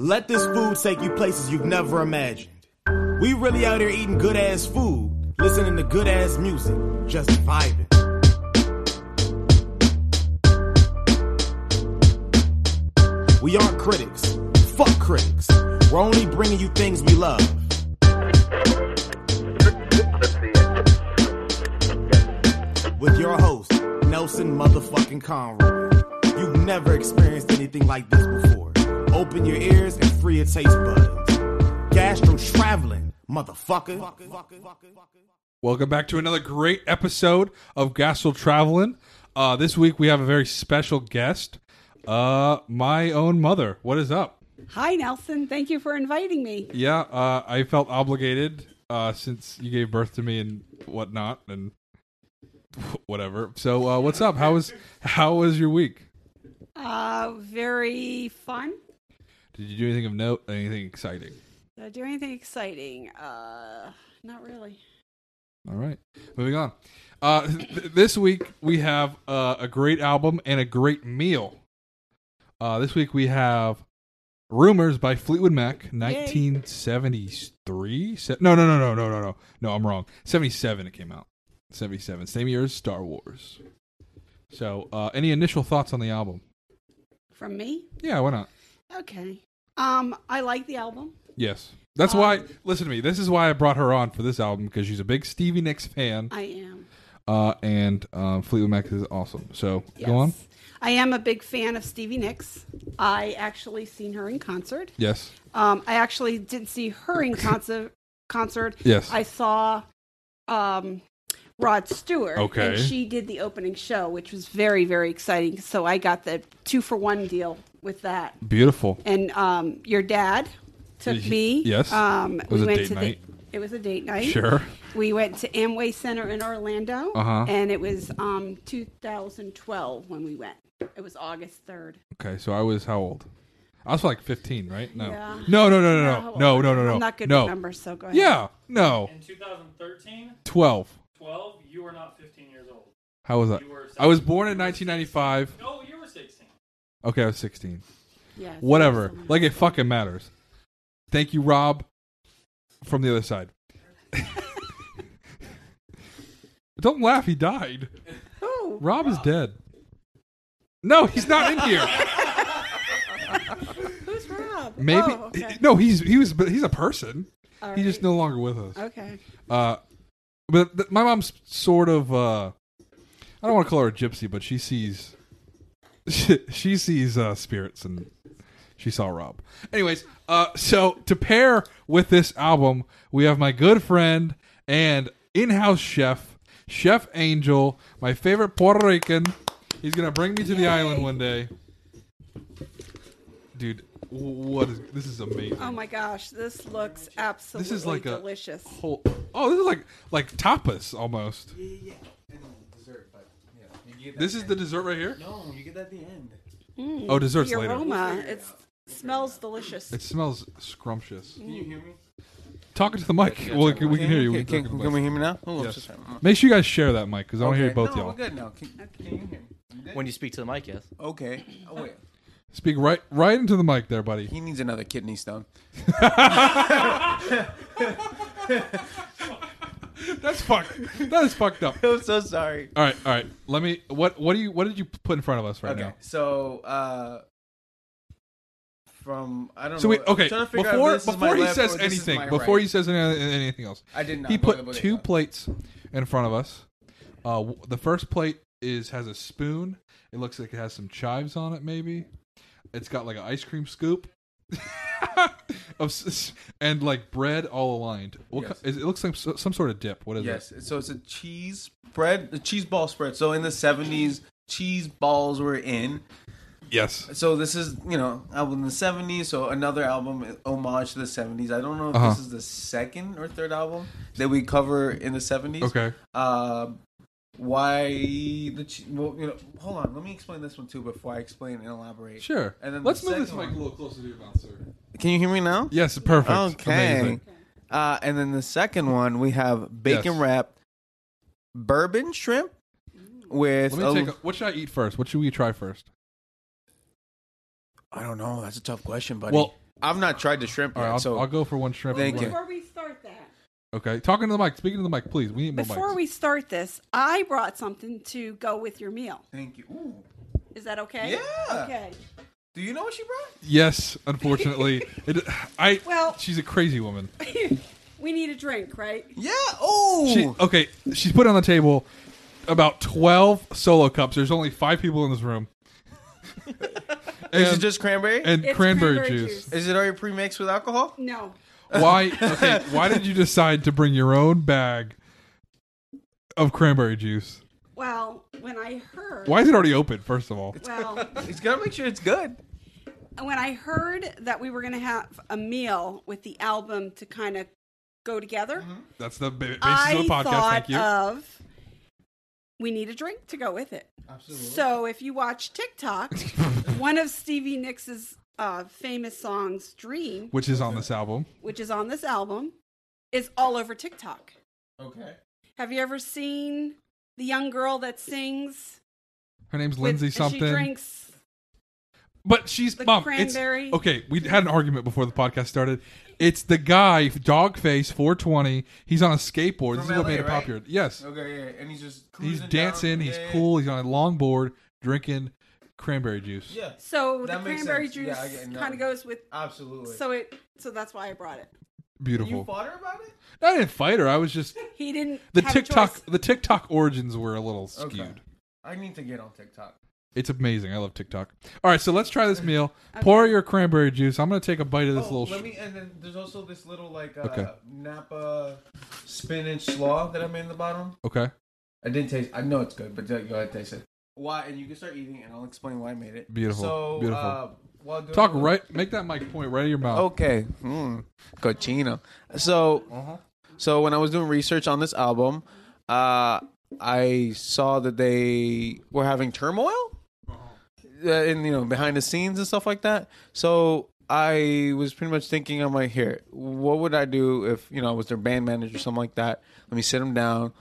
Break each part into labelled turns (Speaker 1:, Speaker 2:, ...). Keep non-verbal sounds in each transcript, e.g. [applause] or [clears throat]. Speaker 1: Let this food take you places you've never imagined. We really out here eating good ass food, listening to good ass music, just vibing. We aren't critics. Fuck critics. We're only bringing you things we love. With your host, Nelson motherfucking Conroy. You've never experienced anything like this before. Open your ears and free your taste buds. Gastro traveling, motherfucker.
Speaker 2: Welcome back to another great episode of Gasol Traveling. Uh, this week we have a very special guest, uh, my own mother. What is up?
Speaker 3: Hi, Nelson. Thank you for inviting me.
Speaker 2: Yeah, uh, I felt obligated uh, since you gave birth to me and whatnot and [laughs] whatever. So, uh, what's up? How was how was your week?
Speaker 3: Uh, very fun.
Speaker 2: Did you do anything of note? Anything exciting?
Speaker 3: Did I do anything exciting? Uh, not really.
Speaker 2: All right, moving on. Uh, th- this week we have uh, a great album and a great meal. Uh, this week we have "Rumors" by Fleetwood Mac, nineteen seventy three. Se- no, no, no, no, no, no, no, no. I'm wrong. Seventy seven. It came out. Seventy seven. Same year as Star Wars. So, uh, any initial thoughts on the album?
Speaker 3: From me?
Speaker 2: Yeah, why not?
Speaker 3: Okay. Um, I like the album.
Speaker 2: Yes, that's why. Listen to me. This is why I brought her on for this album because she's a big Stevie Nicks fan.
Speaker 3: I am.
Speaker 2: uh, and uh, Fleetwood Mac is awesome. So
Speaker 3: Yes.
Speaker 2: go on.
Speaker 3: I am a big fan of Stevie Nicks. I actually seen her in concert.
Speaker 2: Yes.
Speaker 3: Um, I actually didn't see her in concert. Concert.
Speaker 2: Yes.
Speaker 3: I saw, um, Rod Stewart.
Speaker 2: Okay.
Speaker 3: And she did the opening show, which was very, very exciting. So I got the two for one deal with that.
Speaker 2: Beautiful.
Speaker 3: and um, your dad took
Speaker 2: Did he-
Speaker 3: me.
Speaker 2: yes.
Speaker 3: um,
Speaker 2: It was
Speaker 3: we
Speaker 2: a
Speaker 3: went
Speaker 2: date
Speaker 3: to
Speaker 2: night.
Speaker 3: the. It was a date night.
Speaker 2: Sure.
Speaker 3: We went to Amway Center in Orlando,
Speaker 2: Uh-huh.
Speaker 3: and it was um, 2012 when we went. It was August 3rd.
Speaker 2: Okay, so I was how old? I was like 15, right? No.
Speaker 3: Yeah.
Speaker 2: No, no, no, no,
Speaker 3: How
Speaker 2: no, no,
Speaker 3: old?
Speaker 2: no, no, no.
Speaker 3: I'm not good
Speaker 2: no.
Speaker 3: with numbers, so go ahead.
Speaker 2: Yeah, no.
Speaker 4: In 2013,
Speaker 2: 12.
Speaker 4: 12, you were not 15 years old.
Speaker 2: How was that?
Speaker 4: You were
Speaker 2: I was born in 1995.
Speaker 4: No, you were 16.
Speaker 2: Okay, I was 16.
Speaker 3: yeah it's
Speaker 2: Whatever.
Speaker 3: awesome.
Speaker 2: Like, it fucking matters. Thank you, Rob, from the other side. [laughs] Don't laugh, he died.
Speaker 3: Who?
Speaker 2: Rob is dead. No, he's not in here.
Speaker 3: Who's Rob?
Speaker 2: Maybe
Speaker 3: Oh, okay.
Speaker 2: no, he's he was but he's a person.
Speaker 3: All
Speaker 2: He's just
Speaker 3: right.
Speaker 2: no longer with us.
Speaker 3: Okay.
Speaker 2: Uh, but th- my mom's sort of uh, I don't want to call her a gypsy, but she sees [laughs] she, she sees uh, spirits and she saw Rob. Anyways, uh, so to pair with this album, we have my good friend and in-house chef, Chef Angel, my favorite Puerto Rican. He's gonna bring me to the island one day, dude. wh- What is this? Is amazing.
Speaker 3: Oh my gosh, this looks absolutely
Speaker 2: This is like a
Speaker 3: delicious.
Speaker 2: whole. Oh, this is like like tapas almost.
Speaker 5: Yeah, and then dessert, but yeah, you get that
Speaker 2: This is the dessert right here.
Speaker 5: no, you get that at the end.
Speaker 2: Oh, desserts
Speaker 3: The
Speaker 2: later.
Speaker 3: aroma, it smells delicious.
Speaker 2: It smells scrumptious.
Speaker 5: Can you hear me?
Speaker 2: Talking to the mic. well, we can hear you.
Speaker 5: Okay,
Speaker 2: We can,
Speaker 5: can, can,
Speaker 2: talk
Speaker 5: we
Speaker 2: about
Speaker 5: hear me now? Oh,
Speaker 2: Yes.
Speaker 5: just-
Speaker 2: it. Make sure you guys share that mic because I want to hear
Speaker 5: okay.
Speaker 2: both
Speaker 5: no,
Speaker 2: y'all.
Speaker 5: We're good now. Can, can you hear me?
Speaker 6: When you speak to the mic, yes.
Speaker 5: okay. Oh wait,
Speaker 2: Speak right right into the mic there, buddy.
Speaker 5: [laughs] he needs another kidney stone.
Speaker 2: That's fucked. that is fucked up.
Speaker 5: [laughs] I'm so sorry.
Speaker 2: All right, all right. Let me. What what do you what did you put in front of us right
Speaker 5: Okay,
Speaker 2: now?
Speaker 5: so uh, from I don't
Speaker 2: So
Speaker 5: know.
Speaker 2: wait, okay.
Speaker 5: I'm trying to figure out
Speaker 2: Before
Speaker 5: if this is my
Speaker 2: before he
Speaker 5: left
Speaker 2: says
Speaker 5: or this is
Speaker 2: anything,
Speaker 5: my
Speaker 2: before
Speaker 5: right.
Speaker 2: he says any, anything else,
Speaker 5: I did not.
Speaker 2: he
Speaker 5: Boy,
Speaker 2: put
Speaker 5: boy,
Speaker 2: two
Speaker 5: boy.
Speaker 2: plates in front of us. Uh, w- the first plate is has a spoon. It looks like it has some chives on it. Maybe it's got like an ice cream scoop [laughs] of s- and like bread all aligned. What
Speaker 5: Yes.
Speaker 2: ki- is, it looks like so- some sort of dip. What is
Speaker 5: Yes,
Speaker 2: it?
Speaker 5: so it's a cheese spread, a cheese ball spread. So in the '70s, cheese balls were in.
Speaker 2: Yes.
Speaker 5: so this is you know album in the 70s so another album homage to the 70s i don't know if
Speaker 2: Uh-huh.
Speaker 5: this is the second or third album that we cover in the 70s
Speaker 2: Okay.
Speaker 5: uh, why the che- well, you know hold on let me explain this one too before i explain and elaborate
Speaker 2: Sure.
Speaker 5: and then
Speaker 2: let's
Speaker 5: the
Speaker 2: move this
Speaker 5: second
Speaker 2: mic a
Speaker 5: one-
Speaker 2: little closer to your mouth, sir.
Speaker 5: can you hear me now
Speaker 2: Yes. Perfect.
Speaker 5: okay
Speaker 2: Amazing.
Speaker 5: uh, and then the second one we have bacon
Speaker 2: Yes.
Speaker 5: wrap bourbon shrimp with
Speaker 2: Let me
Speaker 5: a,
Speaker 2: take. A, what should I eat first? What should we try first?
Speaker 5: I don't know. That's a tough question, buddy.
Speaker 2: Well-
Speaker 5: I've not tried the shrimp
Speaker 2: All
Speaker 5: yet,
Speaker 2: right, I'll,
Speaker 5: so
Speaker 2: I'll go for one shrimp. and
Speaker 5: Thank you.
Speaker 2: one-
Speaker 3: Before we start that,
Speaker 2: Oh Okay, talking to the mic. Speaking to the mic, please. We need more
Speaker 3: before
Speaker 2: mics.
Speaker 3: we start this, I brought something to go with your meal.
Speaker 5: thank you. Ooh.
Speaker 3: Is that okay?
Speaker 5: Yeah.
Speaker 3: Okay.
Speaker 5: Do you know what she brought?
Speaker 2: yes,
Speaker 3: [laughs]
Speaker 2: unfortunately, it, I.
Speaker 3: Well-
Speaker 2: she's a crazy woman.
Speaker 3: [laughs] we need a drink, right?
Speaker 5: Yeah. Oh,
Speaker 2: She, okay, she's put on the table about twelve solo cups. There's only five people in this
Speaker 3: [laughs]
Speaker 2: room,
Speaker 5: is it
Speaker 2: and-
Speaker 5: just cranberry?
Speaker 2: and
Speaker 3: It's
Speaker 2: cranberry,
Speaker 3: cranberry
Speaker 2: juice.
Speaker 3: juice.
Speaker 5: is it already pre-mixed with alcohol?
Speaker 3: No.
Speaker 2: [laughs] Why? Okay, why did you decide to bring your own bag of cranberry juice?
Speaker 3: Well, when I heard.
Speaker 2: Why is it already open? First of all,
Speaker 3: Well,
Speaker 5: He's gotta make sure it's good.
Speaker 3: when I heard that we were going to have a meal with the album to kind of go together,
Speaker 2: that's the ba- basis
Speaker 3: I
Speaker 2: of the podcast.
Speaker 3: thought uh,
Speaker 2: Thank you.
Speaker 3: of we need a drink to go with it.
Speaker 5: Absolutely.
Speaker 3: So if you
Speaker 2: [laughs]
Speaker 3: watch TikTok, one of Stevie Nicks' uh, famous songs, "Dream,"
Speaker 2: which is on this album.
Speaker 3: which is on this album, is all over TikTok.
Speaker 5: Okay.
Speaker 3: Have you ever seen the young girl that sings?
Speaker 2: Her name's
Speaker 3: with-
Speaker 2: Lindsay
Speaker 3: and
Speaker 2: something.
Speaker 3: She drinks.
Speaker 2: But she's
Speaker 3: The
Speaker 2: mom.
Speaker 3: cranberry.
Speaker 2: It's, okay, we had an argument before the podcast started. It's the guy, Dogface, four twenty. He's on a skateboard. this
Speaker 5: From
Speaker 2: is what
Speaker 5: LA,
Speaker 2: made it
Speaker 5: right?
Speaker 2: popular. Yes,
Speaker 5: Okay. Yeah. And he's just
Speaker 2: he's
Speaker 5: cruising
Speaker 2: dancing.
Speaker 5: down.
Speaker 2: He's
Speaker 5: Yeah, yeah,
Speaker 2: cool. He's on a longboard drinking cranberry juice.
Speaker 5: Yeah.
Speaker 3: So
Speaker 5: That
Speaker 3: the
Speaker 5: makes
Speaker 3: cranberry
Speaker 5: sense.
Speaker 3: juice
Speaker 5: Yeah, I get- no.
Speaker 3: kind of goes with.
Speaker 5: Absolutely.
Speaker 3: So it. So that's why I brought it.
Speaker 2: Beautiful.
Speaker 5: you fought her about it?
Speaker 2: I didn't fight her. I was just
Speaker 3: He didn't.
Speaker 2: the
Speaker 3: have a
Speaker 2: TikTok.
Speaker 3: choice.
Speaker 2: The TikTok origins were a little
Speaker 5: Okay.
Speaker 2: skewed.
Speaker 5: I need to get on TikTok.
Speaker 2: It's amazing. I love TikTok. All right, so let's try this meal. Pour your cranberry juice. I'm gonna take a bite of this
Speaker 5: oh,
Speaker 2: little.
Speaker 5: let
Speaker 2: sh-
Speaker 5: me. And then there's also this little like uh,
Speaker 2: Okay.
Speaker 5: Napa spinach slaw that I made in the bottom.
Speaker 2: okay,
Speaker 5: I didn't taste. I know it's good, but go ahead, taste it. Why? And you can start eating, and I'll explain why I made it.
Speaker 2: Beautiful,
Speaker 5: So,
Speaker 2: beautiful.
Speaker 5: Uh, while doing
Speaker 2: talk right. Make that mic point right at your mouth.
Speaker 5: Okay. Mm. Cochino. So, so when I was doing research on this album, uh, I saw that they were having turmoil, uh, and you know behind the scenes and stuff like that. So I was pretty much thinking, I'm like, here, what would I do if you know I was their band manager or something like that? Let me sit them down,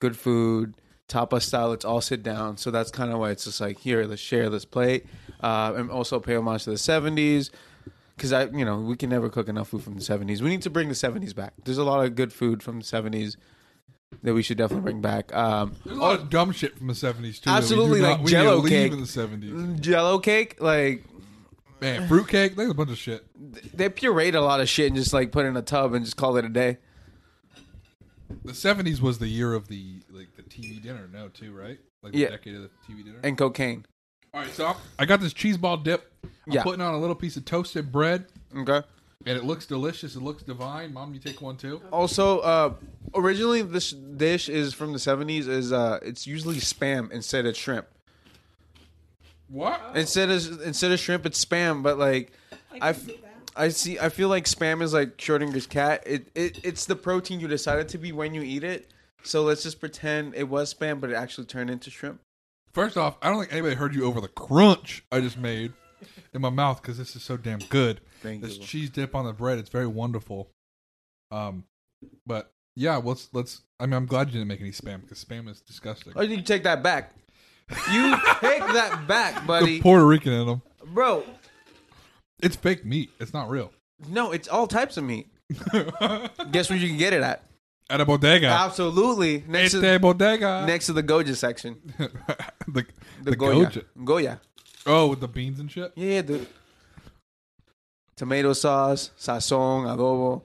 Speaker 5: good food. Tapa style, let's all sit down. So that's kind of why it's just like here, let's share, let's plate, uh, and also pay homage to the '70s because I, you know, we can never cook enough food from the '70s. We need to bring the '70s back. There's a lot of good food from the '70s that we should definitely bring back. Um,
Speaker 2: There's a lot of dumb shit from the seventies too. that we do
Speaker 5: Absolutely,
Speaker 2: not-
Speaker 5: like
Speaker 2: we need to
Speaker 5: Jell-O
Speaker 2: leave
Speaker 5: cake.
Speaker 2: in the seventies.
Speaker 5: oh, Jello cake, like
Speaker 2: Man, fruitcake. There's a bunch of shit.
Speaker 5: they pureed a lot of shit and just like put it in a tub and just call it a day.
Speaker 2: The seventies was the year of the like the TV dinner now too, right? Like
Speaker 5: Yeah.
Speaker 2: the decade of the TV dinner.
Speaker 5: And cocaine.
Speaker 2: All right, so I'm, I got this cheese ball dip. I'm
Speaker 5: Yeah.
Speaker 2: putting on a little piece of toasted bread,
Speaker 5: Okay.
Speaker 2: and it looks delicious. It looks divine. Mom, you take one too.
Speaker 5: Also, uh, originally this dish is from the '70s. Is uh, it's usually spam instead of shrimp.
Speaker 2: What?
Speaker 5: Instead of instead of shrimp, it's spam. But like, I, f- I see. I feel like spam is like Schrodinger's cat. It, it it's the protein you decided to be when you eat it. So let's just pretend it was spam, but it actually turned into shrimp.
Speaker 2: First off, I don't think anybody heard you over the crunch I just made in my mouth because this is so damn good.
Speaker 5: Thank
Speaker 2: this
Speaker 5: you.
Speaker 2: cheese dip on the bread, it's very wonderful. Um, but yeah, let's let's. I mean, I'm glad you didn't make any spam because spam is disgusting.
Speaker 5: Oh, you take that back. You take that back,
Speaker 2: the
Speaker 5: buddy,
Speaker 2: Puerto Rican in them.
Speaker 5: bro.
Speaker 2: It's fake meat. It's not real.
Speaker 5: No, it's all types of meat.
Speaker 2: At
Speaker 5: Guess where you can get it at?
Speaker 2: a bodega.
Speaker 5: Absolutely, next
Speaker 2: It's
Speaker 5: to
Speaker 2: a bodega.
Speaker 5: next to the Goja section.
Speaker 2: [laughs] the uh, the,
Speaker 5: The, Goya.
Speaker 2: goja.
Speaker 5: Goya. Goya.
Speaker 2: Oh, with the beans and shit.
Speaker 5: Yeah, dude. Tomato sauce, sazon, adobo.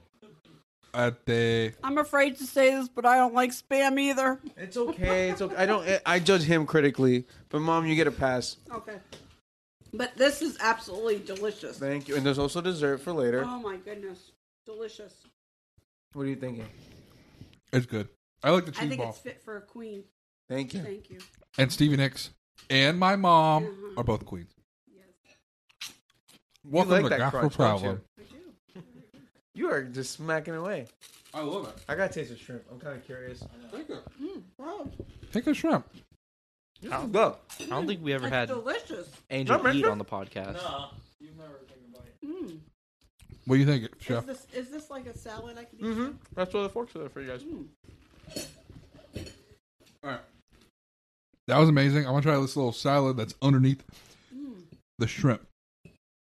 Speaker 2: At the
Speaker 3: I'm afraid to say this, but I don't like spam either.
Speaker 5: It's okay. It's okay. I don't. I judge him critically, but mom, you get a pass.
Speaker 3: Okay. But this is absolutely delicious.
Speaker 5: Thank you. And there's also dessert for later.
Speaker 3: Oh my goodness. Delicious.
Speaker 5: What are you thinking?
Speaker 2: it's good. I like the
Speaker 3: I
Speaker 2: cheese
Speaker 3: think
Speaker 2: ball.
Speaker 3: it's fit for a queen.
Speaker 5: Thank you.
Speaker 3: Thank you.
Speaker 2: and Stevie Nicks and my mom
Speaker 3: Mhm.
Speaker 2: are both queens.
Speaker 3: Yes.
Speaker 2: Welcome
Speaker 5: like
Speaker 2: to
Speaker 5: that
Speaker 2: Gospel
Speaker 5: crunch, don't
Speaker 2: Problem.
Speaker 3: I do.
Speaker 5: You are just smacking away.
Speaker 2: I love it.
Speaker 5: I got a taste of shrimp. I'm kind of curious.
Speaker 2: Take a, take a shrimp.
Speaker 5: Go.
Speaker 6: I don't think we ever
Speaker 3: It's
Speaker 6: had
Speaker 3: delicious.
Speaker 6: Angel
Speaker 5: Remember?
Speaker 6: eat on the podcast.
Speaker 4: Nah, you've never taken a bite.
Speaker 3: Mm.
Speaker 2: What do you think,
Speaker 3: Is
Speaker 2: Chef?
Speaker 3: this is this like a salad I can eat?
Speaker 2: Hmm?
Speaker 5: Mm-hmm. That's why the forks are there for you guys.
Speaker 2: All right. That was amazing. I want to try this little salad that's underneath the shrimp.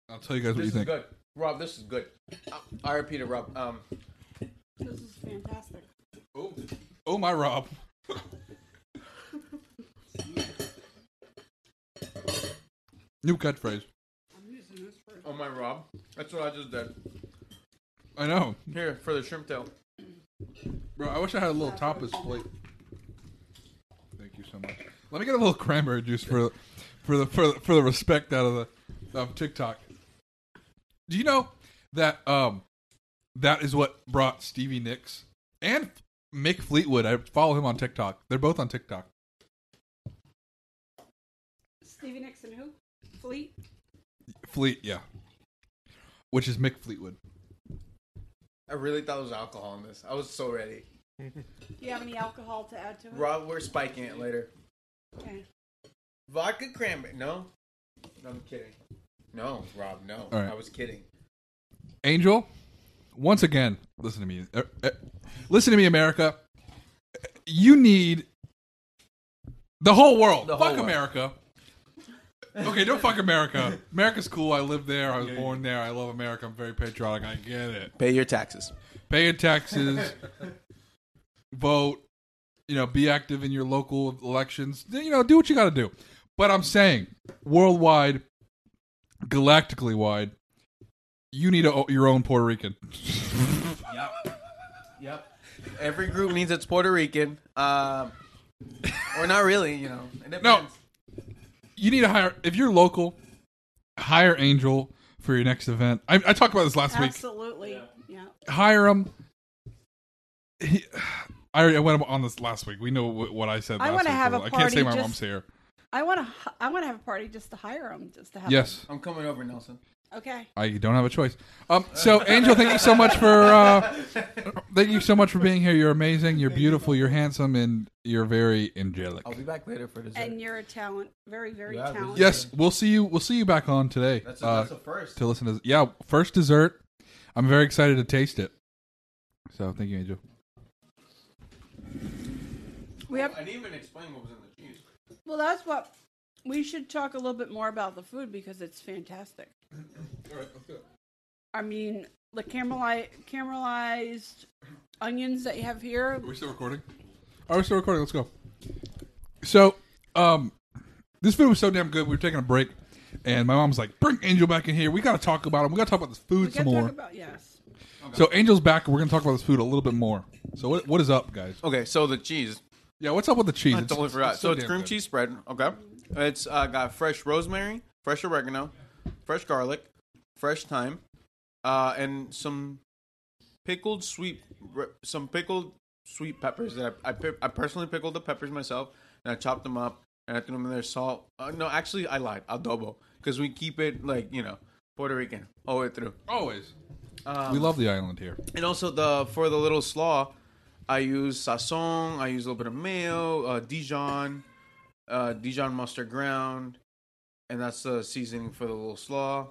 Speaker 2: I'll tell you guys what
Speaker 5: This
Speaker 2: you
Speaker 5: is
Speaker 2: think.
Speaker 5: good. Rob, this is good. Uh, I repeat it, Rob. Um,
Speaker 3: This is fantastic.
Speaker 2: Oh, oh my Rob. New catchphrase.
Speaker 5: oh my Rob. That's what I just did.
Speaker 2: I know,
Speaker 5: Here, for the shrimp tail.
Speaker 2: bro. I wish I had a little tapas plate. Thank you so much. Let me get a little cranberry juice for, for the for the, for the respect out of the of TikTok. Do you know that um that is what brought Stevie Nicks and Mick Fleetwood? I follow him on TikTok. They're both on TikTok.
Speaker 3: Stevie Nicks and who? Fleet.
Speaker 2: Fleet, yeah. Which is Mick Fleetwood.
Speaker 5: I really thought there was alcohol in this. I was so ready.
Speaker 3: Do you have any alcohol to add to it?
Speaker 5: Rob, we're spiking it later.
Speaker 3: Okay.
Speaker 5: Vodka cranberry. No. No, I'm kidding. No, Rob, no.
Speaker 2: All right.
Speaker 5: I was kidding.
Speaker 2: Angel, once again, listen to me. Er, er, Listen to me, America. You need the whole world.
Speaker 5: The
Speaker 2: fuck
Speaker 5: whole world.
Speaker 2: America. Okay, don't fuck America. America's cool. I live there. I was born there. I love America. I'm very patriotic. I get it.
Speaker 5: Pay your taxes.
Speaker 2: Pay your
Speaker 5: [laughs]
Speaker 2: taxes. vote. You know, be active in your local elections. You know, do what you got to do. But I'm saying, worldwide, galactically wide, you need a, your own Puerto Rican.
Speaker 5: Yep. Every group needs its Puerto Rican. [laughs] Um, or not really, you know.
Speaker 2: No.
Speaker 5: It depends.
Speaker 2: You need to hire if you're local. Hire Angel for your next event. I, I talked about this last week.
Speaker 3: Absolutely. Yeah.
Speaker 2: Hire him. He, [sighs] I, already- I went on this last week. We know what, what I said.
Speaker 3: I
Speaker 2: last
Speaker 3: wanna
Speaker 2: week,
Speaker 3: have a
Speaker 2: so I can't say
Speaker 3: party
Speaker 2: my
Speaker 3: just-
Speaker 2: mom's here.
Speaker 3: I want to. I want to have a party just to hire him, just to have.
Speaker 2: Yes.
Speaker 5: I'm coming over, Nelson.
Speaker 3: Okay.
Speaker 2: I don't have a choice. Um, so Angel, thank you so much for
Speaker 5: [laughs]
Speaker 2: uh, thank you so much for being here. You're amazing. You're beautiful. You're handsome, and you're very angelic.
Speaker 5: I'll be back later for dessert.
Speaker 3: And you're a talent, very, very
Speaker 5: Yeah, this is-
Speaker 3: talented.
Speaker 2: Yes, we'll see you. We'll see you back on today
Speaker 5: that's a,
Speaker 2: uh,
Speaker 5: that's a first.
Speaker 2: to listen to. Yeah, first dessert. I'm very excited to taste it. So thank you, Angel.
Speaker 3: We have.
Speaker 5: I didn't even explain what was in the cheese.
Speaker 3: Well, that's what we should talk a little bit more about the food because it's fantastic. I mean, the caramelized, caramelized onions that you have here.
Speaker 2: Are we still recording? Are we still recording? Let's go. So, um, this food was so damn good. We were taking a break, and my mom's like, "Bring Angel back in here. We got to talk about him. We got to talk about this
Speaker 3: We
Speaker 2: food
Speaker 3: got
Speaker 2: some
Speaker 3: to
Speaker 2: more."
Speaker 3: talk about yes.
Speaker 2: So Angel's back. and We're gonna talk about this food a little bit more. So what what is up, guys?
Speaker 5: Okay, so the cheese.
Speaker 2: Yeah, what's up with the cheese?
Speaker 5: I totally forgot. so it's
Speaker 2: damn
Speaker 5: cream
Speaker 2: good.
Speaker 5: cheese spread. Okay, it's uh, got fresh rosemary, fresh oregano, fresh garlic, fresh thyme, uh, and some pickled sweet, re- some pickled sweet peppers that I, I pi- I personally pickled the peppers myself and I chopped them up and I threw them in there. Salt. Uh, no, actually, I lied. Adobo because we keep it like you know Puerto Rican all the way through.
Speaker 2: Always.
Speaker 5: Um,
Speaker 2: we love the island here.
Speaker 5: and also the for the little slaw, I use sazon. I use a little bit of mayo, uh, Dijon, uh, Dijon mustard ground, and that's the seasoning for the little slaw.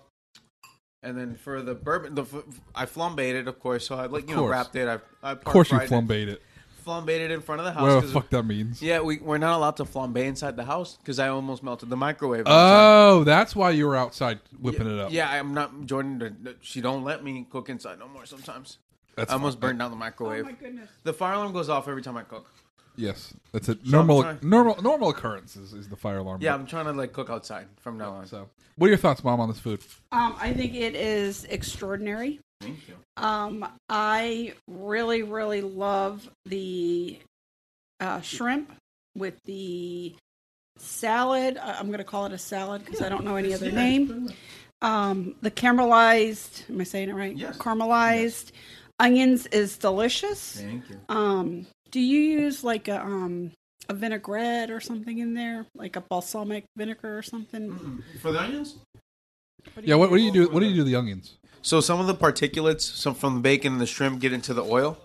Speaker 5: And then for the bourbon, the f- I flambéed it, of course. So I like you know
Speaker 2: course.
Speaker 5: wrapped it. I I
Speaker 2: Of course, you
Speaker 5: flambéed
Speaker 2: flambéed it.
Speaker 5: flambéed it in front of the house.
Speaker 2: Whatever the
Speaker 5: 'cause-
Speaker 2: fuck that means.
Speaker 5: Yeah, we we're not allowed to flambé inside the house because I almost melted the microwave. outside.
Speaker 2: Oh, that's why you were outside whipping it up.
Speaker 5: yeah, I'm not Jordan. to- She don't let me cook inside no more. Sometimes
Speaker 2: that's
Speaker 5: I almost
Speaker 2: fine.
Speaker 5: burned down the microwave.
Speaker 3: Oh my goodness.
Speaker 5: The fire alarm goes off every time I cook.
Speaker 2: Yes, that's a normal
Speaker 5: trying-
Speaker 2: normal normal occurrence is, is the fire alarm.
Speaker 5: Yeah, I'm trying to like cook outside from now on.
Speaker 2: So, what are your thoughts, mom, on this food?
Speaker 3: Um, I think it is extraordinary.
Speaker 5: Thank you.
Speaker 3: Um, I really, really love the uh, shrimp with the salad. I- I'm going to call it a salad because I don't know any other name. Um, the caramelized, am I saying it right?
Speaker 5: Yes.
Speaker 3: Caramelized onions is delicious.
Speaker 5: Thank you.
Speaker 3: Um, do you use like a, um, a vinaigrette or something in there, like a balsamic vinegar or something?
Speaker 5: For the onions?
Speaker 2: Yeah, what, what do you do? What do you do to the onions?
Speaker 5: So some of the particulates, some from the bacon and the shrimp, get into the oil.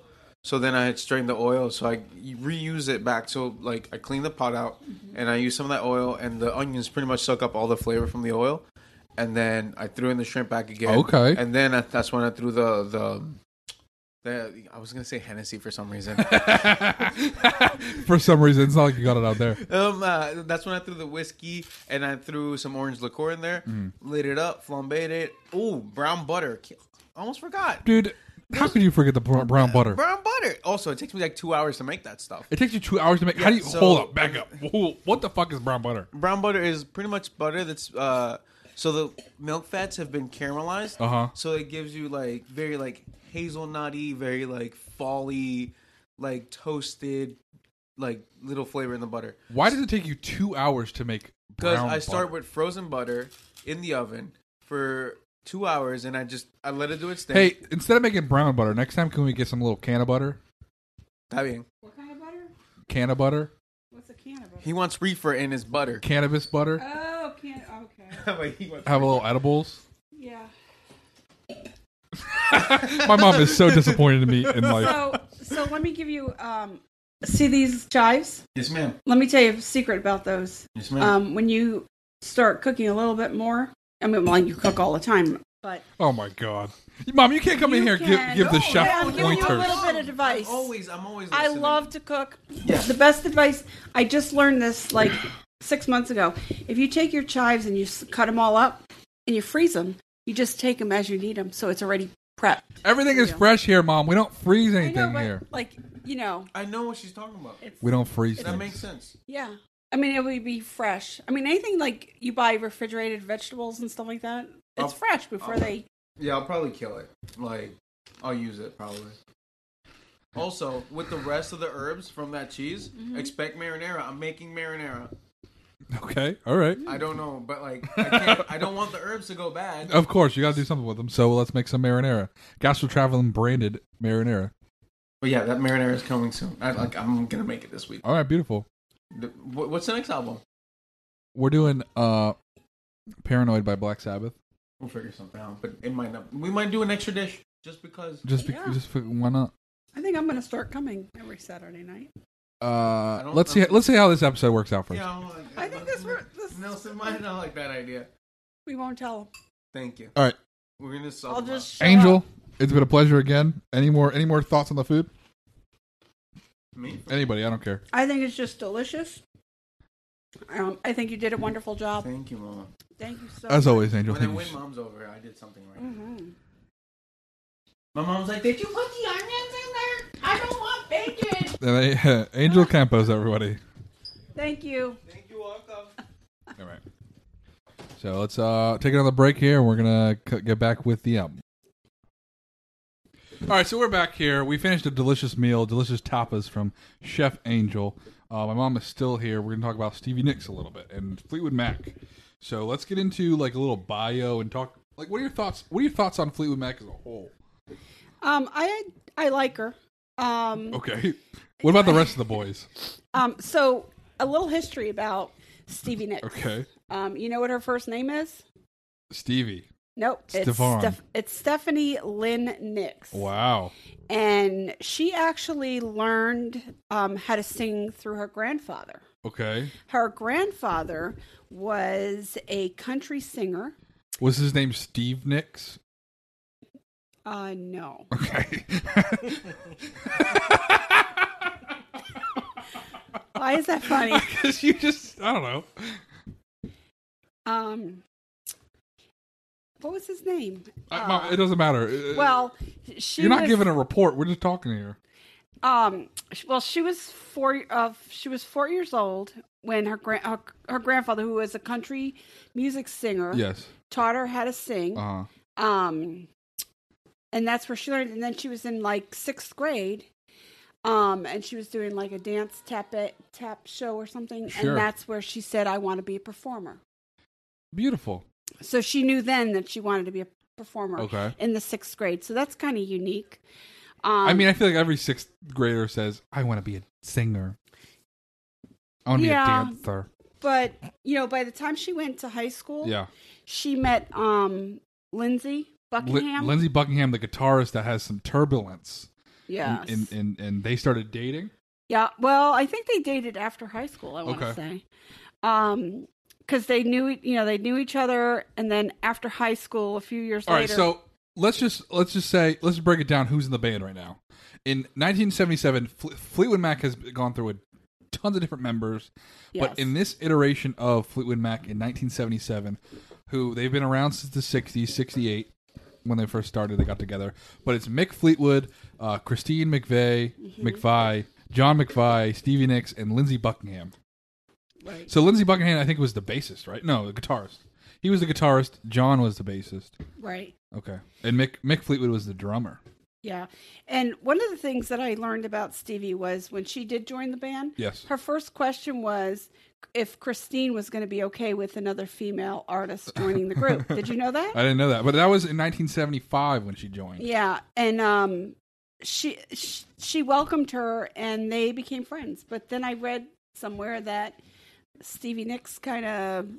Speaker 5: So then I had strained the oil, so I reuse it back. So like I clean the pot out, and I use some of that oil, and the onions pretty much suck up all the flavor from the oil. And then I threw in the shrimp back again.
Speaker 2: Okay.
Speaker 5: And then I, that's when I threw the the The, I was gonna say Hennessy for some [laughs] reason.
Speaker 2: For some reason, it's not like you got it out
Speaker 5: [laughs]
Speaker 2: there.
Speaker 5: um, uh, that's when I threw the whiskey and I threw some orange liqueur in there,
Speaker 2: Mm-hmm.
Speaker 5: lit it up, flambéed it. Ooh, brown butter. Ki- Almost forgot.
Speaker 2: Dude, how could you forget the br- brown butter?
Speaker 5: Brown butter. Also, it takes me like two hours to make that stuff.
Speaker 2: It takes you two hours to make. how do you
Speaker 5: so-
Speaker 2: hold up? Back
Speaker 5: [laughs]
Speaker 2: up. Whoa, what the fuck is brown butter?
Speaker 5: Brown butter is pretty much butter that's uh, so the milk fats have been caramelized.
Speaker 2: Uh-huh.
Speaker 5: So it gives you like very like hazelnutty, very like folly, like toasted, like little flavor in the butter.
Speaker 2: Why does it take you two hours to make?
Speaker 5: Because
Speaker 2: brown
Speaker 5: I start
Speaker 2: butter?
Speaker 5: with frozen butter in the oven for two hours, and I just I let it do its thing.
Speaker 2: Hey, instead of making brown butter, next time can we get some little can of butter?
Speaker 5: That being-
Speaker 3: What kind of butter?
Speaker 2: Can of butter,
Speaker 3: What's a can of butter?
Speaker 5: he wants reefer in his butter.
Speaker 2: cannabis butter.
Speaker 3: Oh, can. Okay.
Speaker 5: [laughs] Wait, he wants-
Speaker 2: Have a little edibles.
Speaker 3: Yeah.
Speaker 2: My mom is so disappointed in me in life.
Speaker 3: So, so let me give you. Um, see these chives?
Speaker 5: yes, ma'am.
Speaker 3: Let me tell you a secret about those.
Speaker 5: Yes, ma'am.
Speaker 3: Um, when you start cooking a little bit more, I mean, well, you cook all the time, but
Speaker 2: Oh my god, mom, you can't come in
Speaker 3: You
Speaker 2: here
Speaker 3: can-
Speaker 2: and give give the
Speaker 3: No,
Speaker 2: chef
Speaker 3: yeah, I'm giving you a
Speaker 2: pointers.
Speaker 3: little bit of advice.
Speaker 5: I'm always, I'm always.
Speaker 3: I
Speaker 5: listening.
Speaker 3: love to cook. The best advice I just learned this like six months ago. If you take your chives and you s- cut them all up and you freeze them, you just take them as you need them, so it's already prepped.
Speaker 2: Everything is
Speaker 3: Yeah.
Speaker 2: fresh here, mom. We don't freeze
Speaker 3: I know,
Speaker 2: anything
Speaker 3: but
Speaker 2: here.
Speaker 3: like you know,
Speaker 5: I know what she's talking about.
Speaker 3: it's,
Speaker 2: We don't freeze.
Speaker 5: That
Speaker 2: things.
Speaker 5: makes sense.
Speaker 3: yeah. I mean, it would be fresh. I mean, anything like you buy refrigerated vegetables and stuff like that, it's
Speaker 5: Oh.
Speaker 3: fresh before
Speaker 5: Oh.
Speaker 3: they.
Speaker 5: Yeah, I'll probably kill it. Like, I'll use it probably. Also, with the rest of the herbs from that cheese,
Speaker 3: Mm-hmm.
Speaker 5: expect marinara. I'm making marinara.
Speaker 2: [laughs] Okay, all right. [laughs]
Speaker 5: I don't know, but like, I can't. I don't want the herbs to go bad.
Speaker 2: Of course, you got to do something with them. So let's make some marinara. Gastro traveling branded marinara.
Speaker 5: But yeah, that marinara is coming soon. I, like, I'm gonna make it this week.
Speaker 2: All right, beautiful.
Speaker 5: The- wh- What's the next album?
Speaker 2: We're doing uh Paranoid by Black Sabbath.
Speaker 5: We'll figure something out. But it might not. We might do an extra dish just because.
Speaker 2: Just be-
Speaker 3: Yeah.
Speaker 2: just for, why not?
Speaker 3: I think I'm going to start coming every Saturday night.
Speaker 2: Uh
Speaker 5: don't-
Speaker 2: let's see let's see how this episode works out first.
Speaker 5: Yeah, I, don't like that.
Speaker 3: I think this wor- this-
Speaker 5: Nelson might not like that idea.
Speaker 3: We won't tell them.
Speaker 5: Thank you.
Speaker 2: All right.
Speaker 5: We're gonna. sub
Speaker 3: I'll
Speaker 5: them out.
Speaker 3: just show
Speaker 2: Angel,
Speaker 3: up.
Speaker 2: it's been a pleasure again. Any more any more thoughts on the food?
Speaker 5: me.
Speaker 2: Anybody, I don't care.
Speaker 3: I think it's just delicious. Um, I think you did a wonderful job.
Speaker 5: Thank you, Mom.
Speaker 3: Thank you so.
Speaker 2: As always, Angel.
Speaker 5: When I
Speaker 2: Thank you.
Speaker 5: win
Speaker 2: s-
Speaker 5: mom's over, I did something right.
Speaker 3: Mhm.
Speaker 5: My mom's like, "Did you put the onions in there?" I don't want bacon.
Speaker 2: And I- [laughs] Angel Campos everybody.
Speaker 3: Thank you.
Speaker 5: Thank you, welcome.
Speaker 2: All right. So let's uh, take another break here, and we're gonna c- get back with the album. All right, so we're back here. We finished a delicious meal, delicious tapas from Chef Angel. Uh, my mom is still here. We're gonna talk about Stevie Nicks a little bit and Fleetwood Mac. So let's get into like a little bio and talk. Like, what are your thoughts? What are your thoughts on Fleetwood Mac as a whole?
Speaker 3: Um, I I like her. Um,
Speaker 2: Okay. What about the rest of the boys?
Speaker 3: um, so a little history about Stevie Nicks.
Speaker 2: Okay.
Speaker 3: Um, you know what her first name is?
Speaker 2: Stevie.
Speaker 3: Nope. It's
Speaker 2: Stefan.
Speaker 3: it's Stephanie Lynn Nicks.
Speaker 2: Wow.
Speaker 3: And she actually learned um, how to sing through her grandfather.
Speaker 2: Okay.
Speaker 3: Her grandfather was a country singer.
Speaker 2: Was his name Steve Nicks?
Speaker 3: Uh, no.
Speaker 2: [laughs] Okay.
Speaker 3: Why is that funny?
Speaker 2: Because you just, I don't know.
Speaker 3: Um, what was his name?
Speaker 2: I- Mom, it doesn't matter. Uh,
Speaker 3: Well, she
Speaker 2: you're not
Speaker 3: was,
Speaker 2: giving a report. We're just talking here.
Speaker 3: Um, sh- well, she was four. Uh, she was four years old when her grand her, her grandfather, who was a country music singer,
Speaker 2: Yes.
Speaker 3: taught her how to sing.
Speaker 2: Uh huh.
Speaker 3: Um, and that's where she learned. And then she was in like sixth grade. Um, and she was doing like a dance tap it, tap show or something,
Speaker 2: Sure.
Speaker 3: and that's where she said, "I want to be a performer."
Speaker 2: Beautiful.
Speaker 3: So she knew then that she wanted to be a performer.
Speaker 2: Okay.
Speaker 3: in the sixth grade. So that's kind of unique. Um,
Speaker 2: I mean, I feel like every sixth grader says, I want to be a singer. I want to
Speaker 3: Yeah.
Speaker 2: be a dancer.
Speaker 3: but you know, by the time she went to high school,
Speaker 2: Yeah.
Speaker 3: she met um, Lindsay Buckingham.
Speaker 2: Lin- Lindsey Buckingham, the guitarist that has some turbulence.
Speaker 3: yes.
Speaker 2: And, and, and, and they started dating.
Speaker 3: yeah. Well, I think they dated after high school. I want to
Speaker 2: Okay.
Speaker 3: say, Um e, 'cause because they knew, you know, they knew each other, and then after high school, a few years
Speaker 2: All right.
Speaker 3: later,
Speaker 2: So let's just let's just say let's break it down. Who's in the band right now? In 1977, Fle- Fleetwood Mac has gone through a tons of different members,
Speaker 3: Yes.
Speaker 2: but in this iteration of Fleetwood Mac in 1977, who they've been around since the 60s, 68 when they first started, they got together. But it's Mick Fleetwood, uh, Christine McVeigh, McVie, John McVie, Stevie Nicks, and Lindsey Buckingham.
Speaker 3: Right.
Speaker 2: So Lindsey Buckingham, I think, was the bassist, right? No, the guitarist. He was the guitarist. John was the bassist.
Speaker 3: Right.
Speaker 2: Okay, and Mick Mick Fleetwood was the drummer.
Speaker 3: Yeah. And one of the things that I learned about Stevie was when she did join the band,
Speaker 2: Yes.
Speaker 3: her first question was if Christine was going to be okay with another female artist joining the group. did you know that?
Speaker 2: I didn't know that, but that was in 1975 when she joined.
Speaker 3: Yeah, and um, she, she she welcomed her, and they became friends. But then I read somewhere that Stevie Nicks kind of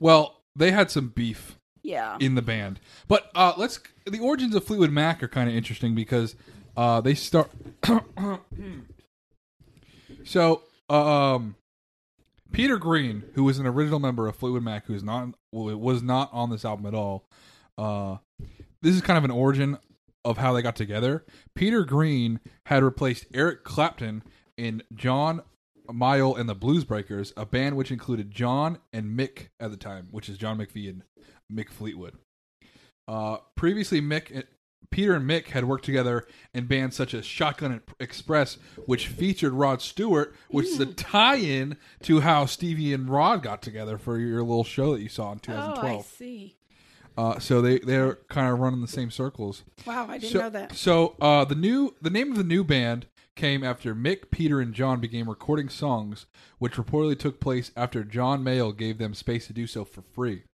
Speaker 2: Well, they had some beef
Speaker 3: yeah
Speaker 2: in the band, but uh, let's the origins of Fleetwood Mac are kind of interesting because uh, they start. [coughs] so, um, Peter Green, who was an original member of Fleetwood Mac, who is not well, was not on this album at all. Uh, this is kind of an origin of how they got together. Peter Green had replaced Eric Clapton in John Mayall and the Blues Breakers, a band which included John and Mick at the time, which is John McVie and Mick Fleetwood. Uh, previously, Mick, eh, Peter and Mick had worked together in bands such as Shotgun Express, which featured Rod Stewart, which is a
Speaker 3: Hmm.
Speaker 2: tie-in to how Stevie and Rod got together for your little show that you saw in
Speaker 3: oh
Speaker 2: 2012.
Speaker 3: I see
Speaker 2: Uh, so they they're kind of running the same circles.
Speaker 3: wow I didn't
Speaker 2: so
Speaker 3: know that
Speaker 2: so uh, the new the name of the new band came after Mick, Peter, and John began recording songs, which reportedly took place after John Mayall gave them space to do so for free.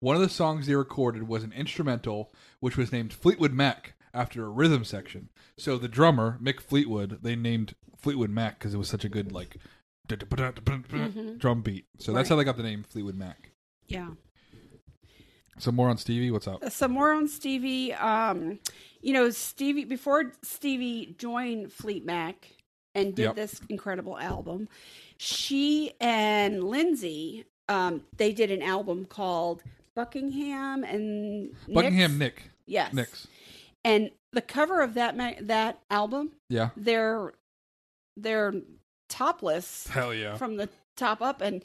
Speaker 2: One of the songs they recorded was an instrumental, which was named Fleetwood Mac after a rhythm section. So the drummer Mick Fleetwood they named Fleetwood Mac because it was such a good like
Speaker 3: Mm-hmm.
Speaker 2: drum beat. So that's how they got the name Fleetwood Mac.
Speaker 3: yeah.
Speaker 2: Some more on Stevie. What's up?
Speaker 3: Some more on Stevie. Um, you know Stevie before Stevie joined Fleet Mac and did
Speaker 2: Yep.
Speaker 3: this incredible album. She and Lindsay um, they did an album called Buckingham and
Speaker 2: Buckingham
Speaker 3: Nicks.
Speaker 2: Nick.
Speaker 3: Yes.
Speaker 2: Nick's.
Speaker 3: And the cover of that ma- that album,
Speaker 2: Yeah.
Speaker 3: they're they're topless
Speaker 2: Hell yeah.
Speaker 3: from the top up, and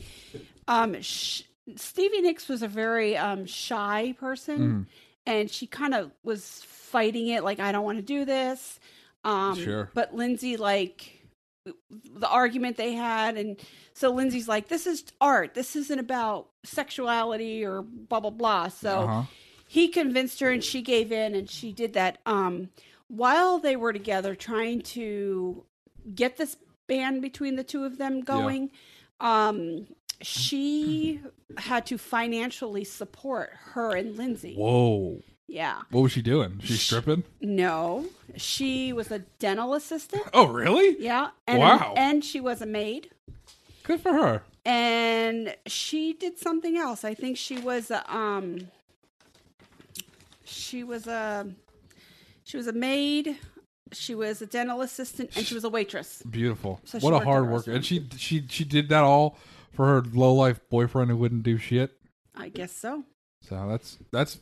Speaker 3: um, sh- Stevie Nicks was a very um, shy
Speaker 2: Mm.
Speaker 3: person, and she kind of was fighting it, like I don't want to do this. Um,
Speaker 2: Sure.
Speaker 3: But Lindsay, like the argument they had, and so Lindsay's like, "This is art. This isn't about sexuality or blah blah blah." So
Speaker 2: Uh-huh.
Speaker 3: he convinced her and she gave in and she did that um while they were together trying to get this band between the two of them going um she had to financially support her and Lindsay.
Speaker 2: Whoa.
Speaker 3: Yeah.
Speaker 2: What was she doing? She stripping?
Speaker 3: No. She was a dental assistant.
Speaker 2: Oh, really?
Speaker 3: Yeah. And
Speaker 2: Wow.
Speaker 3: and she was a maid.
Speaker 2: Good for her.
Speaker 3: and she did something else. I think she was a um she was a she was a maid, she was a dental assistant and she was a waitress.
Speaker 2: Beautiful.
Speaker 3: So she
Speaker 2: what a
Speaker 3: worked at
Speaker 2: hard
Speaker 3: a
Speaker 2: worker. And she she she did that all for her low life boyfriend who wouldn't do shit.
Speaker 3: I guess so.
Speaker 2: So that's that's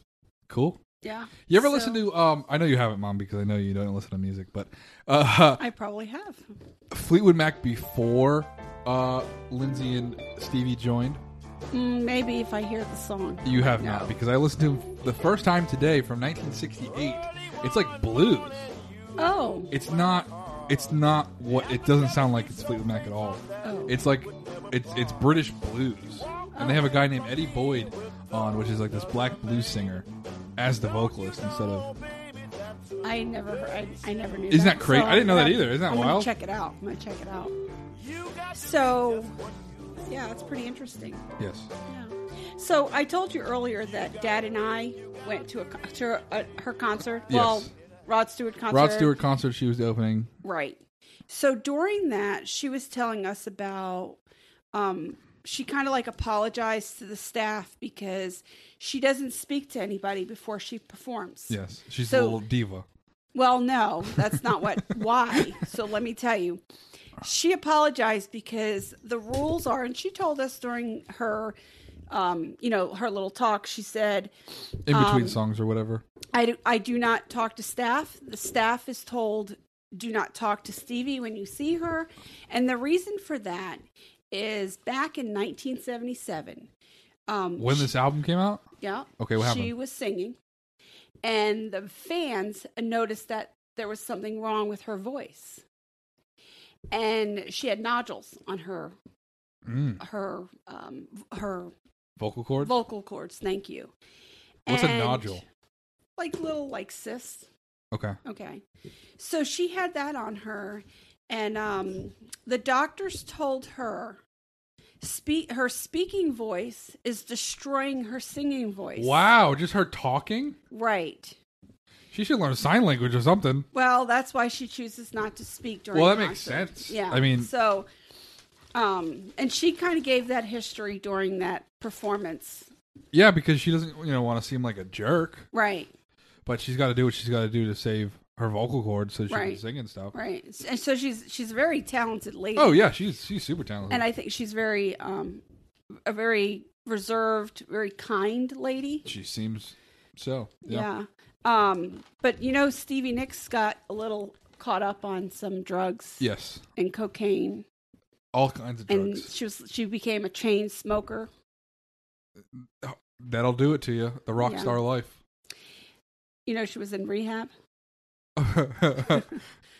Speaker 2: cool.
Speaker 3: Yeah.
Speaker 2: You ever
Speaker 3: So-
Speaker 2: listen to um I know you haven't mom because I know you don't listen to music, but uh [laughs]
Speaker 3: I probably have.
Speaker 2: Fleetwood Mac before uh Lindsay and Stevie joined?
Speaker 3: Mm, maybe if I hear the song.
Speaker 2: You have
Speaker 3: No.
Speaker 2: not because I listened to him the first time today from 1968. It's like blues.
Speaker 3: Oh.
Speaker 2: it's not it's not what it doesn't sound like it's Fleetwood Mac at all.
Speaker 3: Oh.
Speaker 2: It's like it's it's British blues. And they have a guy named Eddie Boyd on which is like this black blues singer as the vocalist instead of
Speaker 3: I never heard, I, I never knew.
Speaker 2: Isn't that crazy? I didn't know that
Speaker 3: I'm-
Speaker 2: either. Isn't that
Speaker 3: I'm gonna
Speaker 2: wild?
Speaker 3: Check it out. I'm gonna check it out. So yeah, it's pretty interesting.
Speaker 2: yes.
Speaker 3: Yeah. So I told you earlier that Dad and I went to a con- to a, her concert. Well,
Speaker 2: Yes.
Speaker 3: Rod Stewart concert.
Speaker 2: Rod Stewart concert she was opening.
Speaker 3: Right. So during that, she was telling us about. Um, she kind of like apologized to the staff because she doesn't speak to anybody before she performs.
Speaker 2: Yes. She's a
Speaker 3: So-
Speaker 2: little diva.
Speaker 3: Well, no, that's not what. [laughs] why? So let me tell you. She apologized because the rules are, and she told us during her um, you know, her little talk, she said,
Speaker 2: in between
Speaker 3: Um,
Speaker 2: songs or whatever.
Speaker 3: I do, I do not talk to staff. The staff is told, do not talk to Stevie when you see her. And the reason for that is back in 1977. Um,
Speaker 2: When this album came out,
Speaker 3: yeah.
Speaker 2: Okay, what
Speaker 3: She
Speaker 2: happened?
Speaker 3: was singing, and the fans noticed that there was something wrong with her voice, and she had nodules on her
Speaker 2: Mm.
Speaker 3: her um, her
Speaker 2: vocal cords.
Speaker 3: vocal cords. Thank you.
Speaker 2: What's a
Speaker 3: And-
Speaker 2: nodule?
Speaker 3: Like little like cysts.
Speaker 2: Okay.
Speaker 3: Okay. So she had that on her, and um, the doctors told her. Speak, her speaking voice is destroying her singing voice.
Speaker 2: Wow, just her talking.
Speaker 3: Right.
Speaker 2: She should learn sign language or something.
Speaker 3: Well, that's why she chooses not to speak during.
Speaker 2: Well, that makes
Speaker 3: concert.
Speaker 2: sense.
Speaker 3: Yeah,
Speaker 2: I mean-
Speaker 3: so, um, and she kind of gave that history during that performance,
Speaker 2: Yeah, because she doesn't, you know, want to seem like a jerk,
Speaker 3: right?
Speaker 2: but she's got to do what she's got to do to save her vocal cords so she can
Speaker 3: Right.
Speaker 2: sing and stuff.
Speaker 3: Right, and so she's she's a very talented lady,
Speaker 2: Oh yeah, she's she's super talented.
Speaker 3: and I think she's very um, a very reserved, very kind lady.
Speaker 2: she seems so. Yeah.
Speaker 3: Yeah. Um, but you know, Stevie Nicks got a little caught up on some drugs
Speaker 2: Yes.
Speaker 3: and cocaine,
Speaker 2: All kinds of
Speaker 3: and
Speaker 2: drugs.
Speaker 3: she was she became a chain smoker.
Speaker 2: That'll do it to you. The rock
Speaker 3: Yeah.
Speaker 2: star
Speaker 3: [laughs]
Speaker 2: life. [laughs]
Speaker 3: You know, she was in rehab.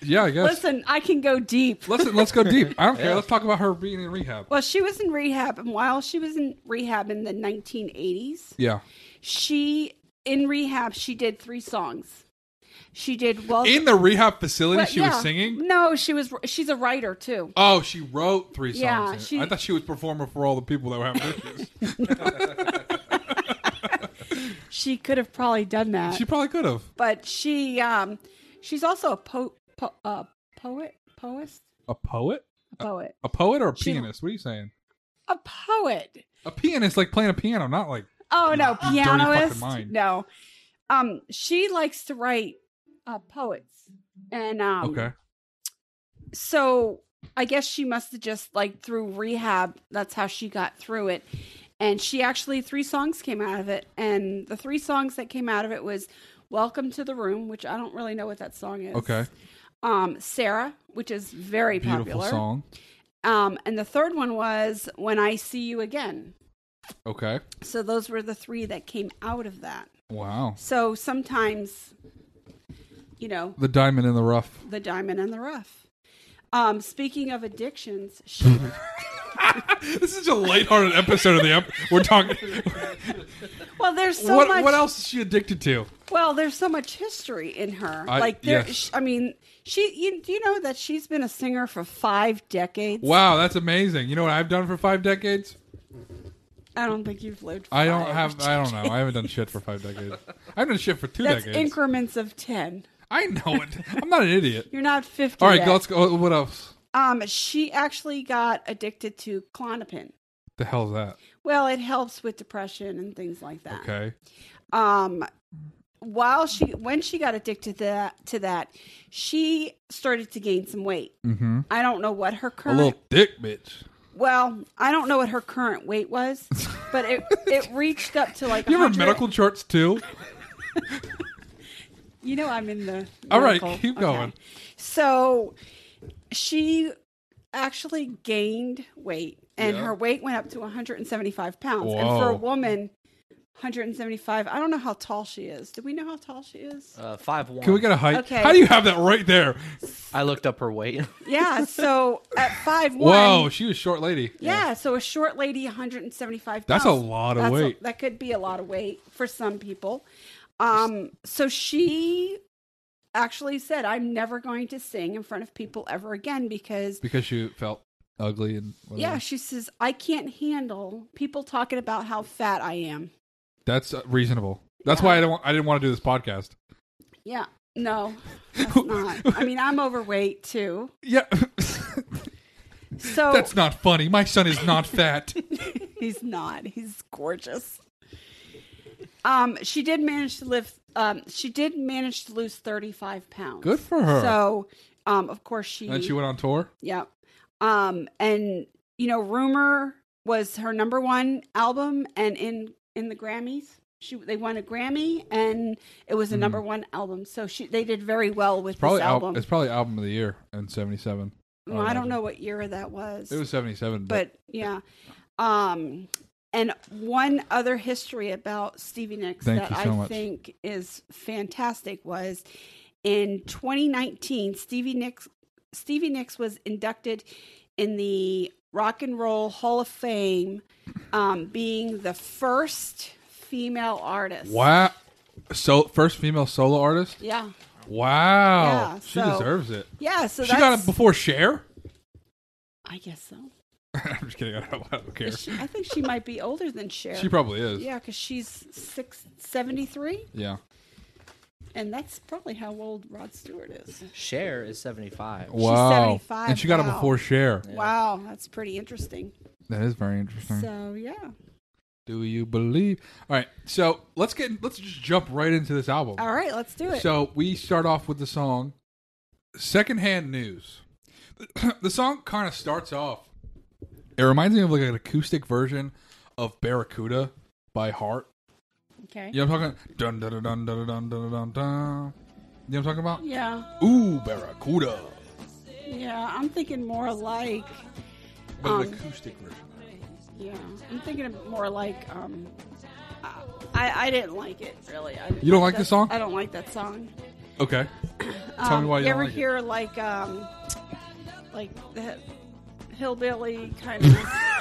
Speaker 2: yeah, I guess.
Speaker 3: Listen, I can go deep.
Speaker 2: Listen, let's go deep. I don't care. Let's talk about her being in rehab.
Speaker 3: Well, she was in rehab, and while she was in rehab in the 1980s,
Speaker 2: Yeah.
Speaker 3: she in rehab she did three songs. She did well
Speaker 2: In the rehab facility,
Speaker 3: well,
Speaker 2: she was
Speaker 3: yeah.
Speaker 2: singing.
Speaker 3: No, she was. She's a writer too.
Speaker 2: Oh, she wrote three songs.
Speaker 3: Yeah,
Speaker 2: in it.
Speaker 3: she-
Speaker 2: I thought she was performing for all the people that were having issues.
Speaker 3: [laughs] She could have probably done that,
Speaker 2: she probably could have
Speaker 3: but she um, she's also a po- po- uh, poet, poet,
Speaker 2: a poet,
Speaker 3: a poet,
Speaker 2: a poet or a
Speaker 3: She-
Speaker 2: pianist. What are you saying?
Speaker 3: a poet.
Speaker 2: A pianist, like playing a piano, not like
Speaker 3: Oh
Speaker 2: [laughs]
Speaker 3: no,
Speaker 2: dirty fucking
Speaker 3: pianoist.
Speaker 2: mind.
Speaker 3: No, um, she likes to write uh, poets, and um,
Speaker 2: okay.
Speaker 3: so I guess she must have just like through rehab, that's how she got through it. And she actually three songs came out of it. And the three songs that came out of it was Welcome to the Room, which I don't really know what that song is.
Speaker 2: Okay.
Speaker 3: Um, Sarah, which is very
Speaker 2: Beautiful
Speaker 3: popular.
Speaker 2: song.
Speaker 3: Um, and the third one was When I See You Again.
Speaker 2: Okay.
Speaker 3: So those were the three that came out of that.
Speaker 2: Wow.
Speaker 3: So sometimes, you know,
Speaker 2: The diamond in the rough.
Speaker 3: the diamond and the rough. Um, speaking of
Speaker 2: [laughs]
Speaker 3: addictions, she
Speaker 2: [laughs] This is a lighthearted episode of the ep- we're talking.
Speaker 3: Well, there's [laughs] so
Speaker 2: what
Speaker 3: much.
Speaker 2: what else is she addicted to?
Speaker 3: Well, there's so much history in her.
Speaker 2: I-
Speaker 3: like there,
Speaker 2: yes.
Speaker 3: sh I mean, she. You, do you know that she's been a singer for five decades?
Speaker 2: Wow, that's amazing. You know what I've done for five decades?
Speaker 3: I don't think you've lived.
Speaker 2: I don't
Speaker 3: five
Speaker 2: have. I don't know. I haven't done shit for
Speaker 3: [laughs]
Speaker 2: five decades. I've done shit for two
Speaker 3: That's
Speaker 2: decades.
Speaker 3: increments of ten.
Speaker 2: I know it. I'm not an
Speaker 3: [laughs]
Speaker 2: idiot.
Speaker 3: You're not fifty.
Speaker 2: All right,
Speaker 3: yet.
Speaker 2: let's go. oh, What else?
Speaker 3: Um, she actually got addicted to clonopin.
Speaker 2: The hell's that?
Speaker 3: Well, it helps with depression and things like that.
Speaker 2: Okay.
Speaker 3: um while she when she got addicted to that to that she started to gain some weight
Speaker 2: Mm-hmm.
Speaker 3: i don't know what her
Speaker 2: A
Speaker 3: current
Speaker 2: little dick bitch.
Speaker 3: well i don't know what her current weight was
Speaker 2: [laughs]
Speaker 3: but it it reached up to like
Speaker 2: You ever
Speaker 3: 100
Speaker 2: medical charts too?
Speaker 3: you know i'm in the
Speaker 2: All right,
Speaker 3: medical-
Speaker 2: keep going.
Speaker 3: so she actually gained weight and
Speaker 2: Yeah.
Speaker 3: her weight went up to 175 pounds and for a
Speaker 2: Whoa.
Speaker 3: woman 175 i don't know how tall she is do we know how tall she is
Speaker 6: Uh, five one.
Speaker 2: Can we get a height?
Speaker 3: Okay.
Speaker 2: How do you have that right there?
Speaker 6: I looked up her weight. [laughs]
Speaker 3: Yeah, so
Speaker 2: [laughs]
Speaker 3: at five one.
Speaker 2: Whoa, she was a short lady.
Speaker 3: Yeah, so a short lady, 175 pounds.
Speaker 2: That's a lot of
Speaker 3: That's a-
Speaker 2: weight.
Speaker 3: that could be a lot of weight for some people. Um, so she actually said, I'm never going to sing in front of people ever again because,
Speaker 2: Because she felt ugly and whatever.
Speaker 3: yeah, she says, I can't handle people talking about how fat I am.
Speaker 2: That's uh, reasonable. That's why I don't. I didn't want to do this podcast.
Speaker 3: Yeah, no,
Speaker 2: [laughs]
Speaker 3: that's not. I mean, I'm overweight too.
Speaker 2: Yeah, [laughs]
Speaker 3: So
Speaker 2: that's not funny. My son is not fat.
Speaker 3: [laughs] He's not. He's gorgeous. Um, she did manage to live. Um, she did manage to lose thirty five pounds.
Speaker 2: Good for her.
Speaker 3: So, um, of course she.
Speaker 2: and she went on tour.
Speaker 3: yeah. Um, and you know, rumor was her number one album, and in in the Grammys, she they won a Grammy, and it was a number one album. So she they did very well with this
Speaker 2: Probably al-
Speaker 3: album.
Speaker 2: Hmm. it's probably album of the year in '77.
Speaker 3: Well, I don't know what year that was.
Speaker 2: It was '77, but,
Speaker 3: but yeah. Um, and one other history about Stevie Nicks
Speaker 2: Thank
Speaker 3: that
Speaker 2: you so
Speaker 3: I
Speaker 2: much.
Speaker 3: think is fantastic was in 2019, Stevie Nicks Stevie Nicks was inducted in the Rock and Roll Hall of Fame, um, being the first female artist.
Speaker 2: wow. So first female solo artist.
Speaker 3: Yeah,
Speaker 2: Wow,
Speaker 3: Yeah,
Speaker 2: she
Speaker 3: so-
Speaker 2: deserves it.
Speaker 3: yeah. So
Speaker 2: she
Speaker 3: that's,
Speaker 2: got it before Cher. [laughs]
Speaker 3: I guess so.
Speaker 2: I'm just kidding. I don't, I don't care.
Speaker 3: Is she- I think she might be older than Cher.
Speaker 2: She probably is.
Speaker 3: yeah, because she's six seventy three.
Speaker 2: Yeah.
Speaker 3: And that's probably how old Rod Stewart is.
Speaker 6: Share is 75.
Speaker 2: Wow.
Speaker 3: 75
Speaker 2: and she got it
Speaker 3: now.
Speaker 2: before Cher.
Speaker 3: Wow, that's pretty interesting.
Speaker 2: That is very interesting.
Speaker 3: So yeah.
Speaker 2: Do you believe? All right. So let's get let's just jump right into this album.
Speaker 3: All right, let's do it.
Speaker 2: So we start off with the song "Secondhand News." [clears throat] the song kind of starts off. It reminds me of like an acoustic version of "Barracuda" by Heart.
Speaker 3: okay.
Speaker 2: You know what I'm talking? Dun dun dun dun dun dun dun dun. dun. You know what I'm talking about?
Speaker 3: Yeah.
Speaker 2: Ooh, Barracuda,
Speaker 3: Yeah. I'm thinking more like
Speaker 2: but
Speaker 3: Um,
Speaker 2: an acoustic version.
Speaker 3: yeah. I'm thinking of more like um uh, I, I didn't like it really. I,
Speaker 2: You don't like
Speaker 3: that-
Speaker 2: this song?
Speaker 3: I don't like that song.
Speaker 2: Okay. Tell
Speaker 3: um,
Speaker 2: me why you don't
Speaker 3: ever
Speaker 2: like it.
Speaker 3: hear like um like the hillbilly kind of
Speaker 2: [laughs]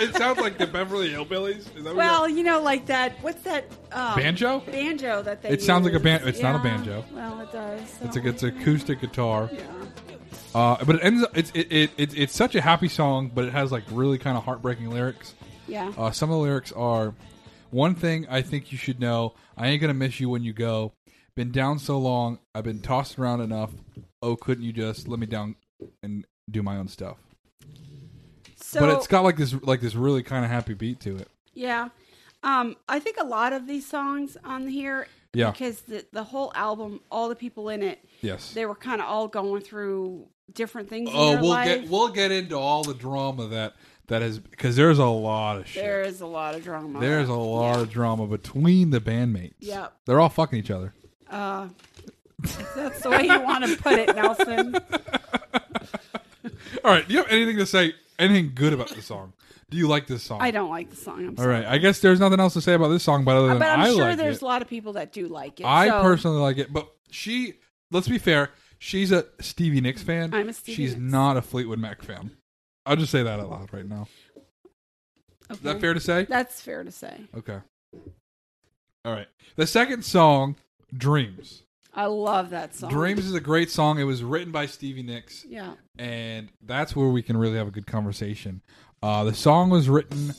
Speaker 2: it sounds like the Beverly Hillbillies. Is that what
Speaker 3: Well, you know, like that. What's that? Um,
Speaker 2: Banjo?
Speaker 3: Banjo that they.
Speaker 2: It sounds like a ban-
Speaker 3: use.
Speaker 2: it's not a
Speaker 3: Yeah,
Speaker 2: banjo.
Speaker 3: Well, it does.
Speaker 2: It's
Speaker 3: so-
Speaker 2: like it's acoustic guitar,
Speaker 3: Yeah.
Speaker 2: uh, but it ends. Up, it's it, it, it it's such a happy song, but it has like really kind of heartbreaking lyrics.
Speaker 3: Yeah.
Speaker 2: Uh, some of the lyrics are, "One thing I think you should know: I ain't gonna miss you when you go. Been down so long, I've been tossed around enough. Oh, couldn't you just let me down and do my own stuff?"
Speaker 3: so,
Speaker 2: but it's got like this like this really kind of happy beat to it.
Speaker 3: Yeah. Um, I think a lot of these songs on here.
Speaker 2: Yeah.
Speaker 3: Because the the whole album, all the people in it,
Speaker 2: Yes.
Speaker 3: they were kind of all going through different things.
Speaker 2: Oh,
Speaker 3: in their
Speaker 2: we'll
Speaker 3: life.
Speaker 2: get we'll get into all the drama that that is because there's a lot of shit.
Speaker 3: There is a lot of drama.
Speaker 2: There's a lot of drama between the bandmates.
Speaker 3: Yep.
Speaker 2: They're all fucking each other.
Speaker 3: Uh, if that's the way you want to put it,
Speaker 2: [laughs]
Speaker 3: Nelson.
Speaker 2: All right. Do you have anything to say? Anything good about the song? Do you like this song?
Speaker 3: I don't like the song. I'm
Speaker 2: All
Speaker 3: sorry.
Speaker 2: right. I guess there's nothing else to say about this song, but other than
Speaker 3: But I'm
Speaker 2: I
Speaker 3: sure
Speaker 2: like
Speaker 3: there's
Speaker 2: it.
Speaker 3: a lot of people that do like it.
Speaker 2: I
Speaker 3: so-
Speaker 2: personally like it, but she. Let's be fair. She's a Stevie Nicks fan.
Speaker 3: I'm a Stevie
Speaker 2: She's
Speaker 3: Nicks.
Speaker 2: not a Fleetwood Mac fan. I'll just say that out loud right now. Is that
Speaker 3: Okay.
Speaker 2: fair to say?
Speaker 3: That's fair to say.
Speaker 2: Okay. All right. The second song, Dreams.
Speaker 3: I love that song.
Speaker 2: Dreams is a great song. It was written by Stevie Nicks,
Speaker 3: Yeah.
Speaker 2: and that's where we can really have a good conversation. Uh, the song was written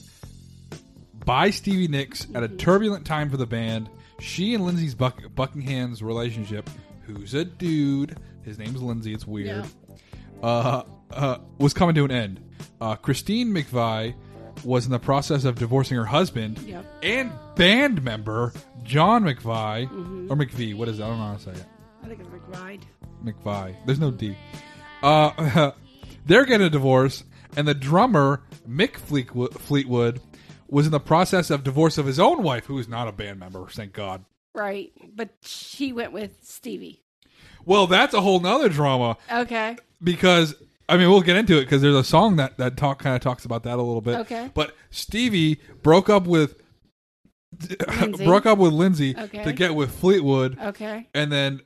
Speaker 2: by Stevie Nicks at a turbulent time for the band. She and Lindsey Buck- Buckingham's relationship, who's a dude, his name's Lindsey, it's weird, uh, uh, was coming to an end. Uh, Christine McVie was in the process of divorcing her husband
Speaker 3: Yep.
Speaker 2: and band member John McVie, or McVie, what is it? I don't know how to say it.
Speaker 3: I think it's McBride.
Speaker 2: McVie. There's no D. Uh, [laughs] they're getting a divorce, and the drummer Mick Fleetwood, Fleetwood was in the process of divorce of his own wife, who is not a band member. Thank God.
Speaker 3: Right. But she went with Stevie.
Speaker 2: Well, that's a whole nother drama
Speaker 3: Okay.
Speaker 2: because I mean we'll get into it because there's a song that that talk kind of talks about that a little bit.
Speaker 3: Okay.
Speaker 2: But Stevie broke up with [laughs]
Speaker 3: Lindsay.
Speaker 2: broke up with Lindsay
Speaker 3: Okay.
Speaker 2: to get with Fleetwood.
Speaker 3: Okay.
Speaker 2: and then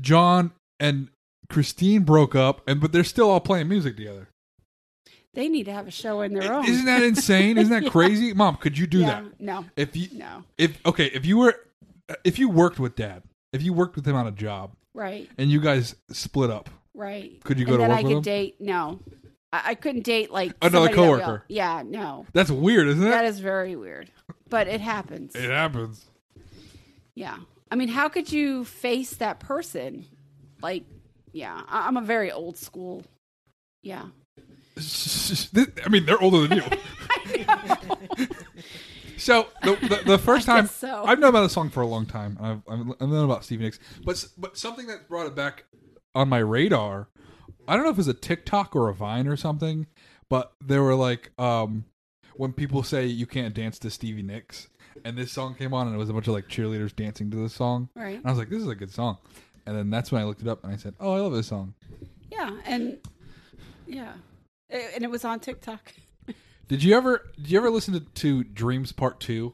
Speaker 2: John and Christine broke up, and but they're still all playing music together.
Speaker 3: They need to have a show in their own.
Speaker 2: Eh, Isn't that insane?
Speaker 3: [laughs]
Speaker 2: Isn't that crazy, Mom? Could you do
Speaker 3: Oh. yeah.
Speaker 2: that
Speaker 3: No.
Speaker 2: if you
Speaker 3: No.
Speaker 2: if okay if you were if you worked with Dad if you worked with him on a job
Speaker 3: Right.
Speaker 2: and you guys split up?
Speaker 3: Right.
Speaker 2: Could you go
Speaker 3: and
Speaker 2: to
Speaker 3: then
Speaker 2: work
Speaker 3: I
Speaker 2: with
Speaker 3: could
Speaker 2: him?
Speaker 3: date. No. I, I couldn't date like
Speaker 2: Another
Speaker 3: somebody that we all-
Speaker 2: coworker.
Speaker 3: Yeah. No.
Speaker 2: That's weird, isn't it?
Speaker 3: That is very weird. But it happens.
Speaker 2: it happens.
Speaker 3: Yeah. I mean, how could you face that person? Like, yeah. I, I'm a very old school. Yeah.
Speaker 2: I mean, they're older
Speaker 3: [laughs]
Speaker 2: than you. So the, the, the first
Speaker 3: [laughs] I
Speaker 2: time
Speaker 3: guess so.
Speaker 2: I've known about the song for a long time, and I've, I've, I've known about Stevie Nicks, but s- but something that brought it back on my radar, I don't know if it was a TikTok or a Vine or something, but there were like um, when people say you can't dance to Stevie Nicks, and this song came on, and it was a bunch of like cheerleaders dancing to this song.
Speaker 3: Right.
Speaker 2: And I was like, this is a good song. And then that's when I looked it up, and I said, oh, I love this song.
Speaker 3: Yeah, and yeah, A- and it was on TikTok.
Speaker 2: Did you ever did you ever listen to, to Dreams Part Two,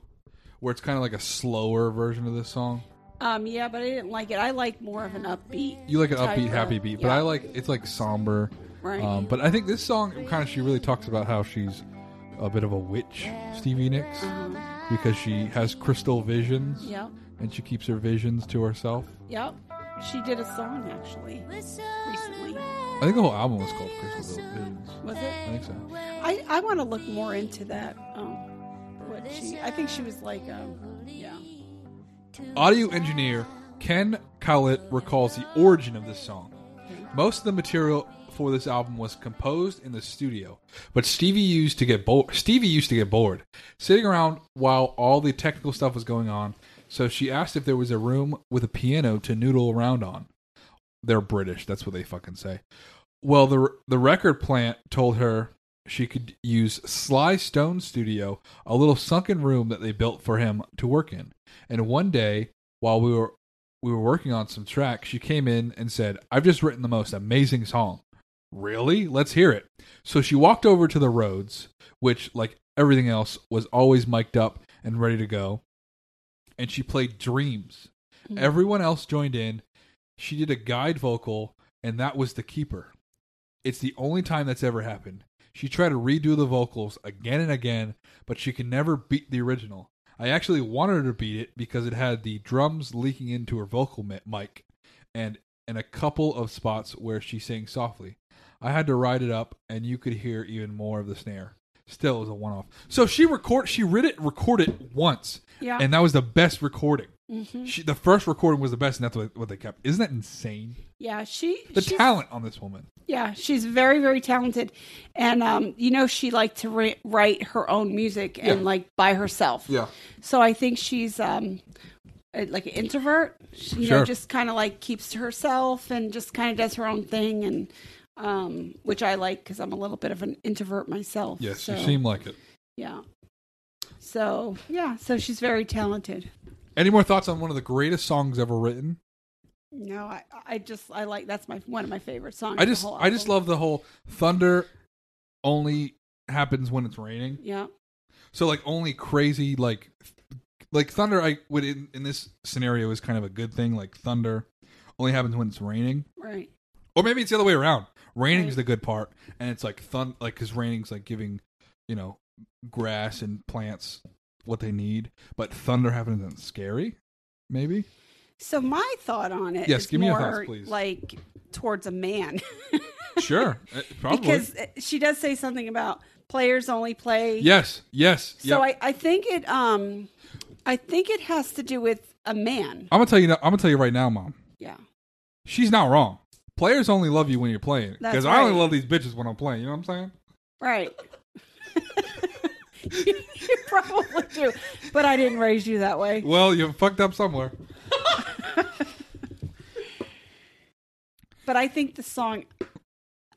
Speaker 2: where it's kind of like a slower version of this song?
Speaker 3: Um, yeah, but I didn't like it. I like more of an upbeat.
Speaker 2: You like an
Speaker 3: type
Speaker 2: upbeat,
Speaker 3: of-
Speaker 2: happy beat, but
Speaker 3: yeah,
Speaker 2: I like it's like somber.
Speaker 3: Right.
Speaker 2: Um, but I think this song kind of she really talks about how she's a bit of a witch, Stevie Nicks, because she has crystal visions
Speaker 3: Yep.
Speaker 2: and she keeps her visions to herself.
Speaker 3: Yep. She did a song actually recently.
Speaker 2: I think the whole album was called Crystal Visions.
Speaker 3: Was
Speaker 2: I
Speaker 3: it?
Speaker 2: think so.
Speaker 3: I I want to look more into that. Um, what she? I think she was like um, yeah.
Speaker 2: Audio engineer Ken Collett recalls the origin of this song. Most of the material for this album was composed in the studio, but Stevie used to get bored. Stevie used to get bored sitting around while all the technical stuff was going on. So she asked if there was a room with a piano to noodle around on. They're British, that's what they fucking say. Well, the the record plant told her she could use Sly Stone's studio, a little sunken room that they built for him to work in. And one day, while we were we were working on some tracks, she came in and said, "I've just written the most amazing song." Really? Let's hear it. So she walked over to the Rhodes, which, like everything else, was always mic'd up and ready to go. And she played Dreams. Everyone else joined in. She did a guide vocal, and that was the keeper. It's the only time that's ever happened. She tried to redo the vocals again and again, but she can never beat the original. I actually wanted her to beat it because it had the drums leaking into her vocal mi- mic and and a couple of spots where she sang softly. I had to ride it up and you could hear even more of the snare. Still it was a one off. So she record she read it recorded it once.
Speaker 3: Yeah. Mm-hmm.
Speaker 2: And that was the best recording. She, the first recording was the best and that's what, what they kept. Isn't that insane?
Speaker 3: Yeah, she
Speaker 2: The
Speaker 3: she's-
Speaker 2: talent on this woman.
Speaker 3: Yeah, she's very very talented, and um, you know she liked to ri- write her own music and
Speaker 2: Yeah.
Speaker 3: like by herself.
Speaker 2: Yeah.
Speaker 3: So I think she's um, uh, like an introvert. She, you know,
Speaker 2: Sure.
Speaker 3: just kind of like keeps to herself and just kind of does her own thing, and um, which I like because I'm a little bit of an introvert myself.
Speaker 2: Yes,
Speaker 3: so,
Speaker 2: you seem like it.
Speaker 3: yeah. So yeah, so she's very talented.
Speaker 2: Any more thoughts on one of the greatest songs ever written?
Speaker 3: No, I I just I like that's my one of my favorite songs.
Speaker 2: I
Speaker 3: of the
Speaker 2: just
Speaker 3: whole
Speaker 2: I just
Speaker 3: album.
Speaker 2: love the whole thunder only happens when it's raining.
Speaker 3: yeah
Speaker 2: So like only crazy like like thunder I would in, in this scenario is kind of a good thing like thunder only happens when it's raining.
Speaker 3: right
Speaker 2: Or maybe it's the other way around. Raining's
Speaker 3: Right.
Speaker 2: the good part and it's like thun like cuz raining's like giving, you know, grass and plants what they need, but thunder happens and it's scary maybe.
Speaker 3: So my thought on it is
Speaker 2: Yes, give me your
Speaker 3: more
Speaker 2: thoughts, please.
Speaker 3: like towards a man [laughs]
Speaker 2: Sure. [laughs] eh, Probably.
Speaker 3: because uh, she does say something about players only play.
Speaker 2: yes. Yes.
Speaker 3: So
Speaker 2: yep.
Speaker 3: I, I think it um I think it has to do with a man.
Speaker 2: I'm gonna tell you. now- I'm gonna tell you right now, mom.
Speaker 3: Yeah.
Speaker 2: She's not wrong. Players only love you when you're playing.
Speaker 3: That's
Speaker 2: Because I only
Speaker 3: right.
Speaker 2: love these bitches when I'm playing. You know what I'm saying?
Speaker 3: Right. [laughs] you probably do, but I didn't raise you that way.
Speaker 2: Well, you fucked up somewhere. [laughs]
Speaker 3: But I think the song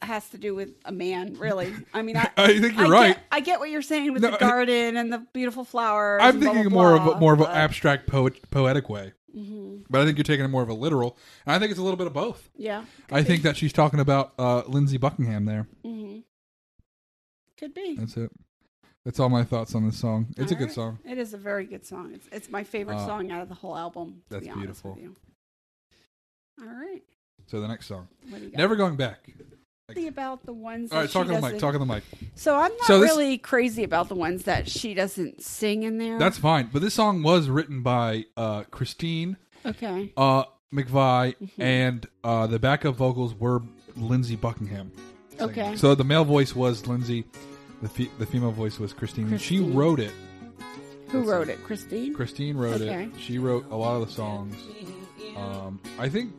Speaker 3: has to do with a man, really. I mean, I,
Speaker 2: [laughs] I think you're
Speaker 3: I
Speaker 2: right.
Speaker 3: Get, I get what you're saying with
Speaker 2: No,
Speaker 3: the
Speaker 2: I-
Speaker 3: garden and the beautiful flowers.
Speaker 2: I'm
Speaker 3: and blah,
Speaker 2: thinking
Speaker 3: blah,
Speaker 2: more
Speaker 3: blah, Mm-hmm.
Speaker 2: of a, more of an
Speaker 3: but-
Speaker 2: abstract poet, poetic way, but I think you're taking it more of a literal. And I think it's a little bit of both.
Speaker 3: Yeah,
Speaker 2: I think that she's talking about uh, Lindsey Buckingham there.
Speaker 3: Mm-hmm. could be.
Speaker 2: That's it. That's all my thoughts on this song. It's a good song.
Speaker 3: It is a very good song. It's, it's my favorite
Speaker 2: Uh,
Speaker 3: song out of the whole album. to
Speaker 2: that's
Speaker 3: be honest
Speaker 2: beautiful.
Speaker 3: with you. All right.
Speaker 2: So the next song,
Speaker 3: What do you got?
Speaker 2: Never Going Back.
Speaker 3: Really about the ones.
Speaker 2: All
Speaker 3: that
Speaker 2: right,
Speaker 3: she
Speaker 2: talking to the mic.
Speaker 3: doesn't-
Speaker 2: Talking to the mic.
Speaker 3: So I'm not
Speaker 2: So this-
Speaker 3: really crazy about the ones that she doesn't sing in there.
Speaker 2: That's fine. But this song was written by uh, Christine
Speaker 3: okay.
Speaker 2: uh, McVie
Speaker 3: Mm-hmm.
Speaker 2: and uh, the backup vocals were Lindsey Buckingham.
Speaker 3: Okay.
Speaker 2: So the male voice was Lindsey, the fe- the female voice was Christine. and She
Speaker 3: Christine.
Speaker 2: wrote it.
Speaker 3: Who wrote it? Christine.
Speaker 2: Christine wrote
Speaker 3: Okay.
Speaker 2: it. She wrote a lot of the songs. Um, I think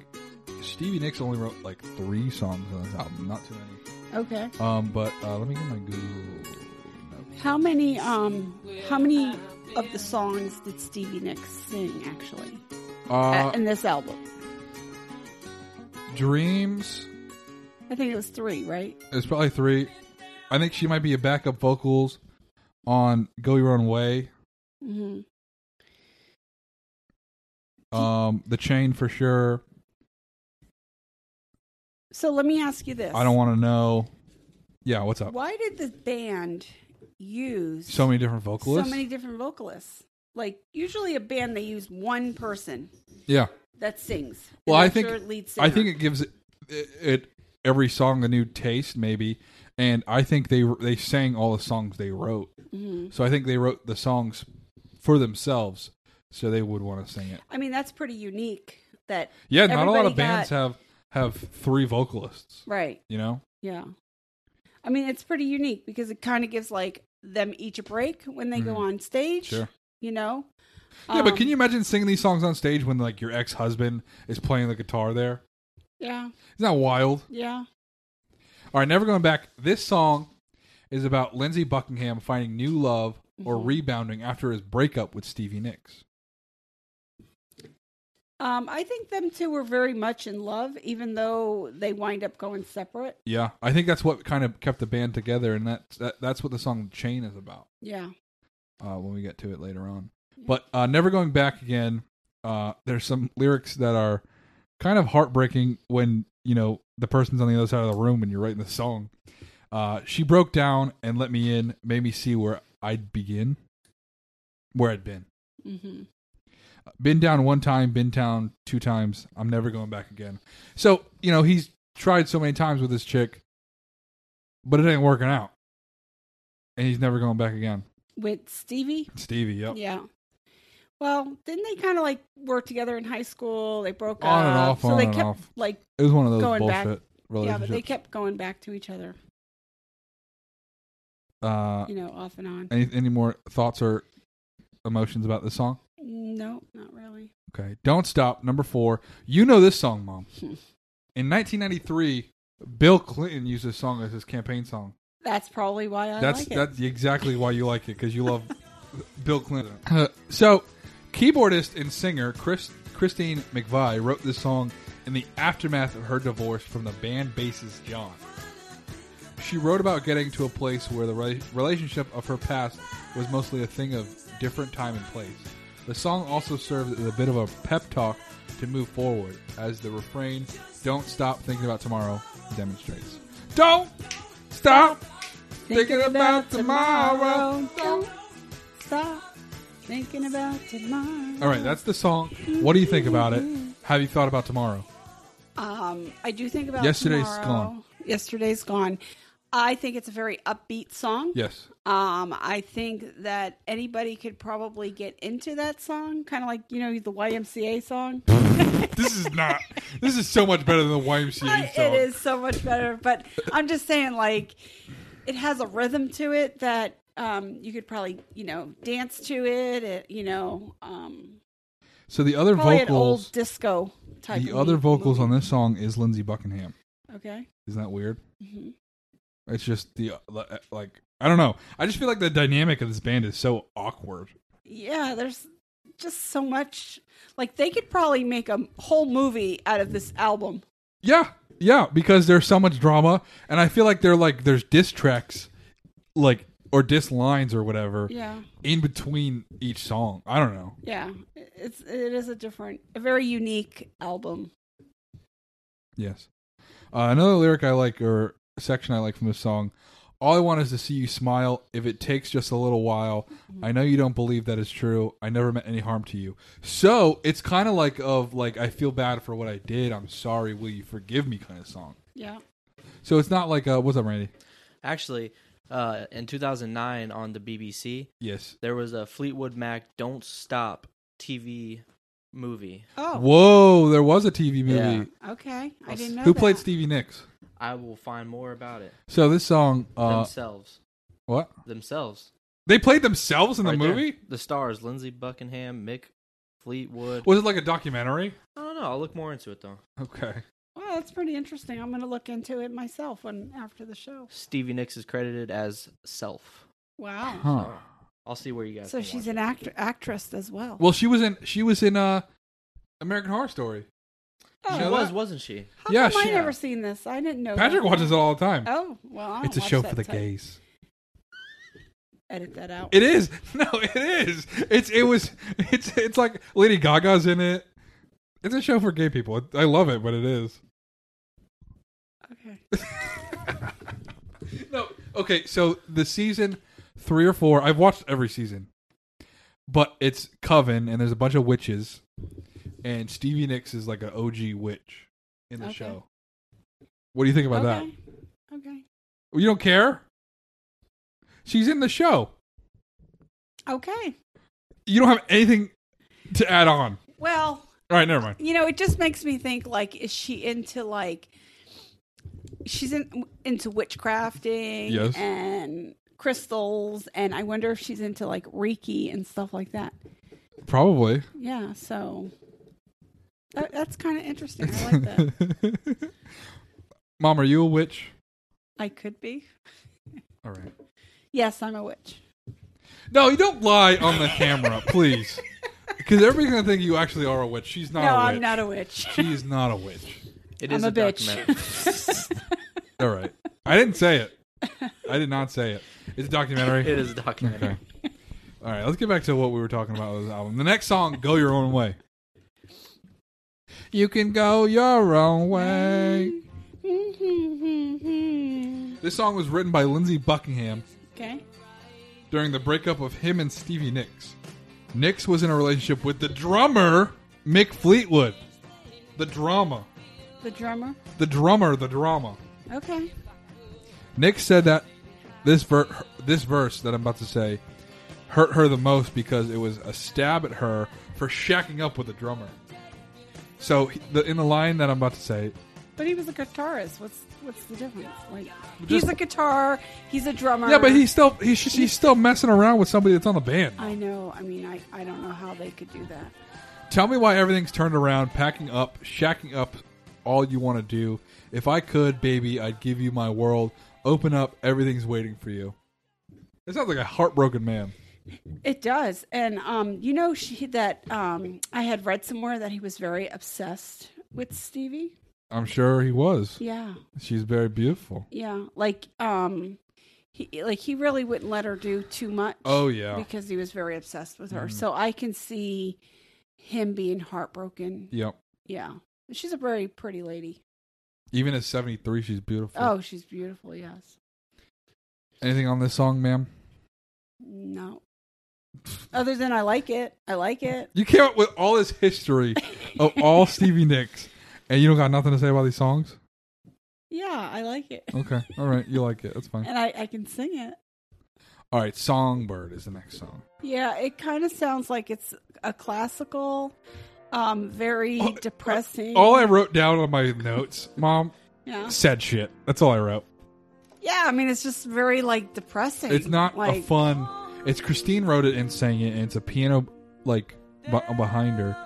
Speaker 2: Stevie Nicks only wrote like three songs on this album, not too many.
Speaker 3: okay.
Speaker 2: Um, but uh, let me get my Google. notes.
Speaker 3: How many? Um. How many of the songs did Stevie Nicks sing actually uh,
Speaker 2: Uh,
Speaker 3: in this album?
Speaker 2: Dreams
Speaker 3: I think it was three, right?
Speaker 2: is probably three. I think she might be a backup vocals. on Go Your Own Way.
Speaker 3: hmm
Speaker 2: Um, the chain for sure.
Speaker 3: So let me ask you this.
Speaker 2: I don't want to know. Yeah, what's up?
Speaker 3: Why did the band use
Speaker 2: So many different
Speaker 3: so
Speaker 2: vocalists.
Speaker 3: many different vocalists? Like usually a band they use one person
Speaker 2: yeah,
Speaker 3: that sings. and
Speaker 2: Well, I
Speaker 3: that's
Speaker 2: think-
Speaker 3: your lead singer.
Speaker 2: I think it gives it, it every song a new taste, maybe. And I think they they sang all the songs they wrote,
Speaker 3: Mhm.
Speaker 2: so I think they wrote the songs for themselves, so they would want to sing it.
Speaker 3: I mean that's pretty unique. That
Speaker 2: Yeah, not a lot of
Speaker 3: Everybody
Speaker 2: bands
Speaker 3: got-
Speaker 2: have have three vocalists.
Speaker 3: right.
Speaker 2: You know,
Speaker 3: Yeah. I mean, it's pretty unique because it kind of gives like them each a break when they go on stage.
Speaker 2: Mm-hmm. Sure.
Speaker 3: You know?
Speaker 2: Yeah,
Speaker 3: Um.
Speaker 2: but can you imagine singing these songs on stage when like your ex husband is playing the guitar there?
Speaker 3: Yeah.
Speaker 2: Isn't that wild?
Speaker 3: Yeah.
Speaker 2: All right, never going back. This song is about Lindsey Buckingham finding new love or rebounding after his breakup with Stevie Nicks.
Speaker 3: Um, I think them two were very much in love, even though they wind up going separate.
Speaker 2: Yeah, I think that's what kind of kept the band together, and that's that, that's what the song "Chain" is about.
Speaker 3: Yeah.
Speaker 2: Uh, when we get to it later on, but uh, never going back again. Uh, there's some lyrics that are kind of heartbreaking when you know the person's on the other side of the room and you're writing the song. Uh, she broke down and let me in, made me see where I'd begin, where I'd been.
Speaker 3: hmm
Speaker 2: been down one time, been down two times. I'm never going back again. So, you know, he's tried so many times with this chick, but it ain't working out. And he's never going back again.
Speaker 3: With Stevie.
Speaker 2: Stevie, yep.
Speaker 3: Yeah. Well, didn't they kind of like work together in high school? They broke
Speaker 2: On
Speaker 3: up,
Speaker 2: and off,
Speaker 3: so
Speaker 2: on
Speaker 3: they
Speaker 2: and
Speaker 3: kept
Speaker 2: off.
Speaker 3: like
Speaker 2: It was one of those
Speaker 3: Going back.
Speaker 2: bullshit
Speaker 3: yeah,
Speaker 2: relationships.
Speaker 3: but they kept going back to each other,
Speaker 2: uh,
Speaker 3: you know, off and on.
Speaker 2: any, any more thoughts or emotions about this song?
Speaker 3: No, not really.
Speaker 2: Okay. Don't Stop, number four. You know this song,
Speaker 3: [laughs]
Speaker 2: Mom. In 1993, Bill Clinton used this song as his campaign song.
Speaker 3: That's probably why I
Speaker 2: that's
Speaker 3: like it.
Speaker 2: that's exactly why you like it because you love
Speaker 3: [laughs]
Speaker 2: Bill Clinton. Uh, so, keyboardist and singer Chris Christine McVie wrote this song in the aftermath of her divorce from the band bassist John. She wrote about getting to a place where the rela- relationship of her past was mostly a thing of different time and place. The song also served as a bit of a pep talk to move forward, as the refrain "Don't stop thinking about tomorrow" demonstrates. Don't stop Thinking about tomorrow.
Speaker 3: Don't stop thinking about tomorrow.
Speaker 2: All right, that's the song. What do you think about it? Have you thought about tomorrow?
Speaker 3: Um, I do think about
Speaker 2: Yesterday's
Speaker 3: tomorrow.
Speaker 2: gone.
Speaker 3: Yesterday's gone. I think it's a very upbeat song.
Speaker 2: Yes.
Speaker 3: Um, I think that anybody could probably get into that song, kind of like you know the
Speaker 2: [laughs]
Speaker 3: YMCA song.
Speaker 2: This is not. This is so much better than the YMCA song.
Speaker 3: [laughs] it is so much better, but I'm just saying, like, it has a rhythm to it that um, you could probably you know dance to it. it you know, um,
Speaker 2: So the other
Speaker 3: probably an
Speaker 2: vocals,
Speaker 3: old disco type.
Speaker 2: the
Speaker 3: of
Speaker 2: other
Speaker 3: mu-
Speaker 2: vocals on
Speaker 3: movie.
Speaker 2: this song is Lindsey Buckingham.
Speaker 3: Okay.
Speaker 2: Isn't that weird?
Speaker 3: hmm
Speaker 2: It's just the uh, like I don't know. I just feel like the dynamic of this band is so awkward.
Speaker 3: Yeah, there's just so much. Like they could probably make a whole movie out of this album.
Speaker 2: Yeah, yeah, because there's so much drama, and I feel like they're like there's diss tracks, like or diss lines or whatever
Speaker 3: Yeah,
Speaker 2: in between each song. I don't know.
Speaker 3: yeah. It's it is a different, a very unique album.
Speaker 2: Yes. Uh, another lyric I like or section I like from this song. All I want is to see you smile. If it takes just a little while,
Speaker 3: Mm-hmm.
Speaker 2: I know you don't believe that is true. I never meant any harm to you. So it's kind of like of like I feel bad for what I did. I'm sorry. Will you forgive me? Kind of song.
Speaker 3: Yeah.
Speaker 2: So it's not like uh, what's up, Randy?
Speaker 6: Actually, uh, in 2009 on the BBC,
Speaker 2: Yes.
Speaker 6: there was a Fleetwood Mac "Don't Stop" TV movie.
Speaker 3: Oh.
Speaker 2: Whoa, there was a TV movie.
Speaker 6: Yeah.
Speaker 3: Okay. I didn't know
Speaker 2: Who played
Speaker 3: that.
Speaker 2: Stevie Nicks?
Speaker 6: I will find more about it
Speaker 2: So this song, uh,
Speaker 6: themselves.
Speaker 2: what
Speaker 6: Themselves
Speaker 2: they played themselves in the
Speaker 6: Right there.
Speaker 2: movie?
Speaker 6: The stars: Lindsey Buckingham, Mick Fleetwood.
Speaker 2: Was it like a documentary?
Speaker 6: I don't know. I'll look more into it though.
Speaker 2: Okay.
Speaker 3: Well, that's pretty interesting. I'm going to look into it myself when after the show.
Speaker 6: Stevie Nicks is credited as Self.
Speaker 3: Wow.
Speaker 2: Huh.
Speaker 6: I'll see where you guys.
Speaker 3: So
Speaker 6: can
Speaker 3: she's
Speaker 6: watch
Speaker 3: an act- actress as well.
Speaker 2: Well, she was in she was in uh American Horror Story.
Speaker 6: it.
Speaker 3: oh,
Speaker 6: She
Speaker 2: know
Speaker 6: was,
Speaker 2: that?
Speaker 6: wasn't she?
Speaker 3: How
Speaker 2: yeah,
Speaker 3: come
Speaker 2: she-
Speaker 3: I never seen this?
Speaker 2: Oh,
Speaker 3: I didn't know.
Speaker 2: Patrick
Speaker 3: that.
Speaker 2: watches it all the time.
Speaker 3: Oh well, I don't
Speaker 2: it's a
Speaker 3: watch
Speaker 2: show
Speaker 3: that
Speaker 2: for the
Speaker 3: type.
Speaker 2: gays.
Speaker 3: edit that out.
Speaker 2: It is. [laughs] No, it is. It's it was [laughs] it's it's like Lady Gaga's in it. It's a show for gay people. I love it, but it is.
Speaker 3: okay.
Speaker 2: No. Okay, so the season 3 or 4, I've watched every season. But it's Coven and there's a bunch of witches and Stevie Nicks is like an OG witch in the
Speaker 3: Okay.
Speaker 2: show. What do you think about that?
Speaker 3: okay. Okay.
Speaker 2: Well, You don't care? She's in the show.
Speaker 3: Okay.
Speaker 2: You don't have anything to add on.
Speaker 3: Well,
Speaker 2: All right, never mind.
Speaker 3: you know, it just makes me think like, is she into like, she's in, into witchcrafting
Speaker 2: Yes.
Speaker 3: and crystals, and I wonder if she's into like Reiki and stuff like that.
Speaker 2: Probably.
Speaker 3: Yeah, so that, that's kind of interesting. I
Speaker 2: [laughs]
Speaker 3: like that.
Speaker 2: Mom, are you a witch?
Speaker 3: I could be.
Speaker 2: All right.
Speaker 3: Yes, I'm a witch.
Speaker 2: No, you don't lie on the camera, please. Because everybody's going to think you actually are a witch. She's not
Speaker 3: [laughs] no,
Speaker 2: a witch.
Speaker 3: I'm not a witch.
Speaker 2: She is not a witch.
Speaker 6: It
Speaker 3: [laughs] I'm
Speaker 6: is
Speaker 3: a,
Speaker 6: a, [laughs] documentary.
Speaker 3: bitch.
Speaker 2: All right. I didn't say it. I did not say it. It's a documentary.
Speaker 6: it is a documentary.
Speaker 2: Okay. [laughs] All right, let's get back to what we were talking about with this album. The next song, "Go Your Own Way." You can go your own way.
Speaker 3: [laughs]
Speaker 2: [laughs]
Speaker 3: okay.
Speaker 2: This song was written by Lindsey Buckingham during the breakup of him and Stevie Nicks. Nicks was in a relationship with the drummer Mick Fleetwood. The drama,
Speaker 3: The drummer.
Speaker 2: the drummer, the drama.
Speaker 3: Okay.
Speaker 2: Nick said that this ver- this verse that I'm about to say hurt her the most because it was a stab at her for shacking up with a drummer. So he- the, in the line that I'm about to say,
Speaker 3: But he was a guitarist. What's what's the difference? Like
Speaker 2: Just-
Speaker 3: he's a guitar, he's a drummer.
Speaker 2: yeah, but he's still he's, she's still messing around with somebody that's on the band.
Speaker 3: I know. I mean, I I don't know how they could do that.
Speaker 2: Tell me why everything's turned around, packing up, shacking up, all you want to do. If I could, baby, I'd give you my world. Open up, everything's waiting for you. It sounds like a heartbroken man.
Speaker 3: It does. And um you know she that um I had read somewhere that he was very obsessed with Stevie.
Speaker 2: I'm sure he was.
Speaker 3: Yeah.
Speaker 2: She's very beautiful.
Speaker 3: Yeah. Like um he like he really wouldn't let her do too much.
Speaker 2: Oh yeah. Mm-hmm.
Speaker 3: Because he was very obsessed with her. So I can see him being heartbroken.
Speaker 2: Yep.
Speaker 3: Yeah. She's a very pretty lady.
Speaker 2: Even at 73, she's beautiful.
Speaker 3: Oh, she's beautiful, yes.
Speaker 2: Anything on this song, ma'am?
Speaker 3: No. Other than I like it. I like it.
Speaker 2: You came up with all this history of
Speaker 3: [laughs]
Speaker 2: all Stevie Nicks, and you don't got nothing to say about these songs?
Speaker 3: Yeah, I like it.
Speaker 2: Okay. All right. You like it. That's fine.
Speaker 3: And I, I can sing it.
Speaker 2: All right. Songbird is the next song.
Speaker 3: Yeah, it kind of sounds like it's a classical, um, very
Speaker 2: Oh,
Speaker 3: depressing.
Speaker 2: All I wrote down on my notes, Mom,
Speaker 3: yeah.
Speaker 2: said shit. That's all I wrote.
Speaker 3: yeah, I mean, it's just very like depressing.
Speaker 2: It's not a
Speaker 3: like,
Speaker 2: fun. It's Christine wrote it and sang it, and it's a piano like b- behind her,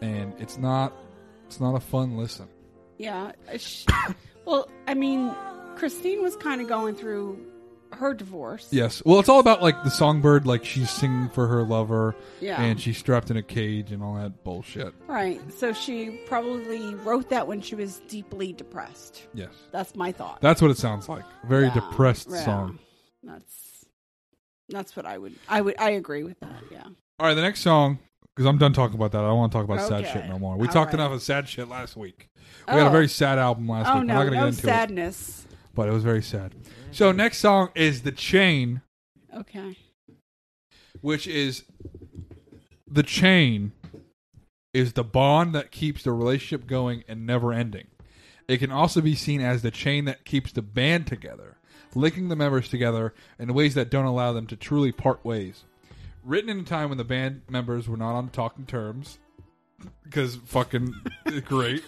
Speaker 2: and it's not. It's not a fun listen.
Speaker 3: Yeah. uh, Sh- well, I mean, Christine was kind of going through her divorce.
Speaker 2: Yes. Well, it's all about like the songbird, like she's singing for her lover,
Speaker 3: Yeah.
Speaker 2: and she's strapped in a cage and all that bullshit.
Speaker 3: Right. So she probably wrote that when she was deeply depressed.
Speaker 2: Yes,
Speaker 3: That's my thought.
Speaker 2: that's what it sounds like. Very
Speaker 3: Yeah,
Speaker 2: depressed
Speaker 3: yeah.
Speaker 2: song.
Speaker 3: That's that's what I would I would I agree with that. Yeah.
Speaker 2: All right, the next song because I'm done talking about that. I don't want to talk about sad
Speaker 3: Okay.
Speaker 2: shit no more. We
Speaker 3: All
Speaker 2: talked
Speaker 3: right.
Speaker 2: enough of sad shit last week. We had a
Speaker 3: Oh.
Speaker 2: very sad album last
Speaker 3: oh
Speaker 2: week.
Speaker 3: no,
Speaker 2: We're not going to
Speaker 3: no
Speaker 2: get into it,
Speaker 3: sadness.
Speaker 2: but it was very sad. So next song is the chain,
Speaker 3: Okay.
Speaker 2: which is the chain is the bond that keeps the relationship going and never ending. It can also be seen as the chain that keeps the band together, linking the members together in ways that don't allow them to truly part ways. Written in a time when the band members were not on talking terms, because fucking [laughs] great.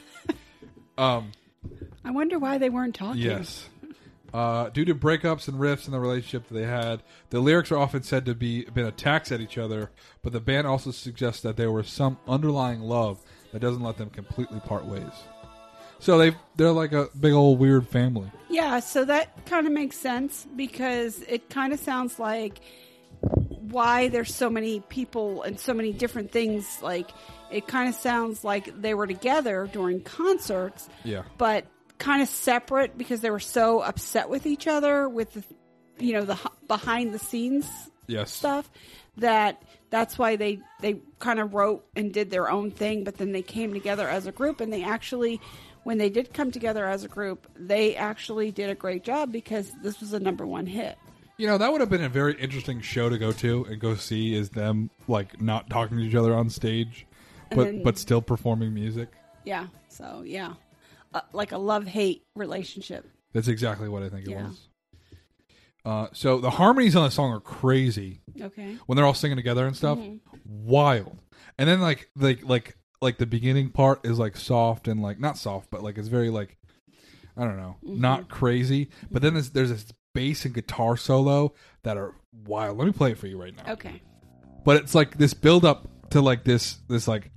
Speaker 2: Um,
Speaker 3: I wonder why they weren't talking.
Speaker 2: Yes. Uh, due to breakups and rifts in the relationship that they had, the lyrics are often said to be been attacks at each other. But the band also suggests that there was some underlying love that doesn't let them completely part ways. So they they're like a big old weird family.
Speaker 3: Yeah, so that kind of makes sense because it kind of sounds like why there's so many people and so many different things like it kind of sounds like they were together during concerts
Speaker 2: Yeah.
Speaker 3: but kind of separate because they were so upset with each other with the, you know the h- behind the scenes
Speaker 2: Yes.
Speaker 3: stuff that that's why they they kind of wrote and did their own thing but then they came together as a group and they actually when they did come together as a group they actually did a great job because this was a number one hit
Speaker 2: You know, that would have been a very interesting show to go to and go see is them like not talking to each other on stage,
Speaker 3: And
Speaker 2: but
Speaker 3: then-
Speaker 2: but still performing music.
Speaker 3: yeah so yeah uh, like a love hate relationship
Speaker 2: That's exactly what I think it
Speaker 3: Yeah.
Speaker 2: was. Uh, so the harmonies on the song are crazy
Speaker 3: okay
Speaker 2: when they're all singing together and stuff.
Speaker 3: Mm-hmm.
Speaker 2: Wild. And then like like like like the beginning part is like soft and like not soft, but like it's very like I don't know,
Speaker 3: Mm-hmm.
Speaker 2: not crazy. But then there's, there's this bass and guitar solo that are wild. Let me play it for you right now.
Speaker 3: okay
Speaker 2: but it's like this build up to like this this like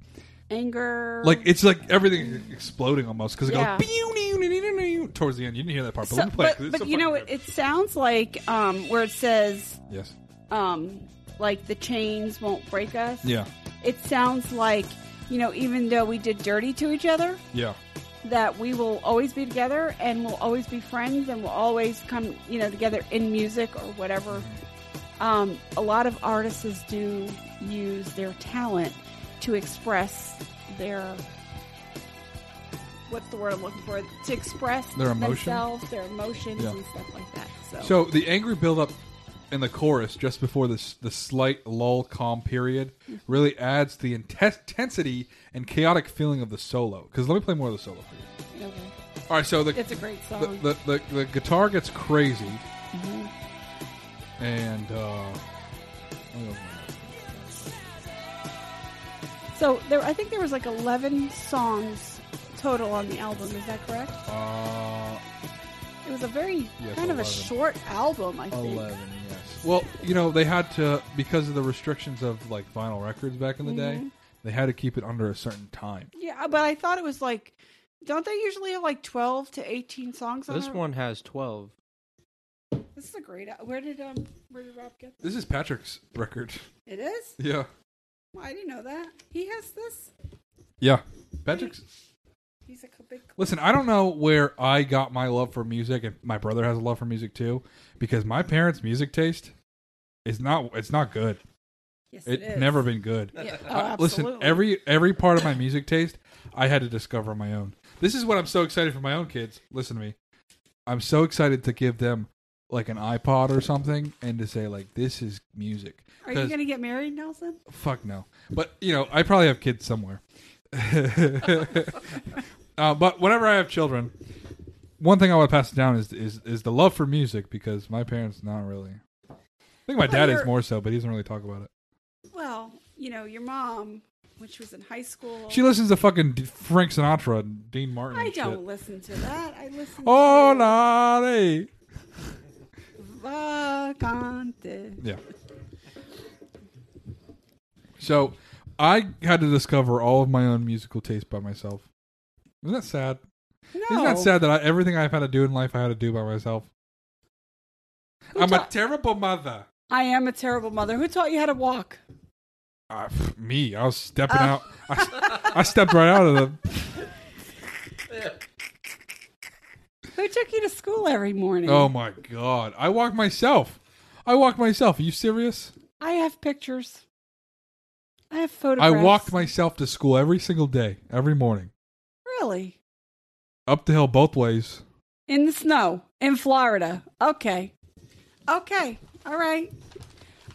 Speaker 3: anger
Speaker 2: like it's like everything exploding almost because it
Speaker 3: Yeah.
Speaker 2: goes "Pew, new, new, new, new," towards the end. You didn't hear that part, but
Speaker 3: So-
Speaker 2: let me play it
Speaker 3: but,
Speaker 2: 'cause it's
Speaker 3: but
Speaker 2: so
Speaker 3: you know it,
Speaker 2: fucking
Speaker 3: it sounds like um where it says
Speaker 2: good. yes,
Speaker 3: um like the chains won't break us
Speaker 2: yeah,
Speaker 3: it sounds like you know even though we did dirty to each other
Speaker 2: yeah,
Speaker 3: that we will always be together and we'll always be friends and we'll always come you know together in music or whatever um, a lot of artists do use their talent to express their what's the word i'm looking for to express
Speaker 2: Their emotion?
Speaker 3: themselves their emotions
Speaker 2: Yeah.
Speaker 3: and stuff like that so,
Speaker 2: So the angry build up in the chorus just before this the slight lull calm period really adds to the intes- intensity and chaotic feeling of the solo. Because let me play more of the solo for you.
Speaker 3: okay.
Speaker 2: All right, so the
Speaker 3: it's a great song
Speaker 2: the, the, the, the guitar gets crazy
Speaker 3: Mm-hmm.
Speaker 2: and uh let me open it up.
Speaker 3: so there i think there was like 11 songs total on the album is that correct
Speaker 2: Uh,
Speaker 3: It was a very
Speaker 2: Yes,
Speaker 3: kind of
Speaker 2: 11.
Speaker 3: a short album, I think.
Speaker 5: yes.
Speaker 2: well, you know, they had to because of the restrictions of like vinyl records back in the
Speaker 3: Mm-hmm.
Speaker 2: day. They had to keep it under a certain time.
Speaker 3: Yeah, uh, but I thought it was like, don't they usually have like twelve to eighteen songs on
Speaker 6: This
Speaker 3: it?
Speaker 6: one has 12.
Speaker 3: This is a great. al- Where did um, where did Rob get?
Speaker 2: This is Patrick's record. [laughs]
Speaker 3: It is.
Speaker 2: Yeah,
Speaker 3: Well, I didn't know that. He has this.
Speaker 2: yeah. Patrick's.
Speaker 3: He's a big.
Speaker 2: Listen, I don't know where I got my love for music, and my brother has a love for music too, because my parents' music taste is not. It's not good.
Speaker 3: Yes,
Speaker 2: It's
Speaker 3: it is.
Speaker 2: never been good.
Speaker 3: Yeah, oh,
Speaker 2: I- listen,
Speaker 3: absolutely.
Speaker 2: every every part of my music taste, I had to discover on my own. This is what I'm so excited for my own kids. Listen to me. I'm so excited to give them like an iPod or something and to say like this is music.
Speaker 3: Are you
Speaker 2: 'Cause-
Speaker 3: gonna get married, Nelson?
Speaker 2: fuck no. But you know, I probably have kids somewhere. uh, but whenever I have children, one thing I want to pass down is is is the love for music because my parents not really. I think my
Speaker 3: Well,
Speaker 2: dad is
Speaker 3: you're-
Speaker 2: more so, but he doesn't really talk about it.
Speaker 3: Well, you know your mom when she was in high school.
Speaker 2: She listens to fucking D- Frank Sinatra and Dean Martin.
Speaker 3: I
Speaker 2: and shit.
Speaker 3: don't listen to that. I listen.
Speaker 2: Oh,
Speaker 3: to
Speaker 2: Lottie.
Speaker 3: Vacante.
Speaker 2: Yeah. So I had to discover all of my own musical taste by myself. Isn't that sad?
Speaker 3: No.
Speaker 2: Isn't that sad that I, everything I've had to do in life I had to do by myself?
Speaker 3: Who
Speaker 2: I'm a
Speaker 3: taught-
Speaker 2: terrible mother.
Speaker 3: I am a terrible mother. Who taught you how to walk?
Speaker 2: Uh, pff, me, I was
Speaker 3: Uh.
Speaker 2: stepping out. I, I stepped right out of the.
Speaker 3: [laughs] Who took you to school every morning?
Speaker 2: Oh my god! I walked myself. I walked myself. Are you serious?
Speaker 3: I have pictures. I have photographs.
Speaker 2: I walked myself to school every single day, every morning,
Speaker 3: really
Speaker 2: up the hill both ways.
Speaker 3: in the snow in Florida. Okay, okay, all right.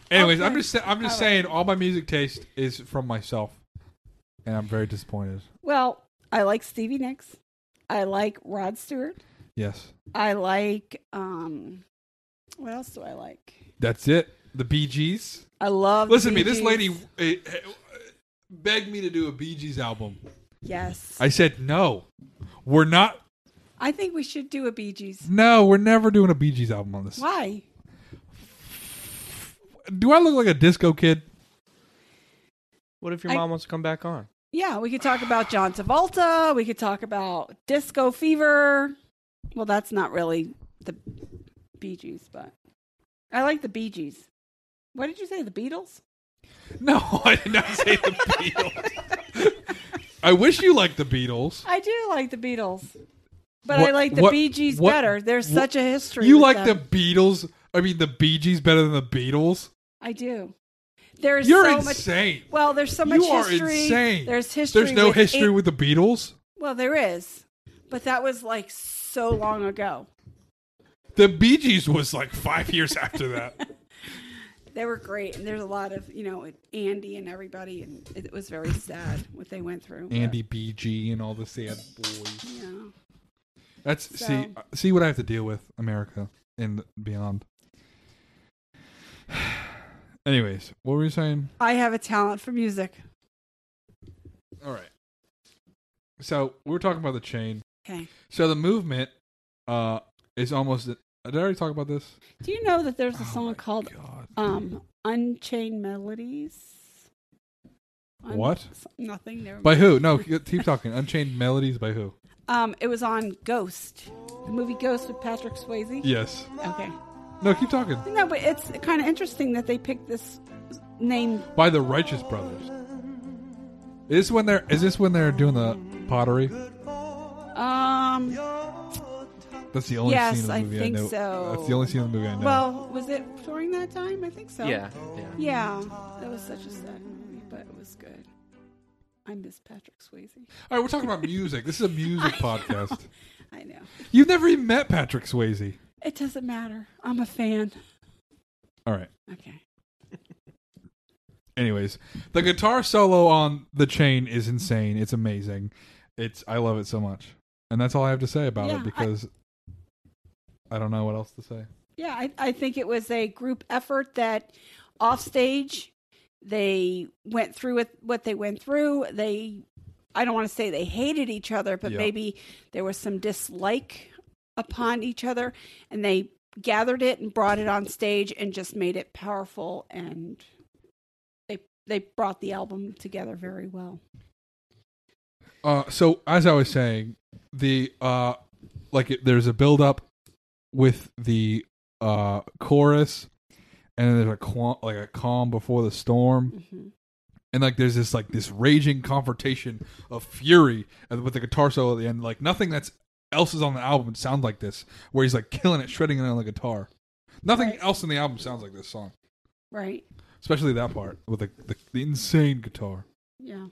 Speaker 2: Anyways,
Speaker 3: Okay.
Speaker 2: I'm just sa- I'm just
Speaker 3: All
Speaker 2: saying all my music taste is from myself, and I'm very disappointed.
Speaker 3: Well, I like Stevie Nicks. I like Rod Stewart.
Speaker 2: Yes,
Speaker 3: I like um, what else do I like?
Speaker 2: that's it. The Bee Gees.
Speaker 3: I love.
Speaker 2: Listen to
Speaker 3: Bee
Speaker 2: me. This
Speaker 3: Gees.
Speaker 2: lady eh, eh, begged me to do a Bee Gees album.
Speaker 3: Yes, I,
Speaker 2: I said no. We're not.
Speaker 3: think we should do a Bee Gees.
Speaker 2: No, we're never doing a Bee Gees album on this.
Speaker 3: Why?
Speaker 2: Do I look like a disco kid?
Speaker 6: What if your
Speaker 3: I-
Speaker 6: mom wants to come back on?
Speaker 3: Yeah, we could talk about John Travolta. We could talk about Disco Fever. Well, that's not really the Bee Gees, but I like the Bee Gees. What did you say? The Beatles?
Speaker 2: No, [laughs] I did not say the Beatles. I wish you liked the Beatles.
Speaker 3: I do like the Beatles, but I
Speaker 2: What-
Speaker 3: like the
Speaker 2: what-
Speaker 3: Bee Gees
Speaker 2: what-
Speaker 3: better. There's
Speaker 2: what-
Speaker 3: such a history.
Speaker 2: You
Speaker 3: with
Speaker 2: like
Speaker 3: them.
Speaker 2: the Beatles? I mean, the Bee Gees better than the Beatles?
Speaker 3: I do. There's
Speaker 2: You're
Speaker 3: so much.
Speaker 2: insane.
Speaker 3: Well, there's so
Speaker 2: You
Speaker 3: much
Speaker 2: are
Speaker 3: history.
Speaker 2: insane.
Speaker 3: There's history.
Speaker 2: There's no
Speaker 3: with
Speaker 2: history
Speaker 3: eight-
Speaker 2: with the Beatles.
Speaker 3: Well, there is, but that was like so long ago.
Speaker 2: The Bee Gees was like five years after that. [laughs]
Speaker 3: They were great, and there's a lot of you know Andy and everybody, and it was very sad what they went through. but,
Speaker 2: Andy BG and all the sad boys.
Speaker 3: Yeah.
Speaker 2: That's
Speaker 3: So-
Speaker 2: see see what I have to deal with America and beyond. [sighs] Anyways, what were you saying?
Speaker 3: I have a talent for music.
Speaker 2: All right. So we were talking about the chain.
Speaker 3: Okay.
Speaker 2: So the movement uh is almost. Did I already talk about this?
Speaker 3: Do you know that there's a song
Speaker 2: Oh my
Speaker 3: called
Speaker 2: God.
Speaker 3: um Unchained Melodies?
Speaker 2: What?
Speaker 3: s- Nothing. Never
Speaker 2: By who? No, [laughs] keep talking. Unchained Melodies by who?
Speaker 3: Um, it was on Ghost, the movie Ghost with Patrick Swayze.
Speaker 2: Yes.
Speaker 3: Okay.
Speaker 2: No, keep talking.
Speaker 3: No, but it's kind of interesting that they picked this name.
Speaker 2: By the Righteous Brothers. Is this when they're is this when they're doing the pottery?
Speaker 3: Um,
Speaker 2: That's the only
Speaker 3: Yes,
Speaker 2: scene in the
Speaker 3: I
Speaker 2: movie
Speaker 3: think
Speaker 2: know.
Speaker 3: so.
Speaker 2: That's the only scene in the movie I know.
Speaker 3: well, was it during that time? I think so.
Speaker 6: Yeah, yeah.
Speaker 3: Yeah, that was such a sad movie, but it was good. I miss Patrick Swayze.
Speaker 2: All right, we're talking about music. This is a
Speaker 3: [laughs]
Speaker 2: music podcast.
Speaker 3: I know.
Speaker 2: You've never even met Patrick Swayze.
Speaker 3: It doesn't matter. I'm a fan.
Speaker 2: All right.
Speaker 3: Okay.
Speaker 2: Anyways, the guitar solo on The Chain is insane. It's amazing. It's I love it so much. And that's all I have to say about
Speaker 3: Yeah,
Speaker 2: it
Speaker 3: I-
Speaker 2: because I don't know what else to say.
Speaker 3: Yeah, I, I think it was a group effort that offstage they went through with what they went through. They, I don't want to say they hated each other, but
Speaker 2: Yeah.
Speaker 3: maybe there was some dislike upon each other, and they gathered it and brought it on stage and just made it powerful. And they they brought the album together very well.
Speaker 2: Uh, so as I was saying, the uh, like it, there's a build up with the uh chorus, and then there's a qual- like a calm before the storm,
Speaker 3: hmm
Speaker 2: and like there's this like this raging confrontation of fury and with the guitar solo at the end. Like nothing that's else is on the album sounds like this, where he's like killing it, shredding it on the guitar. Nothing
Speaker 3: Right.
Speaker 2: else in the album sounds like this song,
Speaker 3: Right?
Speaker 2: especially that part with the, the, the insane guitar.
Speaker 3: Yeah.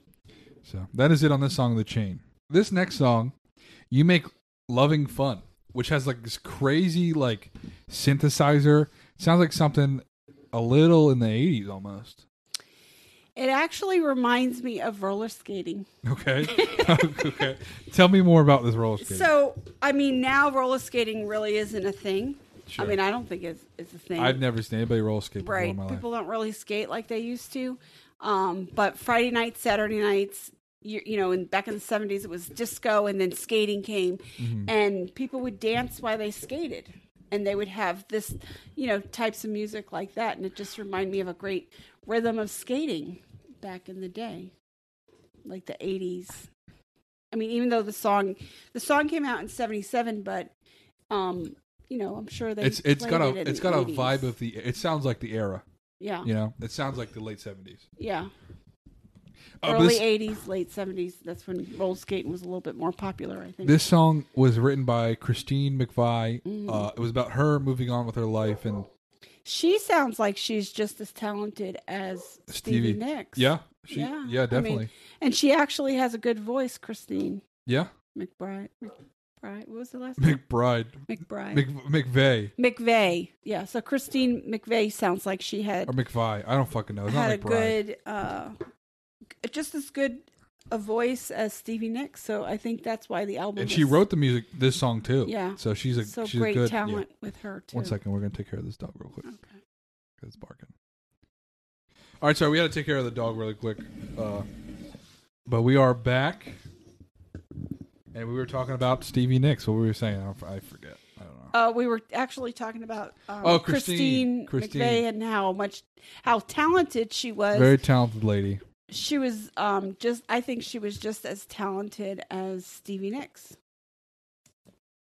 Speaker 2: So that is it on this song, The Chain. This next song, You Make Loving Fun, which has like this crazy like synthesizer. Sounds like something a little in the 80s almost.
Speaker 3: It actually reminds me of roller skating.
Speaker 2: Okay. [laughs] okay. Tell me more about this roller skating.
Speaker 3: So, I mean, now roller skating really isn't a thing.
Speaker 2: Sure.
Speaker 3: I mean, I don't think it's, it's a thing.
Speaker 2: I've never seen anybody roller skate before
Speaker 3: right.
Speaker 2: in my life.
Speaker 3: People don't really skate like they used to. Um, but Friday nights, Saturday nights, you, you know, and back in the 70s, it was disco and then skating came.
Speaker 2: Mm-hmm.
Speaker 3: And people would dance while they skated. And they would have this, you know, types of music like that. And it just reminded me of a great rhythm of skating back in the day, like the 80s. I mean, even though the song the song came out in '77, but um, you know, I'm sure they
Speaker 2: It's it's
Speaker 3: played
Speaker 2: got a
Speaker 3: it in
Speaker 2: it's
Speaker 3: the
Speaker 2: got a
Speaker 3: 80s.
Speaker 2: vibe of the it sounds like the era,
Speaker 3: yeah,
Speaker 2: you know. It sounds like the late 70s.
Speaker 3: yeah.
Speaker 2: Uh, but
Speaker 3: Early
Speaker 2: this-
Speaker 3: '80s, late '70s. That's when roller skating was a little bit more popular. I think.
Speaker 2: This song was written by Christine McVie.
Speaker 3: Mm-hmm.
Speaker 2: Uh, it was about her moving on with her life and
Speaker 3: she sounds like she's just as talented as
Speaker 2: Stevie.
Speaker 3: Stevie, Nicks.
Speaker 2: Yeah. She, yeah.
Speaker 3: I mean,
Speaker 2: definitely.
Speaker 3: and she actually has a good voice, Christine
Speaker 2: yeah. [laughs]
Speaker 3: McBride. McBride. What was the last name?
Speaker 2: McBride.
Speaker 3: McBride.
Speaker 2: Mc, McVeigh.
Speaker 3: McVeigh. Yeah. So Christine McVeigh sounds like she had
Speaker 2: Or McVie. I don't fucking know. It's
Speaker 3: had
Speaker 2: Uh, not
Speaker 3: a
Speaker 2: McBride.
Speaker 3: good, uh, g- just as good a voice as Stevie Nicks. So I think that's why the album.
Speaker 2: and she
Speaker 3: is
Speaker 2: wrote the music, this song too.
Speaker 3: Yeah.
Speaker 2: So she's a,
Speaker 3: so
Speaker 2: she's
Speaker 3: great
Speaker 2: a good. yeah.
Speaker 3: talent with her too.
Speaker 2: One second. We're going to take care of this dog real quick.
Speaker 3: Okay.
Speaker 2: It's barking. All right. Sorry. We got to take care of the dog really quick. Uh, but we are back. And we were talking about Stevie Nicks. What were we saying? I, don't- I forget. I don't know.
Speaker 3: Uh, we were actually talking about um,
Speaker 2: Oh, Christine.
Speaker 3: Christine,
Speaker 2: Christine.
Speaker 3: McVeigh and how much how talented she was.
Speaker 2: Very talented lady.
Speaker 3: she was um, just I think she was just as talented as Stevie Nicks.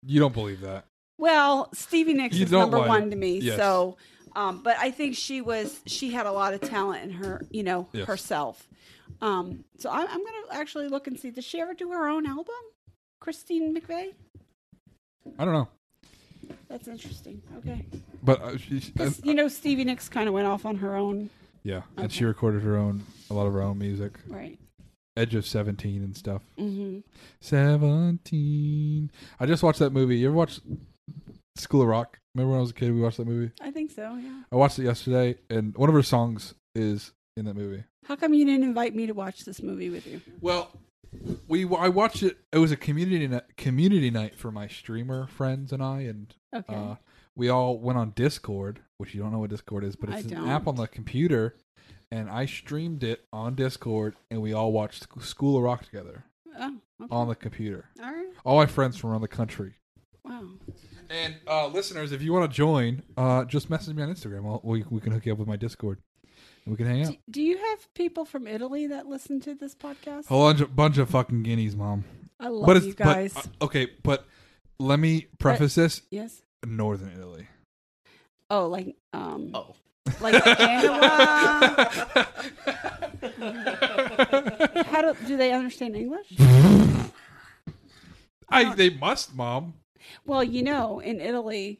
Speaker 2: You don't believe that.
Speaker 3: Well, Stevie Nicks
Speaker 2: You
Speaker 3: is
Speaker 2: don't
Speaker 3: number
Speaker 2: like-
Speaker 3: one to me.
Speaker 2: yes.
Speaker 3: So, um, but I think she was she had a lot of talent in her, you know,
Speaker 2: Yes.
Speaker 3: herself. Um, so I, I'm gonna actually look and see. Does she ever do her own album, Christine McVeigh?
Speaker 2: I don't know.
Speaker 3: That's interesting. Okay.
Speaker 2: But uh, she, she-
Speaker 3: 'Cause, you know, Stevie Nicks kind of went off on her own,
Speaker 2: yeah, and she recorded her own a lot of her own music,
Speaker 3: right?
Speaker 2: Edge of Seventeen and stuff.
Speaker 3: Mm-hmm.
Speaker 2: Seventeen. I just watched that movie. You ever watched School of Rock? Remember when I was a kid, we watched that movie.
Speaker 3: I think so. Yeah.
Speaker 2: I watched it yesterday, and one of her songs is in that movie.
Speaker 3: How come you didn't invite me to watch this movie with you?
Speaker 2: Well, we I watched it. It was a community ni- community night for my streamer friends and I, and
Speaker 3: Okay.
Speaker 2: uh, we all went on Discord, which you don't know what Discord is, but
Speaker 3: I
Speaker 2: it's an
Speaker 3: don't.
Speaker 2: app on the computer. And I streamed it on Discord, and we all watched Sc- School of Rock together
Speaker 3: oh. Okay.
Speaker 2: on the computer.
Speaker 3: All right.
Speaker 2: All my friends from around the country.
Speaker 3: Wow.
Speaker 2: And uh, listeners, if you want to join, uh, just message me on Instagram. I'll, we, we can hook you up with my Discord, and we can hang out.
Speaker 3: Do, do you have people from Italy that listen to this podcast?
Speaker 2: A bunch of, bunch of fucking guineas, mom.
Speaker 3: I love
Speaker 2: it's-
Speaker 3: you guys.
Speaker 2: uh, okay, but let me preface this:
Speaker 3: yes.
Speaker 2: Northern Italy.
Speaker 3: Oh, like um,
Speaker 6: Oh.
Speaker 3: like Genoa. How do do they understand English?
Speaker 2: I they must, mom.
Speaker 3: Well, you know, in Italy,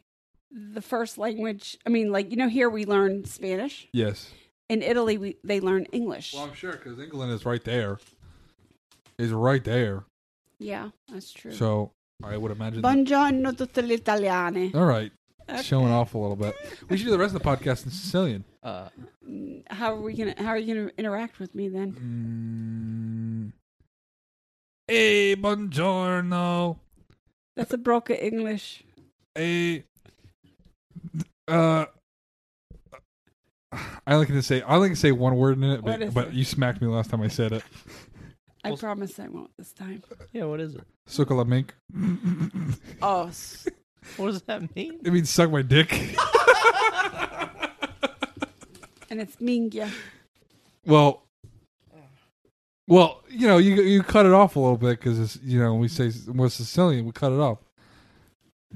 Speaker 3: the first language. I mean, like you know, here we learn Spanish.
Speaker 2: Yes.
Speaker 3: In Italy, we they learn English.
Speaker 2: Well, I'm sure because England is right there. Is right there.
Speaker 3: yeah, that's true.
Speaker 2: So I would imagine. that-
Speaker 3: Buongiorno tutte le italiane.
Speaker 2: all right,
Speaker 3: Okay.
Speaker 2: showing off a little bit. We should do the rest of the podcast in Sicilian.
Speaker 6: Uh,
Speaker 3: How are we gonna? How are you gonna interact with me then?
Speaker 2: Mm. Hey, buongiorno.
Speaker 3: That's a broken English.
Speaker 2: a uh I like to say I like to say one word in it,
Speaker 3: What
Speaker 2: but,
Speaker 3: is
Speaker 2: but
Speaker 3: it?
Speaker 2: you smacked me last time I said it.
Speaker 3: I
Speaker 6: Well-
Speaker 3: promise I won't this
Speaker 2: [laughs]
Speaker 3: time.
Speaker 6: yeah, what is it?
Speaker 2: Suck la mink.
Speaker 3: Oh, s-
Speaker 6: What does that mean?
Speaker 2: It means suck my dick. [laughs]
Speaker 3: and it's Mingya.
Speaker 2: well, well, you know, you you cut it off a little bit because you know we say we're Sicilian, we cut it off.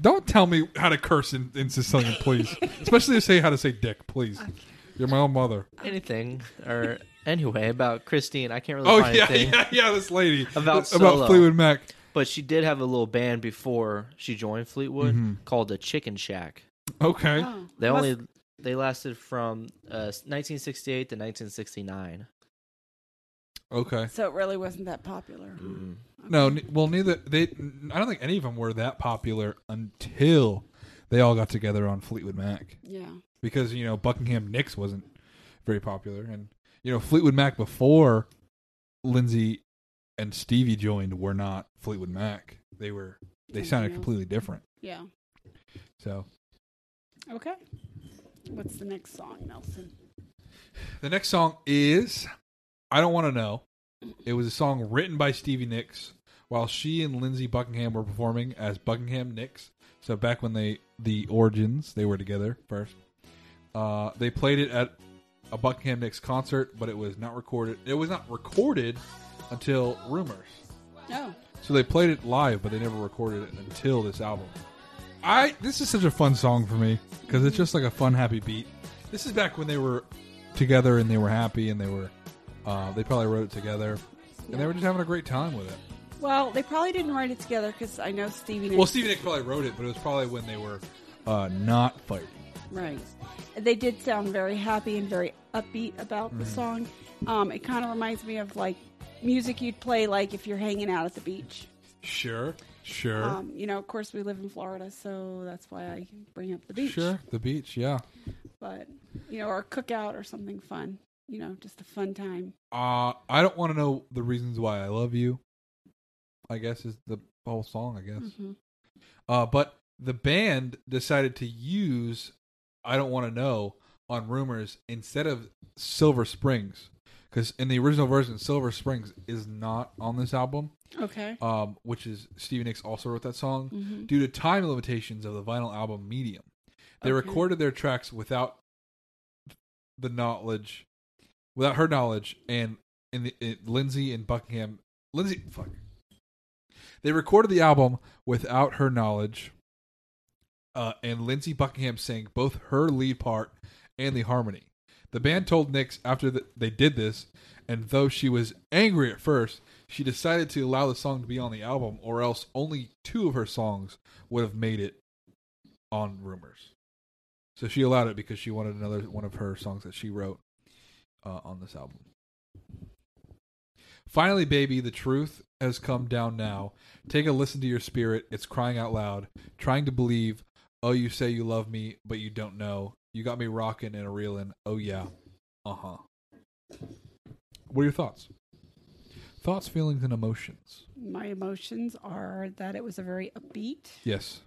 Speaker 2: Don't tell me how to curse in, in Sicilian, please. Especially to say how to say dick, please. You're my own mother.
Speaker 6: Anything or anyway about Christine? I can't really
Speaker 2: Oh
Speaker 6: find
Speaker 2: yeah,
Speaker 6: anything.
Speaker 2: yeah, yeah. This lady
Speaker 6: About
Speaker 2: about
Speaker 6: Solo.
Speaker 2: Fleetwood Mac.
Speaker 6: But she did have a little band before she joined Fleetwood called the Chicken Shack.
Speaker 2: Okay,
Speaker 3: Oh,
Speaker 6: They
Speaker 3: must-
Speaker 6: only they lasted from uh, 1968 to 1969.
Speaker 2: okay.
Speaker 3: So it really wasn't that popular.
Speaker 6: Mm. Mm-hmm.
Speaker 2: No, n- well, neither they. I don't think any of them were that popular until they all got together on Fleetwood Mac
Speaker 3: Yeah.
Speaker 2: because you know Buckingham Nicks wasn't very popular, and you know Fleetwood Mac before Lindsay and Stevie joined were not Fleetwood Mac. They were they
Speaker 3: Something
Speaker 2: sounded
Speaker 3: else.
Speaker 2: completely different.
Speaker 3: Yeah.
Speaker 2: So
Speaker 3: Okay. What's the next song, Nelson?
Speaker 2: The next song is I Don't Want to Know. It was a song written by Stevie Nicks while she and Lindsey Buckingham were performing as Buckingham Nicks. So back when they the origins, they were together first. Uh, they played it at a Buckingham Nicks concert, but it was not recorded. It was not recorded until Rumors.
Speaker 3: No.
Speaker 2: So they played it live, but they never recorded it until this album. I this is such a fun song for me because it's just like a fun, happy beat. This is back when they were together and they were happy and they were uh, they probably wrote it together and they were just having a great time with it.
Speaker 3: Well, they probably didn't write it together because I know Stevie. Nicks,
Speaker 2: Well, Stevie Nicks probably wrote it, but it was probably when they were uh, not fighting.
Speaker 3: Right. They did sound very happy and very upbeat about
Speaker 2: Mm-hmm.
Speaker 3: the song. Um, it kind of reminds me of like music you'd play like if you're hanging out at the beach.
Speaker 2: Sure, sure,
Speaker 3: Um, you know, of course, we live in Florida, so that's why I bring up the beach.
Speaker 2: sure. The beach, yeah.
Speaker 3: But you know, or a cookout or something fun. You know, just a fun time.
Speaker 2: Uh, I don't want to know the reasons why I love you. I guess is the whole song. I guess.
Speaker 3: Mhm.
Speaker 2: Uh, but the band decided to use I Don't Want to Know on Rumors instead of Silver Springs. Because in the original version, Silver Springs is not on this album,
Speaker 3: Okay. Mm-hmm.
Speaker 2: um, which is Stevie Nicks also wrote that song due to time limitations of the vinyl album medium. They
Speaker 3: Okay.
Speaker 2: recorded their tracks without the knowledge, without her knowledge, and in the it, Lindsay and Buckingham, Lindsay, fuck, they recorded the album without her knowledge, uh, and Lindsay Buckingham sang both her lead part and the harmony. The band told Nix after the, they did this, and though she was angry at first, she decided to allow the song to be on the album, or else only two of her songs would have made it on Rumors. So she allowed it because she wanted another one of her songs that she wrote uh, on this album. Finally, baby, the truth has come down now. Take a listen to your spirit. It's crying out loud, trying to believe. Oh, you say you love me, but you don't know. You got me rocking and reeling. Oh, yeah. Uh huh. What are your thoughts? Thoughts, feelings, and emotions.
Speaker 3: My emotions are that it was a very upbeat.
Speaker 2: Yes.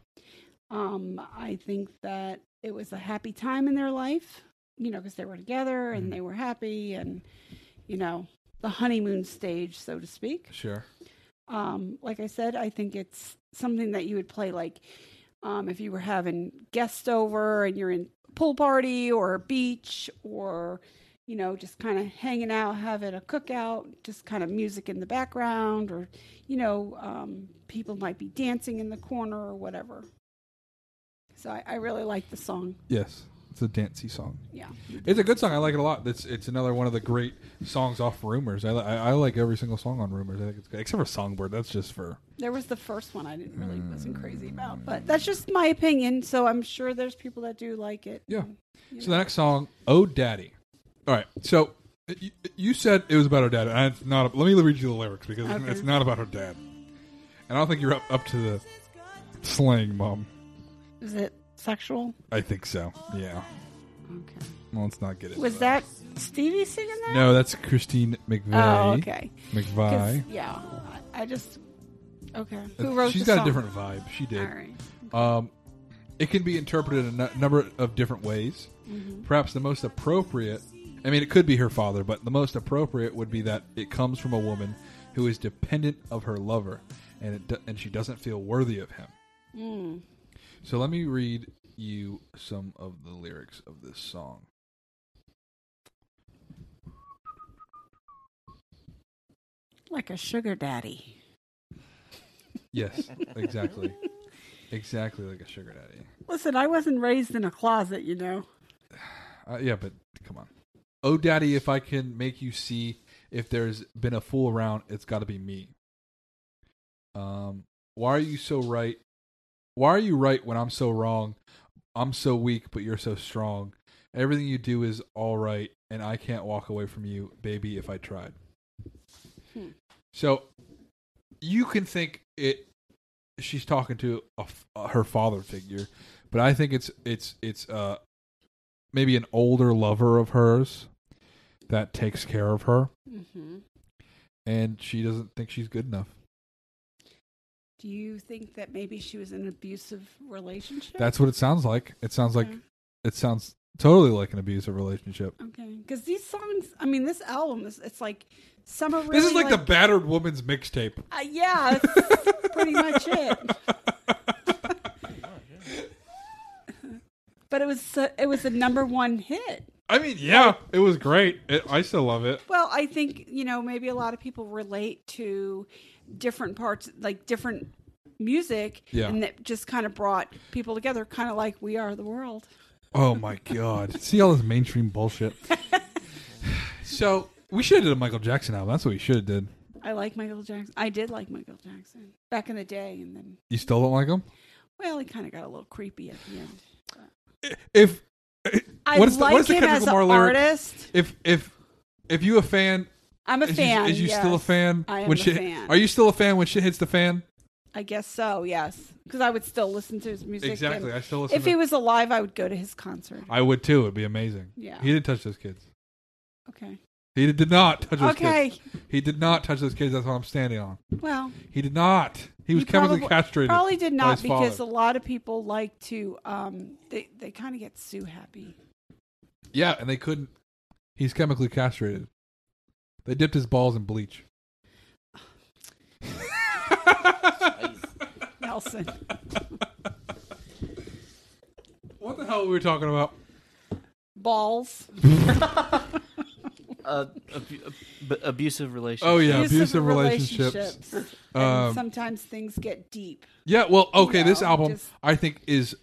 Speaker 3: Um, I think that it was a happy time in their life, you know, because they were together and they were happy and, you know, the honeymoon stage, so to speak.
Speaker 2: Sure.
Speaker 3: Um, like I said, I think it's something that you would play like um, if you were having guests over and you're in a pool party or a beach or, you know, just kind of hanging out, having a cookout, just kind of music in the background or, you know, um, people might be dancing in the corner or whatever. So I, I really like the song.
Speaker 2: Yes. It's a dancey song.
Speaker 3: Yeah.
Speaker 2: It's a good song. I like it a lot. It's it's another one of the great songs off Rumors. I, li- I, I like every single song on Rumors. I think it's good. except for Songbird. That's just for
Speaker 3: There was the first one I didn't really wasn't crazy about, but that's just my opinion. So I'm sure there's people that do like it.
Speaker 2: yeah. So the next song, "Oh Daddy." All right. So you, you said it was about her dad. And it's not. Let me read you the lyrics because
Speaker 3: Okay.
Speaker 2: it's not about her dad. And I don't think you're up up to the slang, mom.
Speaker 3: Is it sexual?
Speaker 2: I think so. Yeah.
Speaker 3: Okay.
Speaker 2: Well, let's not get it.
Speaker 3: Was that Stevie singing that?
Speaker 2: No, that's Christine McVie.
Speaker 3: Oh, okay. 'Cause,
Speaker 2: McVie.
Speaker 3: Yeah, I I just okay. Who wrote?
Speaker 2: She's
Speaker 3: the
Speaker 2: got
Speaker 3: song?
Speaker 2: a different vibe. She did.
Speaker 3: All right.
Speaker 2: Um, it can be interpreted a n- number of different ways. Perhaps the most appropriate, I mean, it could be her father, but the most appropriate would be that it comes from a woman who is dependent of her lover, and it do- and she doesn't feel worthy of him.
Speaker 3: Hmm,
Speaker 2: So let me read you some of the lyrics of this song.
Speaker 3: Like a sugar daddy.
Speaker 2: Yes, exactly, exactly like a sugar daddy.
Speaker 3: Listen, I wasn't raised in a closet, you know.
Speaker 2: Uh, yeah, but come on. Oh, daddy, if I can make you see if there's been a fool around, it's got to be me. Um, why are you so right? Why are you right when I'm so wrong? I'm so weak, but you're so strong. Everything you do is all right, and I can't walk away from you, baby, if I tried.
Speaker 3: Hmm.
Speaker 2: So you can think it. She's talking to a f her father figure, but I think it's it's it's uh maybe an older lover of hers that takes care of her
Speaker 3: Mm-hmm.
Speaker 2: and she doesn't think she's good enough.
Speaker 3: Do you think that maybe she was in an abusive relationship?
Speaker 2: That's what it sounds like. It sounds like
Speaker 3: Okay.
Speaker 2: it sounds totally like an abusive relationship.
Speaker 3: okay. Because these songs, I mean, this album is it's like summer. Really
Speaker 2: this is like, the battered woman's mixtape.
Speaker 3: uh, yeah, it's pretty much it. [laughs] But it was so- it was the number one hit.
Speaker 2: I mean, yeah, it was great. It, I still love it.
Speaker 3: Well, I think, you know, maybe a lot of people relate to different parts, like different music,
Speaker 2: Yeah.
Speaker 3: and that just kind of brought people together, kind of like We Are the World.
Speaker 2: Oh my
Speaker 3: [laughs]
Speaker 2: god! See all this mainstream bullshit. so we should have did a Michael Jackson album. That's what we should have did.
Speaker 3: I like Michael Jackson. I did like Michael Jackson back in the day, and then,
Speaker 2: You still don't like him?
Speaker 3: well, he kind of got a little creepy at the end.
Speaker 2: If
Speaker 3: I
Speaker 2: What is the-
Speaker 3: like
Speaker 2: what is the
Speaker 3: him
Speaker 2: Kendrick
Speaker 3: as an
Speaker 2: Lamar lyric?
Speaker 3: artist.
Speaker 2: if if if you a fan
Speaker 3: I'm a
Speaker 2: Is you-
Speaker 3: fan.
Speaker 2: is you still a
Speaker 3: yes.
Speaker 2: fan?
Speaker 3: I am
Speaker 2: when
Speaker 3: a
Speaker 2: shit,
Speaker 3: fan.
Speaker 2: Are you still a fan when shit hits the fan?
Speaker 3: I guess so, yes. Because I would still listen to his music.
Speaker 2: Exactly.
Speaker 3: and
Speaker 2: I still listen.
Speaker 3: If
Speaker 2: to,
Speaker 3: he was alive, I would go to his concert.
Speaker 2: I would too. It'd be amazing.
Speaker 3: Yeah.
Speaker 2: He didn't touch those kids.
Speaker 3: Okay.
Speaker 2: He did not touch those
Speaker 3: Okay.
Speaker 2: kids. He did not touch those kids. That's what I'm standing on.
Speaker 3: Well,
Speaker 2: He did not. He was chemically
Speaker 3: probably,
Speaker 2: castrated.
Speaker 3: Probably did
Speaker 2: by
Speaker 3: not
Speaker 2: his
Speaker 3: because
Speaker 2: father.
Speaker 3: a lot of people like to. Um, they they kind of get Sue happy.
Speaker 2: yeah, and they couldn't. He's chemically castrated. They dipped his balls in bleach. [laughs]
Speaker 3: Nelson,
Speaker 2: What the hell were we talking about?
Speaker 3: balls.
Speaker 6: Uh, abu- ab- abusive relationship.
Speaker 2: Oh yeah, abusive, relationships.
Speaker 3: relationships.
Speaker 2: Um,
Speaker 3: and sometimes things get deep.
Speaker 2: Yeah, well, okay,
Speaker 3: You
Speaker 2: this
Speaker 3: know,
Speaker 2: album
Speaker 3: just-
Speaker 2: I think is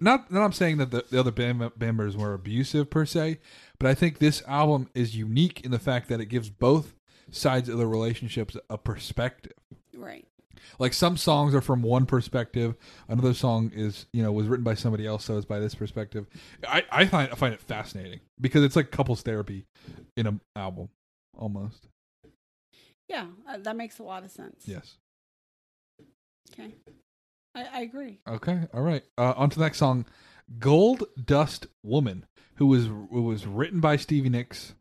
Speaker 2: not. Not I'm saying that the, the other band, mem- band members were abusive per se, but I think this album is unique in the fact that it gives both sides of the relationships a perspective.
Speaker 3: Right.
Speaker 2: like some songs are from one perspective another song is you know was written by somebody else so it's by this perspective i i find i find it fascinating because it's like couples therapy in an album almost
Speaker 3: Yeah, uh, that makes a lot of sense.
Speaker 2: yes
Speaker 3: Okay. I, I agree.
Speaker 2: okay all right uh on to the next song gold dust woman who was who was written by stevie nicks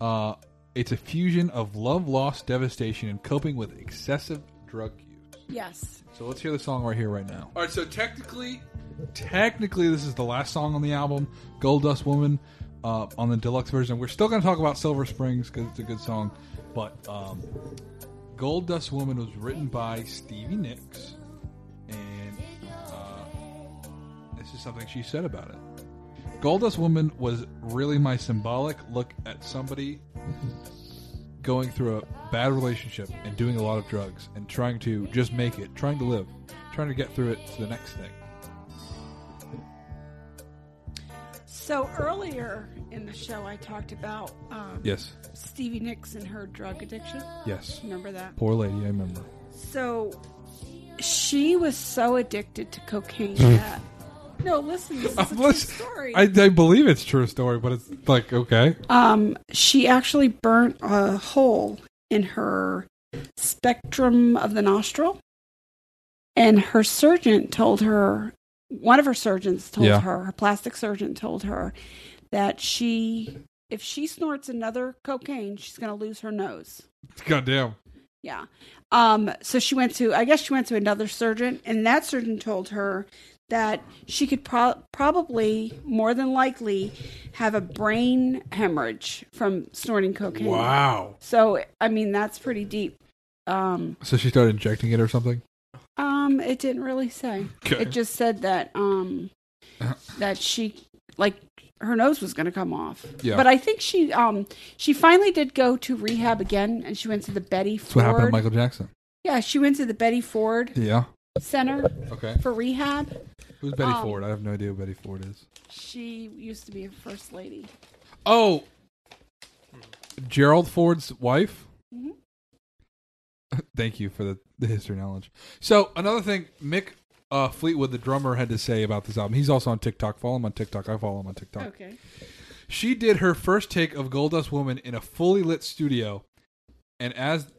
Speaker 2: uh it's a fusion of love loss devastation and coping with excessive drug use
Speaker 3: Yes.
Speaker 2: So let's hear the song right here, right now. All right. So technically, technically, this is the last song on the album, "Gold Dust Woman," uh, on the deluxe version. We're still going to talk about Silver Springs because it's a good song, but um, "Gold Dust Woman" was written by Stevie Nicks, and uh, this is something she said about it. "Gold Dust Woman" was really my symbolic look at somebody going through a bad relationship and doing a lot of drugs and trying to just make it, trying to live, trying to get through it to the next thing.
Speaker 3: So earlier in the show, I talked about um,
Speaker 2: Yes.
Speaker 3: Stevie Nicks and her drug addiction.
Speaker 2: Yes.
Speaker 3: Remember that?
Speaker 2: Poor lady, I remember.
Speaker 3: So she was so addicted to
Speaker 2: [laughs]
Speaker 3: cocaine that. No, listen, this is a true story.
Speaker 2: I, I believe it's true story, but it's like okay.
Speaker 3: um, she actually burnt a hole in her spectrum of the nostril, and her surgeon told her. One of her surgeons told
Speaker 2: Yeah.
Speaker 3: her, her plastic surgeon told her that she, if she snorts another cocaine, she's going to lose her nose.
Speaker 2: Goddamn.
Speaker 3: Yeah. Um, so she went to, I guess she went to another surgeon, and that surgeon told her that she could pro- probably, more than likely, have a brain hemorrhage from snorting cocaine.
Speaker 2: Wow.
Speaker 3: So, I mean, that's pretty deep. Um,
Speaker 2: So she started injecting it or something.
Speaker 3: um, it didn't really say.
Speaker 2: Okay.
Speaker 3: It just said that, um, that she, like, her nose was going to come off.
Speaker 2: Yeah.
Speaker 3: But I think she, um, she finally did go to rehab again, and she went to the Betty
Speaker 2: That's what
Speaker 3: Ford.
Speaker 2: happened to Michael Jackson.
Speaker 3: Yeah, she went to the Betty Ford
Speaker 2: Yeah.
Speaker 3: Center
Speaker 2: Okay.
Speaker 3: for rehab.
Speaker 2: Who's Betty
Speaker 3: Um,
Speaker 2: Ford? I have no idea who Betty Ford is.
Speaker 3: She used to be a first lady.
Speaker 2: Oh, Gerald Ford's wife.
Speaker 3: Mhm.
Speaker 2: [laughs] Thank you for the, the history knowledge. So another thing, Mick uh, Fleetwood, the drummer, had to say about this album. He's also on TikTok. Follow him on TikTok. I follow him on TikTok.
Speaker 3: Okay.
Speaker 2: She did her first take of Goldust Woman in a fully lit studio, and as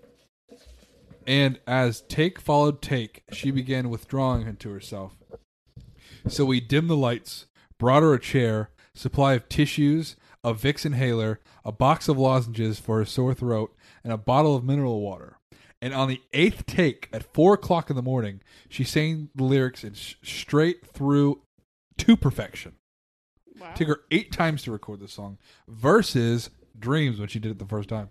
Speaker 2: and as take followed take, she began withdrawing into herself. So we dimmed the lights, brought her a chair, supply of tissues, a Vicks inhaler, a box of lozenges for her sore throat, and a bottle of mineral water. And on the eighth take at four o'clock in the morning, she sang the lyrics in sh- straight through to perfection
Speaker 3: Wow.
Speaker 2: took her eight times to record this song versus dreams when she did it the first time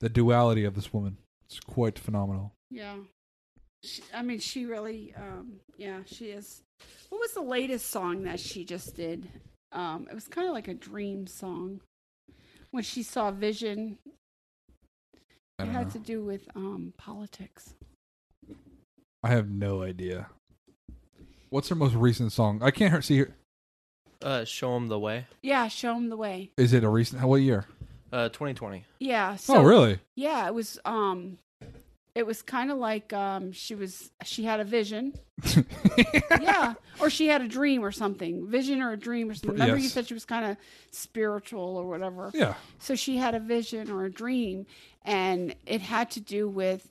Speaker 2: the duality of this woman it's quite phenomenal
Speaker 3: Yeah. She, I mean, she really, um, yeah, she is. What was the latest song that she just did? Um, it was kind of like a dream song. When she saw vision,
Speaker 2: i
Speaker 3: it
Speaker 2: don't
Speaker 3: had
Speaker 2: know
Speaker 3: to do with um, politics.
Speaker 2: i have no idea what's her most recent song i can't hear, see her
Speaker 6: Uh, show him the way.
Speaker 3: Yeah, show him the way.
Speaker 2: is it a recent what year
Speaker 6: Uh, 2020.
Speaker 3: Yeah. So,
Speaker 2: oh really
Speaker 3: Yeah, it was. Um, it was kind of like um, she was. She had a
Speaker 2: [laughs]
Speaker 3: vision. yeah, or she had a dream or something, vision or a dream or something. Remember, you
Speaker 2: Yes.
Speaker 3: said she was kind of spiritual or whatever.
Speaker 2: yeah
Speaker 3: So she had a vision or a dream, and it had to do with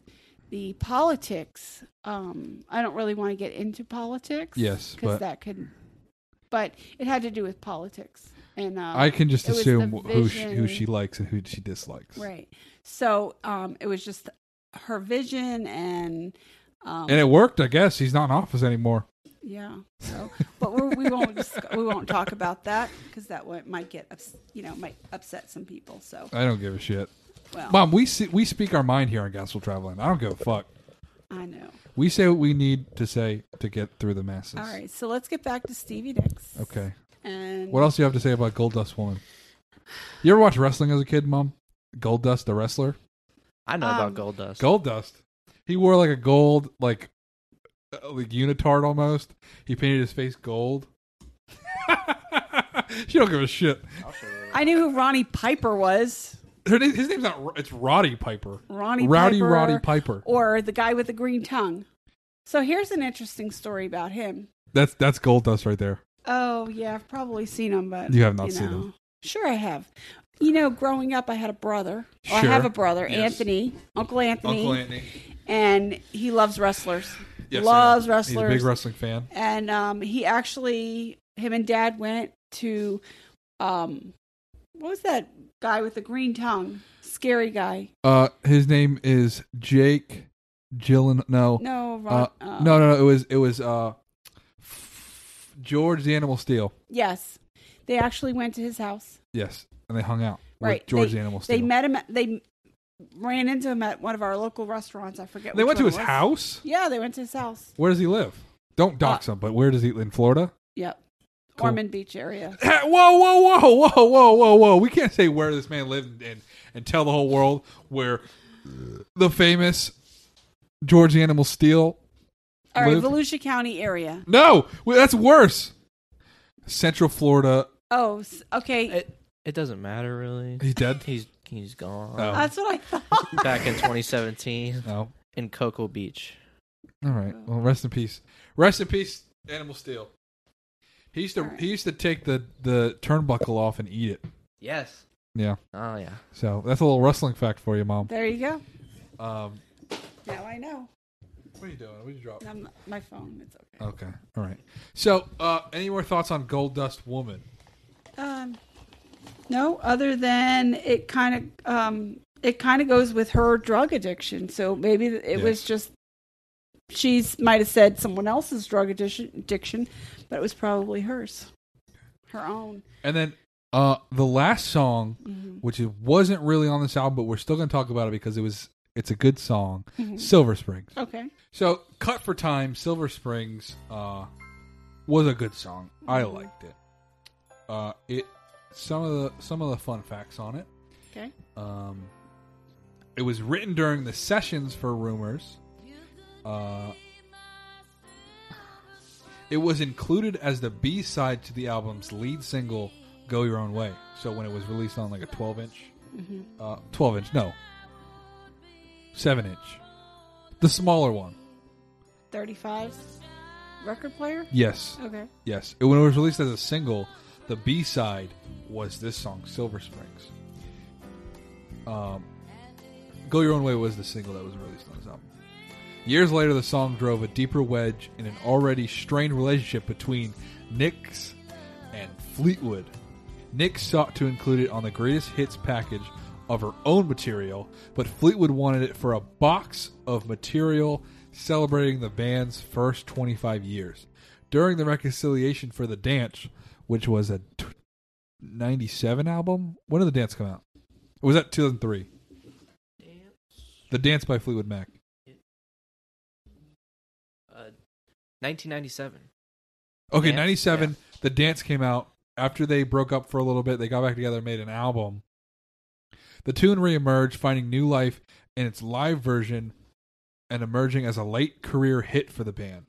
Speaker 3: the politics. Um, I don't really want to get into politics.
Speaker 2: Yes, but-
Speaker 3: because that could. But it had to do with politics, and um,
Speaker 2: i can just
Speaker 3: it was the
Speaker 2: assume who she, who
Speaker 3: vision.
Speaker 2: she likes and who she dislikes
Speaker 3: Right. So um, it was just her vision and um,
Speaker 2: and it worked i guess he's not in office anymore
Speaker 3: yeah. So, but we're, we won't disc- we won't talk about that because that one might get ups- you know might upset some people. So
Speaker 2: i don't give a shit
Speaker 3: well,
Speaker 2: mom we see, we speak our mind here on gospel traveling i don't give a fuck
Speaker 3: I know.
Speaker 2: we say what we need to say to get through the masses
Speaker 3: All right. So let's get back to Stevie Nicks.
Speaker 2: okay
Speaker 3: And
Speaker 2: What else do you have to say about Gold Dust Woman? You ever watch wrestling as a kid, Mom? Gold Dust, the wrestler.
Speaker 6: I know
Speaker 3: Um,
Speaker 6: about gold dust.
Speaker 2: Gold Dust. He wore like a gold, like, uh, like unitard almost. He painted his face gold. [laughs] she don't give a shit.
Speaker 3: I knew who Ronnie Piper was.
Speaker 2: her name, his name's not. Ro- It's Roddy Piper.
Speaker 3: Ronnie
Speaker 2: Rowdy
Speaker 3: Piper,
Speaker 2: Roddy Piper.
Speaker 3: or the guy with the green tongue. So here's an interesting story about him.
Speaker 2: That's that's gold dust right there.
Speaker 3: Oh yeah, I've probably seen him, but
Speaker 2: You have not seen
Speaker 3: know.
Speaker 2: him.
Speaker 3: Sure, I have. You know, growing up, I had a brother. Or I have
Speaker 2: Sure.
Speaker 3: a brother,
Speaker 2: Yes.
Speaker 3: Anthony, Uncle Anthony,
Speaker 2: Anthony.
Speaker 3: and he loves wrestlers.
Speaker 2: Yes, I
Speaker 3: loves
Speaker 2: know. He's a
Speaker 3: wrestlers.
Speaker 2: big wrestling fan.
Speaker 3: and um, he actually, him and Dad went to, um, what was that guy with the green tongue? Scary guy.
Speaker 2: Uh, his name is Jake Gillen. No,
Speaker 3: No,
Speaker 2: uh,
Speaker 3: Ron, uh,
Speaker 2: no, no, no. It was it was uh, f- George the Animal Steel.
Speaker 3: Yes, they actually went to his house.
Speaker 2: Yes, and they hung out
Speaker 3: Right.
Speaker 2: with George
Speaker 3: They-
Speaker 2: the Animal Steel.
Speaker 3: They met him. At, they ran into him at one of our local restaurants. I forget.
Speaker 2: They
Speaker 3: which
Speaker 2: went to
Speaker 3: one
Speaker 2: his
Speaker 3: it was.
Speaker 2: house.
Speaker 3: Yeah, they went to his house.
Speaker 2: Where does he live? Don't dox
Speaker 3: Uh,
Speaker 2: him, but where does he in
Speaker 3: [laughs]
Speaker 2: Florida?
Speaker 3: Yep.
Speaker 2: Cool.
Speaker 3: Ormond Beach area.
Speaker 2: Hey, Whoa, whoa, whoa, whoa, whoa, whoa, whoa! We can't say where this man lived and and tell the whole world where the famous George the Animal Steel.
Speaker 3: All right,
Speaker 2: lived.
Speaker 3: Volusia County area.
Speaker 2: No, well, that's worse. Central Florida.
Speaker 3: Oh, s- okay.
Speaker 6: It, it doesn't matter really.
Speaker 2: He's dead.
Speaker 6: He's he's gone.
Speaker 2: Oh.
Speaker 3: That's what I thought. [laughs]
Speaker 6: Back
Speaker 2: [laughs]
Speaker 6: in 2017
Speaker 2: No.
Speaker 6: in Cocoa Beach.
Speaker 2: All right.
Speaker 3: Uh,
Speaker 2: Well, rest in peace. Rest in peace, Animal Steel. He used to
Speaker 3: All right.
Speaker 2: he used to take the the turnbuckle off and eat it.
Speaker 6: Yes.
Speaker 2: Yeah.
Speaker 6: Oh yeah.
Speaker 2: So that's a little wrestling fact for you, mom.
Speaker 3: There you go.
Speaker 2: Um,
Speaker 3: Now I know.
Speaker 2: what are you doing? What did you drop?
Speaker 3: i my phone. It's okay.
Speaker 2: Okay. All right. So, uh, any more thoughts on Gold Dust Woman?
Speaker 3: Um, no, other than it kind of um, it kind of goes with her drug addiction. So maybe it was
Speaker 2: Yes.
Speaker 3: just she's might have said someone else's drug addiction, addiction, but it was probably hers, her own.
Speaker 2: And then uh, the last song,
Speaker 3: Mm-hmm.
Speaker 2: which it wasn't really on this album, but we're still going to talk about it because it was it's a good song.
Speaker 3: Mm-hmm.
Speaker 2: Silver Springs.
Speaker 3: Okay.
Speaker 2: So, cut for time, Silver Springs uh, was a good song. I liked it. Uh, it some of the some of the fun facts on it.
Speaker 3: Okay.
Speaker 2: Um, it was written during the sessions for Rumors. Uh, it was included as the B side to the album's lead single "Go Your Own Way." So when it was released on like a 12 inch, uh, 12 inch, no, seven inch, the smaller one.
Speaker 3: Thirty-five record player.
Speaker 2: Yes,
Speaker 3: Okay.
Speaker 2: yes. It- When it was released as a single, the B side was this song, "Silver Springs." Um, "Go Your Own Way" was the single that was released on this album. Years later, the song drove a deeper wedge in an already strained relationship between Nix and Fleetwood. Nix sought to include it on the greatest hits package of her own material, but Fleetwood wanted it for a box of material celebrating the band's first 25 years. During the reconciliation for the dance, which was a t- 97 album, when did the dance come out? Or was that 2003? The dance by Fleetwood Mac.
Speaker 6: Uh, 1997.
Speaker 2: Okay,
Speaker 6: Dance?
Speaker 2: 97, the dance came out. After they broke up for a little bit, they got back together and made an album. The tune reemerged, finding new life in its live version and emerging as a late career hit for the band.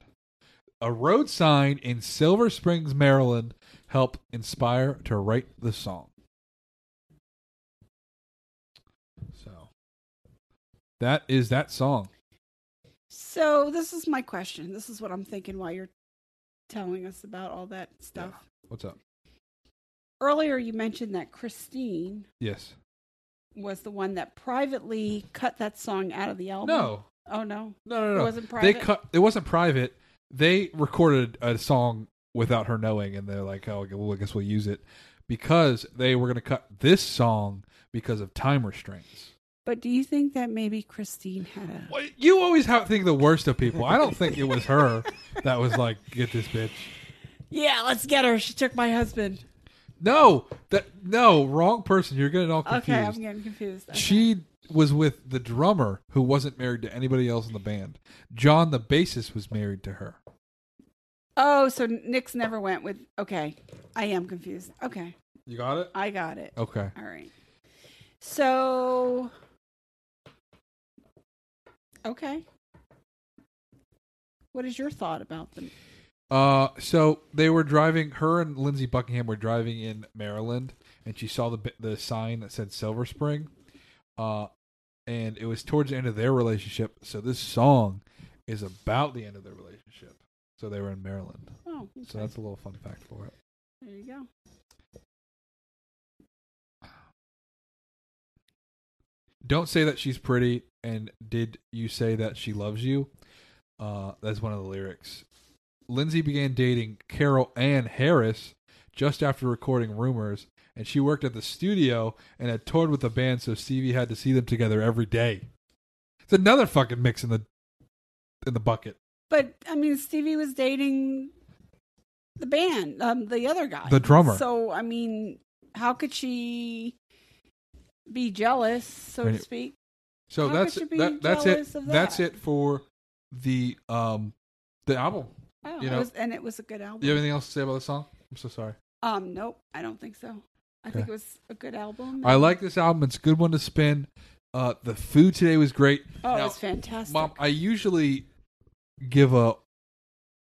Speaker 2: A road sign in Silver Springs, Maryland helped inspire to write the song. So that is that song.
Speaker 3: So this is my question. This is what I'm thinking while you're telling us about all that stuff.
Speaker 2: What's up?
Speaker 3: Earlier, you mentioned that Christine
Speaker 2: Yes.
Speaker 3: was the one that privately cut that song out of the album.
Speaker 2: No.
Speaker 3: Oh no.
Speaker 2: No, no,
Speaker 3: It
Speaker 2: no.
Speaker 3: wasn't
Speaker 2: They
Speaker 3: private?
Speaker 2: cut. It wasn't private. They recorded a song without her knowing, and they're like, "Oh, well, I guess we'll use it," because they were going to cut this song because of time restraints.
Speaker 3: But do you think that maybe Christine had a
Speaker 2: Well, You always have think the worst of people. I don't think it was her that was like, "Get this bitch."
Speaker 3: Yeah, let's get her. She took my husband.
Speaker 2: No, that no wrong person. You're getting all confused.
Speaker 3: Okay, I'm getting confused. Okay.
Speaker 2: She was with the drummer who wasn't married to anybody else in the band. John, the bassist, was married to her.
Speaker 3: Oh, so Nick's never went with Okay. I am confused. Okay.
Speaker 2: You got it.
Speaker 3: I got it.
Speaker 2: Okay.
Speaker 3: All right. So Okay. What is your thought about them?
Speaker 2: Uh, so they were driving. Her and Lindsey Buckingham were driving in Maryland, and she saw the bi- the sign that said Silver Spring, Uh, and it was towards the end of their relationship. So this song is about the end of their relationship. So they were in Maryland.
Speaker 3: Oh,
Speaker 2: So
Speaker 3: okay.
Speaker 2: that's a little fun fact for it.
Speaker 3: there you go.
Speaker 2: Don't say that she's pretty. And did you say that she loves you? Uh, that's one of the lyrics. Lindsay began dating Carol Ann Harris just after recording Rumors, and she worked at the studio and had toured with the band, so Stevie had to see them together every day. It's another fucking mix in the in the bucket.
Speaker 3: But I mean, Stevie was dating the band, um, the other guy,
Speaker 2: The drummer.
Speaker 3: So I mean, how could she be jealous, so
Speaker 2: Right.
Speaker 3: to speak?
Speaker 2: So
Speaker 3: How
Speaker 2: that's
Speaker 3: could you be
Speaker 2: that, that's it.
Speaker 3: jealous of that?
Speaker 2: That's it for the um the album.
Speaker 3: I don't
Speaker 2: You
Speaker 3: know.
Speaker 2: know-
Speaker 3: Oh, It was, and it was a good album.
Speaker 2: Do you have anything else to say about the song? I'm so sorry.
Speaker 3: Um, nope, I don't think so. I think
Speaker 2: Okay.
Speaker 3: it was a good album.
Speaker 2: I like this album. It's a good one to spin. Uh, the food today was great.
Speaker 3: Oh,
Speaker 2: Now,
Speaker 3: it was fantastic.
Speaker 2: Mom, I usually give a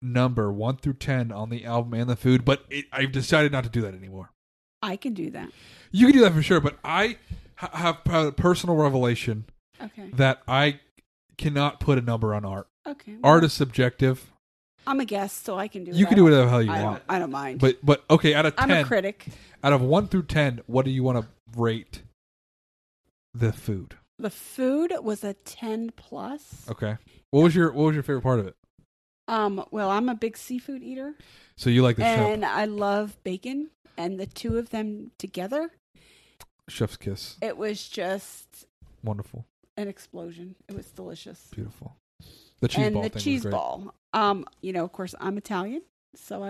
Speaker 2: number one through ten on the album and the food, but it, I've decided not to do that anymore.
Speaker 3: I can do that.
Speaker 2: You can do that for sure, but I ha- have had a personal revelation
Speaker 3: Okay.
Speaker 2: that I cannot put a number on art.
Speaker 3: Okay. well,
Speaker 2: Art is subjective.
Speaker 3: I'm a guest, so I can do.
Speaker 2: You can
Speaker 3: it. I
Speaker 2: do
Speaker 3: don't-
Speaker 2: whatever the hell you
Speaker 3: I don't,
Speaker 2: want.
Speaker 3: I don't mind.
Speaker 2: But but okay, out of
Speaker 3: I'm a
Speaker 2: ten,
Speaker 3: critic.
Speaker 2: out of one through ten, what do you want to rate the food?
Speaker 3: The food was a ten plus.
Speaker 2: Okay, what was your what was your favorite part of it?
Speaker 3: Um, well, I'm a big seafood eater,
Speaker 2: So you like the
Speaker 3: and I love bacon, and the two of them together,
Speaker 2: chef chef's kiss?
Speaker 3: it was just
Speaker 2: Wonderful,
Speaker 3: an explosion. It was delicious,
Speaker 2: beautiful. The cheese
Speaker 3: and
Speaker 2: ball
Speaker 3: the
Speaker 2: thing
Speaker 3: cheese
Speaker 2: was great. [laughs]
Speaker 3: ball. Um, you know, of course, I'm Italian, so I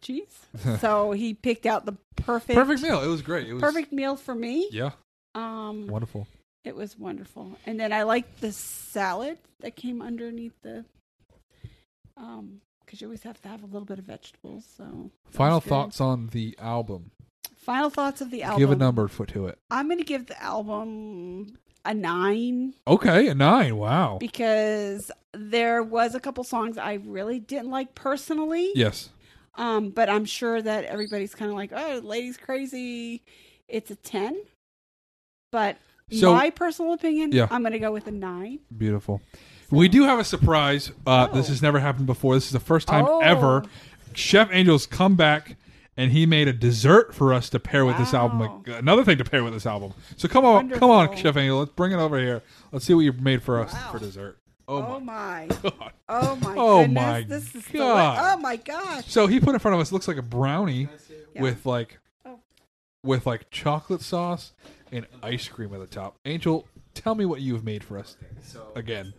Speaker 2: [laughs]
Speaker 3: cheese. so he picked out the perfect,
Speaker 2: Perfect meal. It was great. It was
Speaker 3: perfect meal for me.
Speaker 2: Yeah,
Speaker 3: Um,
Speaker 2: wonderful.
Speaker 3: It was wonderful. And then I liked the salad that came underneath the um because you always have to have a little bit of vegetables. So that was
Speaker 2: Final
Speaker 3: good.
Speaker 2: thoughts on the album.
Speaker 3: Final thoughts of the album.
Speaker 2: Give a number for to it.
Speaker 3: I'm gonna give the album a nine
Speaker 2: Okay, a nine. Wow.
Speaker 3: because there was a couple songs I really didn't like personally.
Speaker 2: Yes.
Speaker 3: Um, but I'm sure that everybody's kind of like, oh, lady's crazy. It's a ten. But
Speaker 2: So-
Speaker 3: my personal opinion,
Speaker 2: Yeah.
Speaker 3: I'm gonna go with a nine.
Speaker 2: Beautiful. We do have a surprise. Uh, This
Speaker 3: Oh.
Speaker 2: has never happened before. This is the first time
Speaker 3: Oh.
Speaker 2: ever. Chef Angel's come back, and he made a dessert for us to pair with this album.
Speaker 3: Wow.
Speaker 2: Like, uh, Another thing to pair with this album. So come on, come on,
Speaker 3: Wonderful.
Speaker 2: Chef Angel. Let's bring it over here. Let's see what you made for us for dessert. Oh,
Speaker 3: Oh
Speaker 2: my
Speaker 3: my.
Speaker 2: [laughs] god!
Speaker 3: Oh my
Speaker 2: Oh
Speaker 3: goodness.
Speaker 2: my
Speaker 3: this is the
Speaker 2: God.
Speaker 3: oh my gosh.
Speaker 2: So he put in front of us looks like a brownie
Speaker 3: Yeah.
Speaker 2: with like
Speaker 3: Oh.
Speaker 2: with like chocolate sauce and ice cream at the top. Angel, tell me what you've made for us again.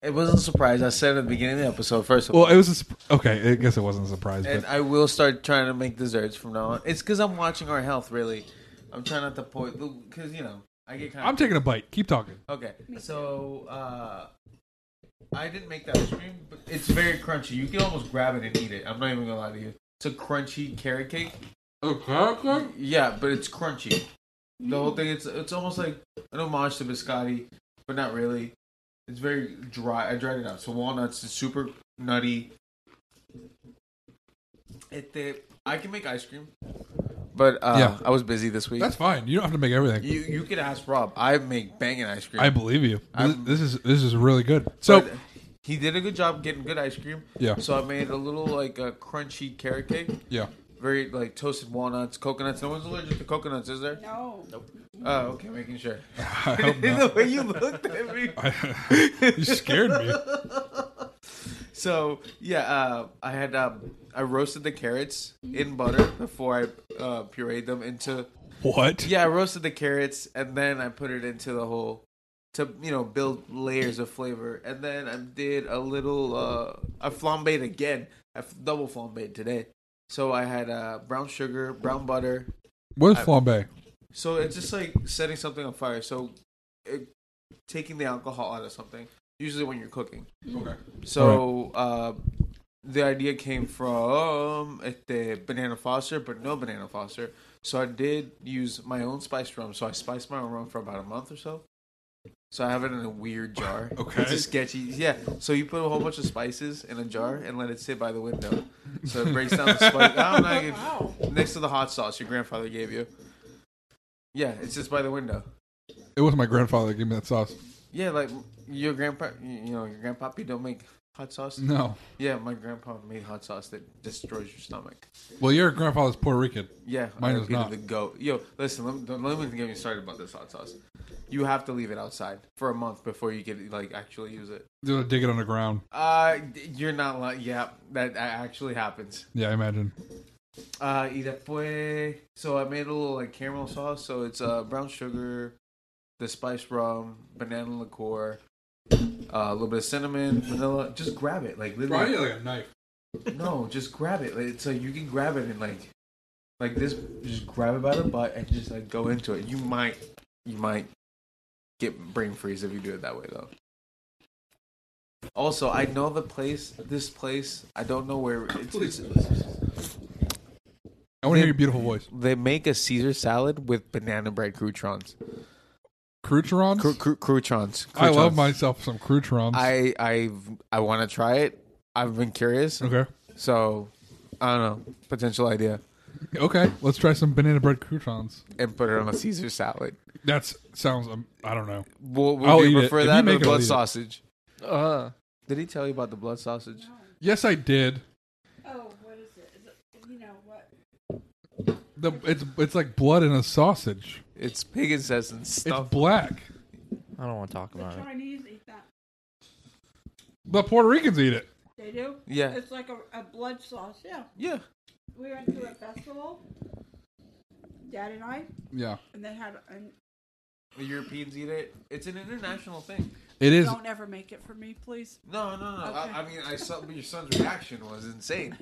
Speaker 5: It was a surprise. I said at the beginning of the episode, first of all.
Speaker 2: Well, it was a sp- okay. I guess it wasn't a surprise,
Speaker 5: and
Speaker 2: but
Speaker 5: I will start trying to make desserts from now on. It's because I'm watching our health, really. I'm trying not to point, because, you know, I get kind of.
Speaker 2: I'm taking a bite. Keep talking.
Speaker 5: Okay, so uh, I didn't make that ice cream, but it's very crunchy. You can almost grab it and eat it. I'm not even gonna lie to you. It's a crunchy carrot cake.
Speaker 2: Okay.
Speaker 5: Yeah, but it's crunchy. The whole thing, it's it's almost like an homage to biscotti, but not really. It's very dry. I dried it out. So walnuts is super nutty. It, the, I can make ice cream, but uh,
Speaker 2: Yeah.
Speaker 5: I was busy this week.
Speaker 2: That's fine. You don't have to make everything.
Speaker 5: you you could ask Rob. I make banging ice cream.
Speaker 2: I believe you. This,
Speaker 5: I'm-
Speaker 2: this is this is really good. So
Speaker 5: But he did a good job getting good ice cream.
Speaker 2: Yeah.
Speaker 5: So I made a little like a crunchy carrot cake, [laughs]
Speaker 2: yeah,
Speaker 5: very like toasted walnuts, coconuts. No one's allergic to coconuts, is there?
Speaker 3: No.
Speaker 5: Oh, okay, making sure. [laughs]
Speaker 2: I hope
Speaker 5: the
Speaker 2: not.
Speaker 5: way you looked at me. [laughs]
Speaker 2: [laughs] you scared me.
Speaker 5: So yeah, uh, I had um, I roasted the carrots in butter before I uh, pureed them into.
Speaker 2: What?
Speaker 5: Yeah, I roasted the carrots and then I put it into the whole to you know build layers of flavor. And then I did a little uh, I flambéed again. I f- double flambéed today. So I had uh, brown sugar, brown butter.
Speaker 2: What is
Speaker 5: I-
Speaker 2: flambe?
Speaker 5: So it's just like setting something on fire. So it, taking the alcohol out of something. Usually when you're cooking.
Speaker 2: Okay.
Speaker 5: So uh, the idea came from the Banana Foster, but no Banana Foster. So I did use my own spiced rum. So I spiced my own rum for about a month or so. So I have it in a weird jar.
Speaker 2: [laughs] Okay.
Speaker 5: It's a sketchy. Yeah. So you put a whole bunch of spices in a jar and let it sit by the window. So it breaks down the
Speaker 2: [laughs]
Speaker 5: spice. I don't know, you- Next to the hot sauce your grandfather gave you. Yeah, it's just by the window.
Speaker 2: It was my grandfather that gave me that sauce.
Speaker 5: Yeah, like your grandpa, you know, your grandpappy don't make hot sauce.
Speaker 2: No.
Speaker 5: Yeah, my grandpa made hot sauce that destroys your stomach.
Speaker 2: Well, your grandfather's Puerto Rican.
Speaker 5: Yeah,
Speaker 2: Mine
Speaker 5: I
Speaker 2: is
Speaker 5: repeated
Speaker 2: not.
Speaker 5: The goat. Yo, listen, let me, don't- let me get you started about this hot sauce. You have to leave it outside for a month before you get like actually use it.
Speaker 2: They're gonna dig it underground.
Speaker 5: Uh, you're not like yeah, that, that actually happens.
Speaker 2: Yeah, I imagine.
Speaker 5: Uh, y después, so I made a little like caramel sauce. So it's uh brown sugar, the spice rum, banana liqueur, uh, a little bit of cinnamon, vanilla. Just grab it, like literally.
Speaker 2: Probably like a knife.
Speaker 5: No, just grab it. Like, so you can grab it and like, like this, just grab it by the butt and just like go into it. You might, you might get brain freeze if you do it that way though. Also, I know the place. This place, I don't know where it's. it's
Speaker 2: I want to hear your beautiful voice.
Speaker 5: they make a Caesar salad with banana bread croutons.
Speaker 2: Croutons.
Speaker 5: Cr- cr- croutons.
Speaker 2: I love
Speaker 5: Croutons.
Speaker 2: myself some croutons.
Speaker 5: I I I want to try it. I've been curious,
Speaker 2: okay.
Speaker 5: so I don't know. Potential idea,
Speaker 2: Okay. Let's try some banana bread croutons.
Speaker 5: and put it on a Caesar salad.
Speaker 2: That sounds. Um, I don't know.
Speaker 5: Well, would
Speaker 2: I'll
Speaker 5: you
Speaker 2: eat it.
Speaker 5: prefer
Speaker 2: If you
Speaker 5: that
Speaker 2: make
Speaker 5: or
Speaker 2: it,
Speaker 5: the
Speaker 2: I'll
Speaker 5: blood
Speaker 2: eat it.
Speaker 5: sausage? Uh-huh.
Speaker 6: Uh,
Speaker 5: Did he tell you about the blood sausage?
Speaker 2: Yes, I did.
Speaker 3: Oh, what is it? Is it you know what?
Speaker 2: The it's it's like blood in a sausage.
Speaker 5: It's pig incessant
Speaker 2: It's
Speaker 5: stuff.
Speaker 2: black.
Speaker 6: I don't want to talk
Speaker 3: The
Speaker 6: about it.
Speaker 3: Chinese eat that.
Speaker 2: The Puerto Ricans eat it.
Speaker 3: They do.
Speaker 5: Yeah.
Speaker 3: It's like a, a blood sauce. Yeah.
Speaker 5: yeah.
Speaker 3: We went to a festival. Dad and I,
Speaker 2: Yeah,
Speaker 3: and they had. An,
Speaker 5: The Europeans eat it. It's an international thing.
Speaker 2: it is.
Speaker 3: don't ever make it for me, please.
Speaker 5: No, no, no.
Speaker 3: Okay.
Speaker 5: I, I mean, I saw but your son's reaction was insane.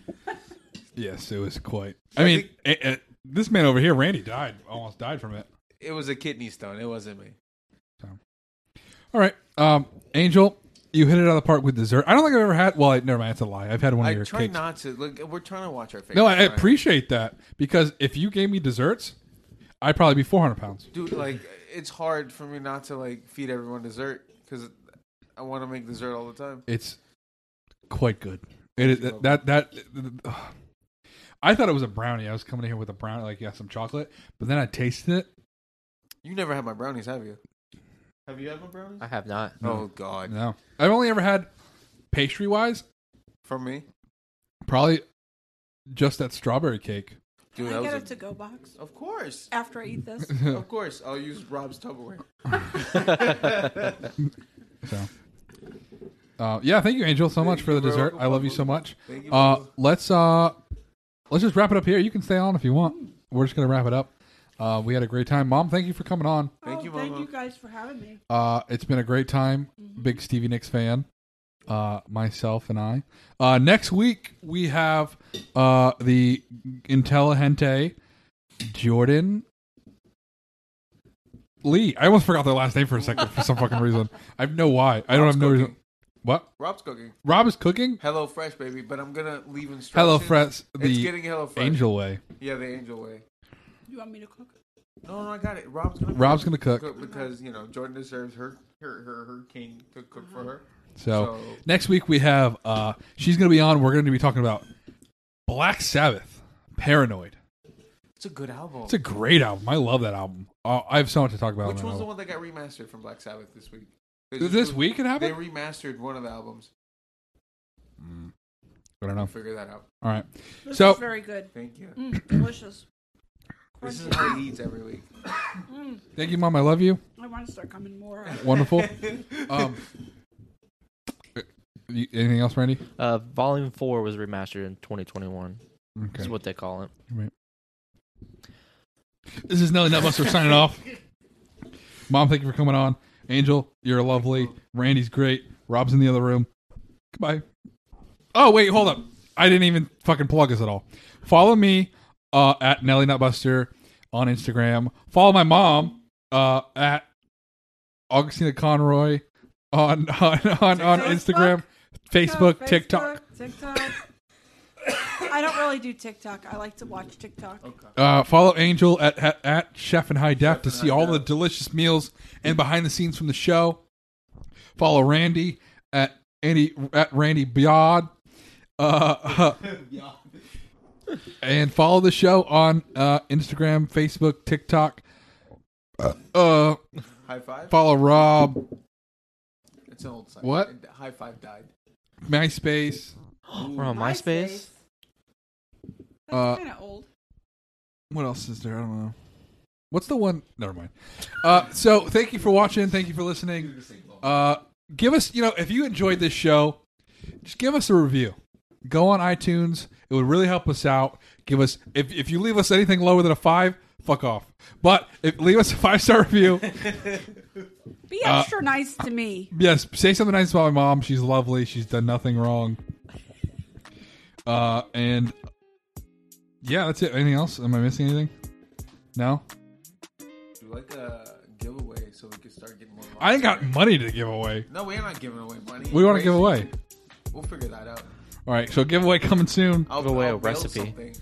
Speaker 2: Yes, it was quite. I mean, it, it, this man over here, Randy, died almost died from it.
Speaker 5: It was a kidney stone. It wasn't me.
Speaker 2: All right, um, Angel, you hit it out of the park with dessert. I don't think I've ever had. Well, I, never mind. It's a lie. I've had one of
Speaker 5: I
Speaker 2: your
Speaker 5: try
Speaker 2: cakes.
Speaker 5: not to. Look, we're trying to watch our face.
Speaker 2: no, I, I appreciate that because if you gave me desserts, I'd probably be four hundred pounds.
Speaker 5: Dude, like, it's hard for me not to like feed everyone dessert because I want to make dessert all the time.
Speaker 2: It's quite good. It is that that. ugh. I thought it was a brownie. I was coming in here with a brownie, like yeah, some chocolate. But then I tasted it.
Speaker 5: You never had my brownies, have you? Have you had my brownies?
Speaker 6: I have not.
Speaker 5: Oh God,
Speaker 2: No, I've only ever had pastry wise,
Speaker 5: from me,
Speaker 2: probably just that strawberry cake.
Speaker 5: dude.
Speaker 3: I
Speaker 5: That was
Speaker 3: get
Speaker 5: a-
Speaker 3: a to-go box
Speaker 5: of
Speaker 3: [laughs]
Speaker 5: course.
Speaker 3: after I eat this.
Speaker 5: [laughs]
Speaker 3: Oh,
Speaker 5: Of course, I'll use Rob's Tupperware.
Speaker 2: So, uh, yeah, thank you, Angel, so much for the
Speaker 5: you, bro.
Speaker 2: dessert. I love you so much.
Speaker 5: Thank you,
Speaker 2: Uh,
Speaker 5: bro.
Speaker 2: let's uh, let's just wrap it up here. You can stay on if you want. We're just gonna wrap it up. Uh, we had a great time, Mom. Thank you for coming on.
Speaker 5: Thank
Speaker 3: oh,
Speaker 5: you,
Speaker 3: thank
Speaker 5: Mama.
Speaker 3: you guys for having me.
Speaker 2: Uh, it's been a great time.
Speaker 5: Mm-hmm.
Speaker 2: Big Stevie Nicks fan, uh, myself and I. Uh, next week we have uh, the Intelligente Jordan Lee. I almost forgot their last name for a second for some fucking
Speaker 5: [laughs]
Speaker 2: reason. I have no why. I don't have no reason. What?
Speaker 5: Rob's cooking.
Speaker 2: Rob is cooking.
Speaker 5: Hello Fresh, baby. But I'm gonna leave instructions.
Speaker 2: Hello, Fresh.
Speaker 5: It's
Speaker 2: The
Speaker 5: getting Hello Fresh.
Speaker 2: Angel Way.
Speaker 5: Yeah, the Angel way.
Speaker 3: You want me to cook?
Speaker 5: No, no, I got it. Rob's gonna.
Speaker 2: Rob's gonna cook.
Speaker 5: cook because you know Jordan deserves her her her, her king to cook for her.
Speaker 2: So
Speaker 5: So-
Speaker 2: next week we have. Uh, she's gonna be on. We're gonna be talking about Black Sabbath, Paranoid.
Speaker 5: It's a good album.
Speaker 2: It's a great album. I love that album. Uh, I have so much to talk about. on
Speaker 5: Which
Speaker 2: that
Speaker 5: one's the
Speaker 2: album.
Speaker 5: one that got remastered from Black Sabbath this week? They
Speaker 2: Th-
Speaker 5: just-
Speaker 2: This week it
Speaker 5: They
Speaker 2: happened.
Speaker 5: remastered one of the albums.
Speaker 2: I don't know.
Speaker 5: Figure that out.
Speaker 2: All right.
Speaker 3: This
Speaker 2: So-
Speaker 3: is very good.
Speaker 5: Thank you.
Speaker 3: Mm, delicious.
Speaker 5: This
Speaker 3: Crunchy.
Speaker 5: is how he eats every week.
Speaker 3: Mm,
Speaker 2: Thank you, mom. I love you.
Speaker 3: I want to start coming
Speaker 5: [laughs]
Speaker 3: more.
Speaker 2: Wonderful. Um, you- anything else, Randy?
Speaker 6: Uh, Volume Four was remastered in 2021. Is
Speaker 2: Okay.
Speaker 6: what they call it.
Speaker 2: This is Nelly Nutbuster signing off. Mom, thank you for coming on. Angel, you're lovely. Randy's great. Rob's in the other room. Goodbye. Oh, wait, hold up. I didn't even fucking plug us at all. Follow me uh, at Nelly Nutbuster on Instagram. Follow my mom uh, at Augustina Conroy on [laughs] on, on, on Instagram, Facebook, TikTok.
Speaker 3: TikTok. [coughs] I don't really do TikTok. I like to watch TikTok.
Speaker 2: Uh, follow Angel at, at, at Chef and High Def to see all the delicious meals and behind the scenes from the show. Follow Randy at Andy at Randy Biod. Uh, [laughs] and follow the show on uh, Instagram, Facebook, TikTok. Uh,
Speaker 5: High five.
Speaker 2: Follow Rob,
Speaker 5: It's an old site.
Speaker 2: What?
Speaker 5: It- High five died.
Speaker 2: MySpace.
Speaker 6: We're on MySpace.
Speaker 3: That's
Speaker 2: Uh,
Speaker 3: kind of old.
Speaker 2: What else is there? I don't know. What's the one? Never mind. Uh, so thank you for watching. Thank you for listening. Uh, give us, you know, if you enjoyed this show, just give us a review. Go on iTunes. It would really help us out. Give us if if you leave us anything lower than a five, fuck off. But if leave us a five star review.
Speaker 3: Be
Speaker 2: uh,
Speaker 3: extra nice to me.
Speaker 2: Yes, say something nice about my mom. She's lovely. She's done nothing wrong. Uh, and yeah, that's it. Anything else? Am I missing anything? No,
Speaker 5: Do like a giveaway so we can start getting more. Money.
Speaker 2: I ain't got money to give away.
Speaker 5: No, we're not giving away money.
Speaker 2: We want to
Speaker 5: Crazy.
Speaker 2: give away.
Speaker 5: We'll figure that out.
Speaker 2: All right, so giveaway coming soon.
Speaker 5: I'll
Speaker 6: Give away a
Speaker 5: build
Speaker 6: recipe.
Speaker 5: something.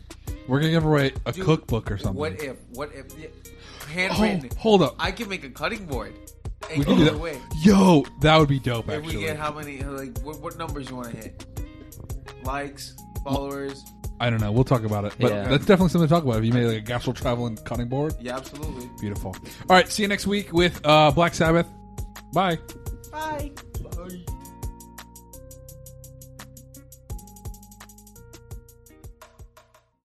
Speaker 2: We're gonna give away a
Speaker 5: Dude,
Speaker 2: cookbook or something.
Speaker 5: What if? What if? Yeah,
Speaker 2: oh,
Speaker 5: handwritten.
Speaker 2: hold up,
Speaker 5: I can make a cutting board and
Speaker 2: we
Speaker 5: give
Speaker 2: can do
Speaker 5: it
Speaker 2: that.
Speaker 5: away.
Speaker 2: Yo, that would be dope.
Speaker 5: If we
Speaker 2: Actually,
Speaker 5: get how many? Like, what, what numbers you want to hit? Likes, followers.
Speaker 2: I don't know. We'll talk about it, but
Speaker 6: Yeah.
Speaker 2: that's definitely something to talk about. If you made like a gasol traveling cutting board,
Speaker 5: Yeah, absolutely.
Speaker 2: beautiful. All right, see you next week with uh, Black Sabbath. Bye.
Speaker 3: Bye.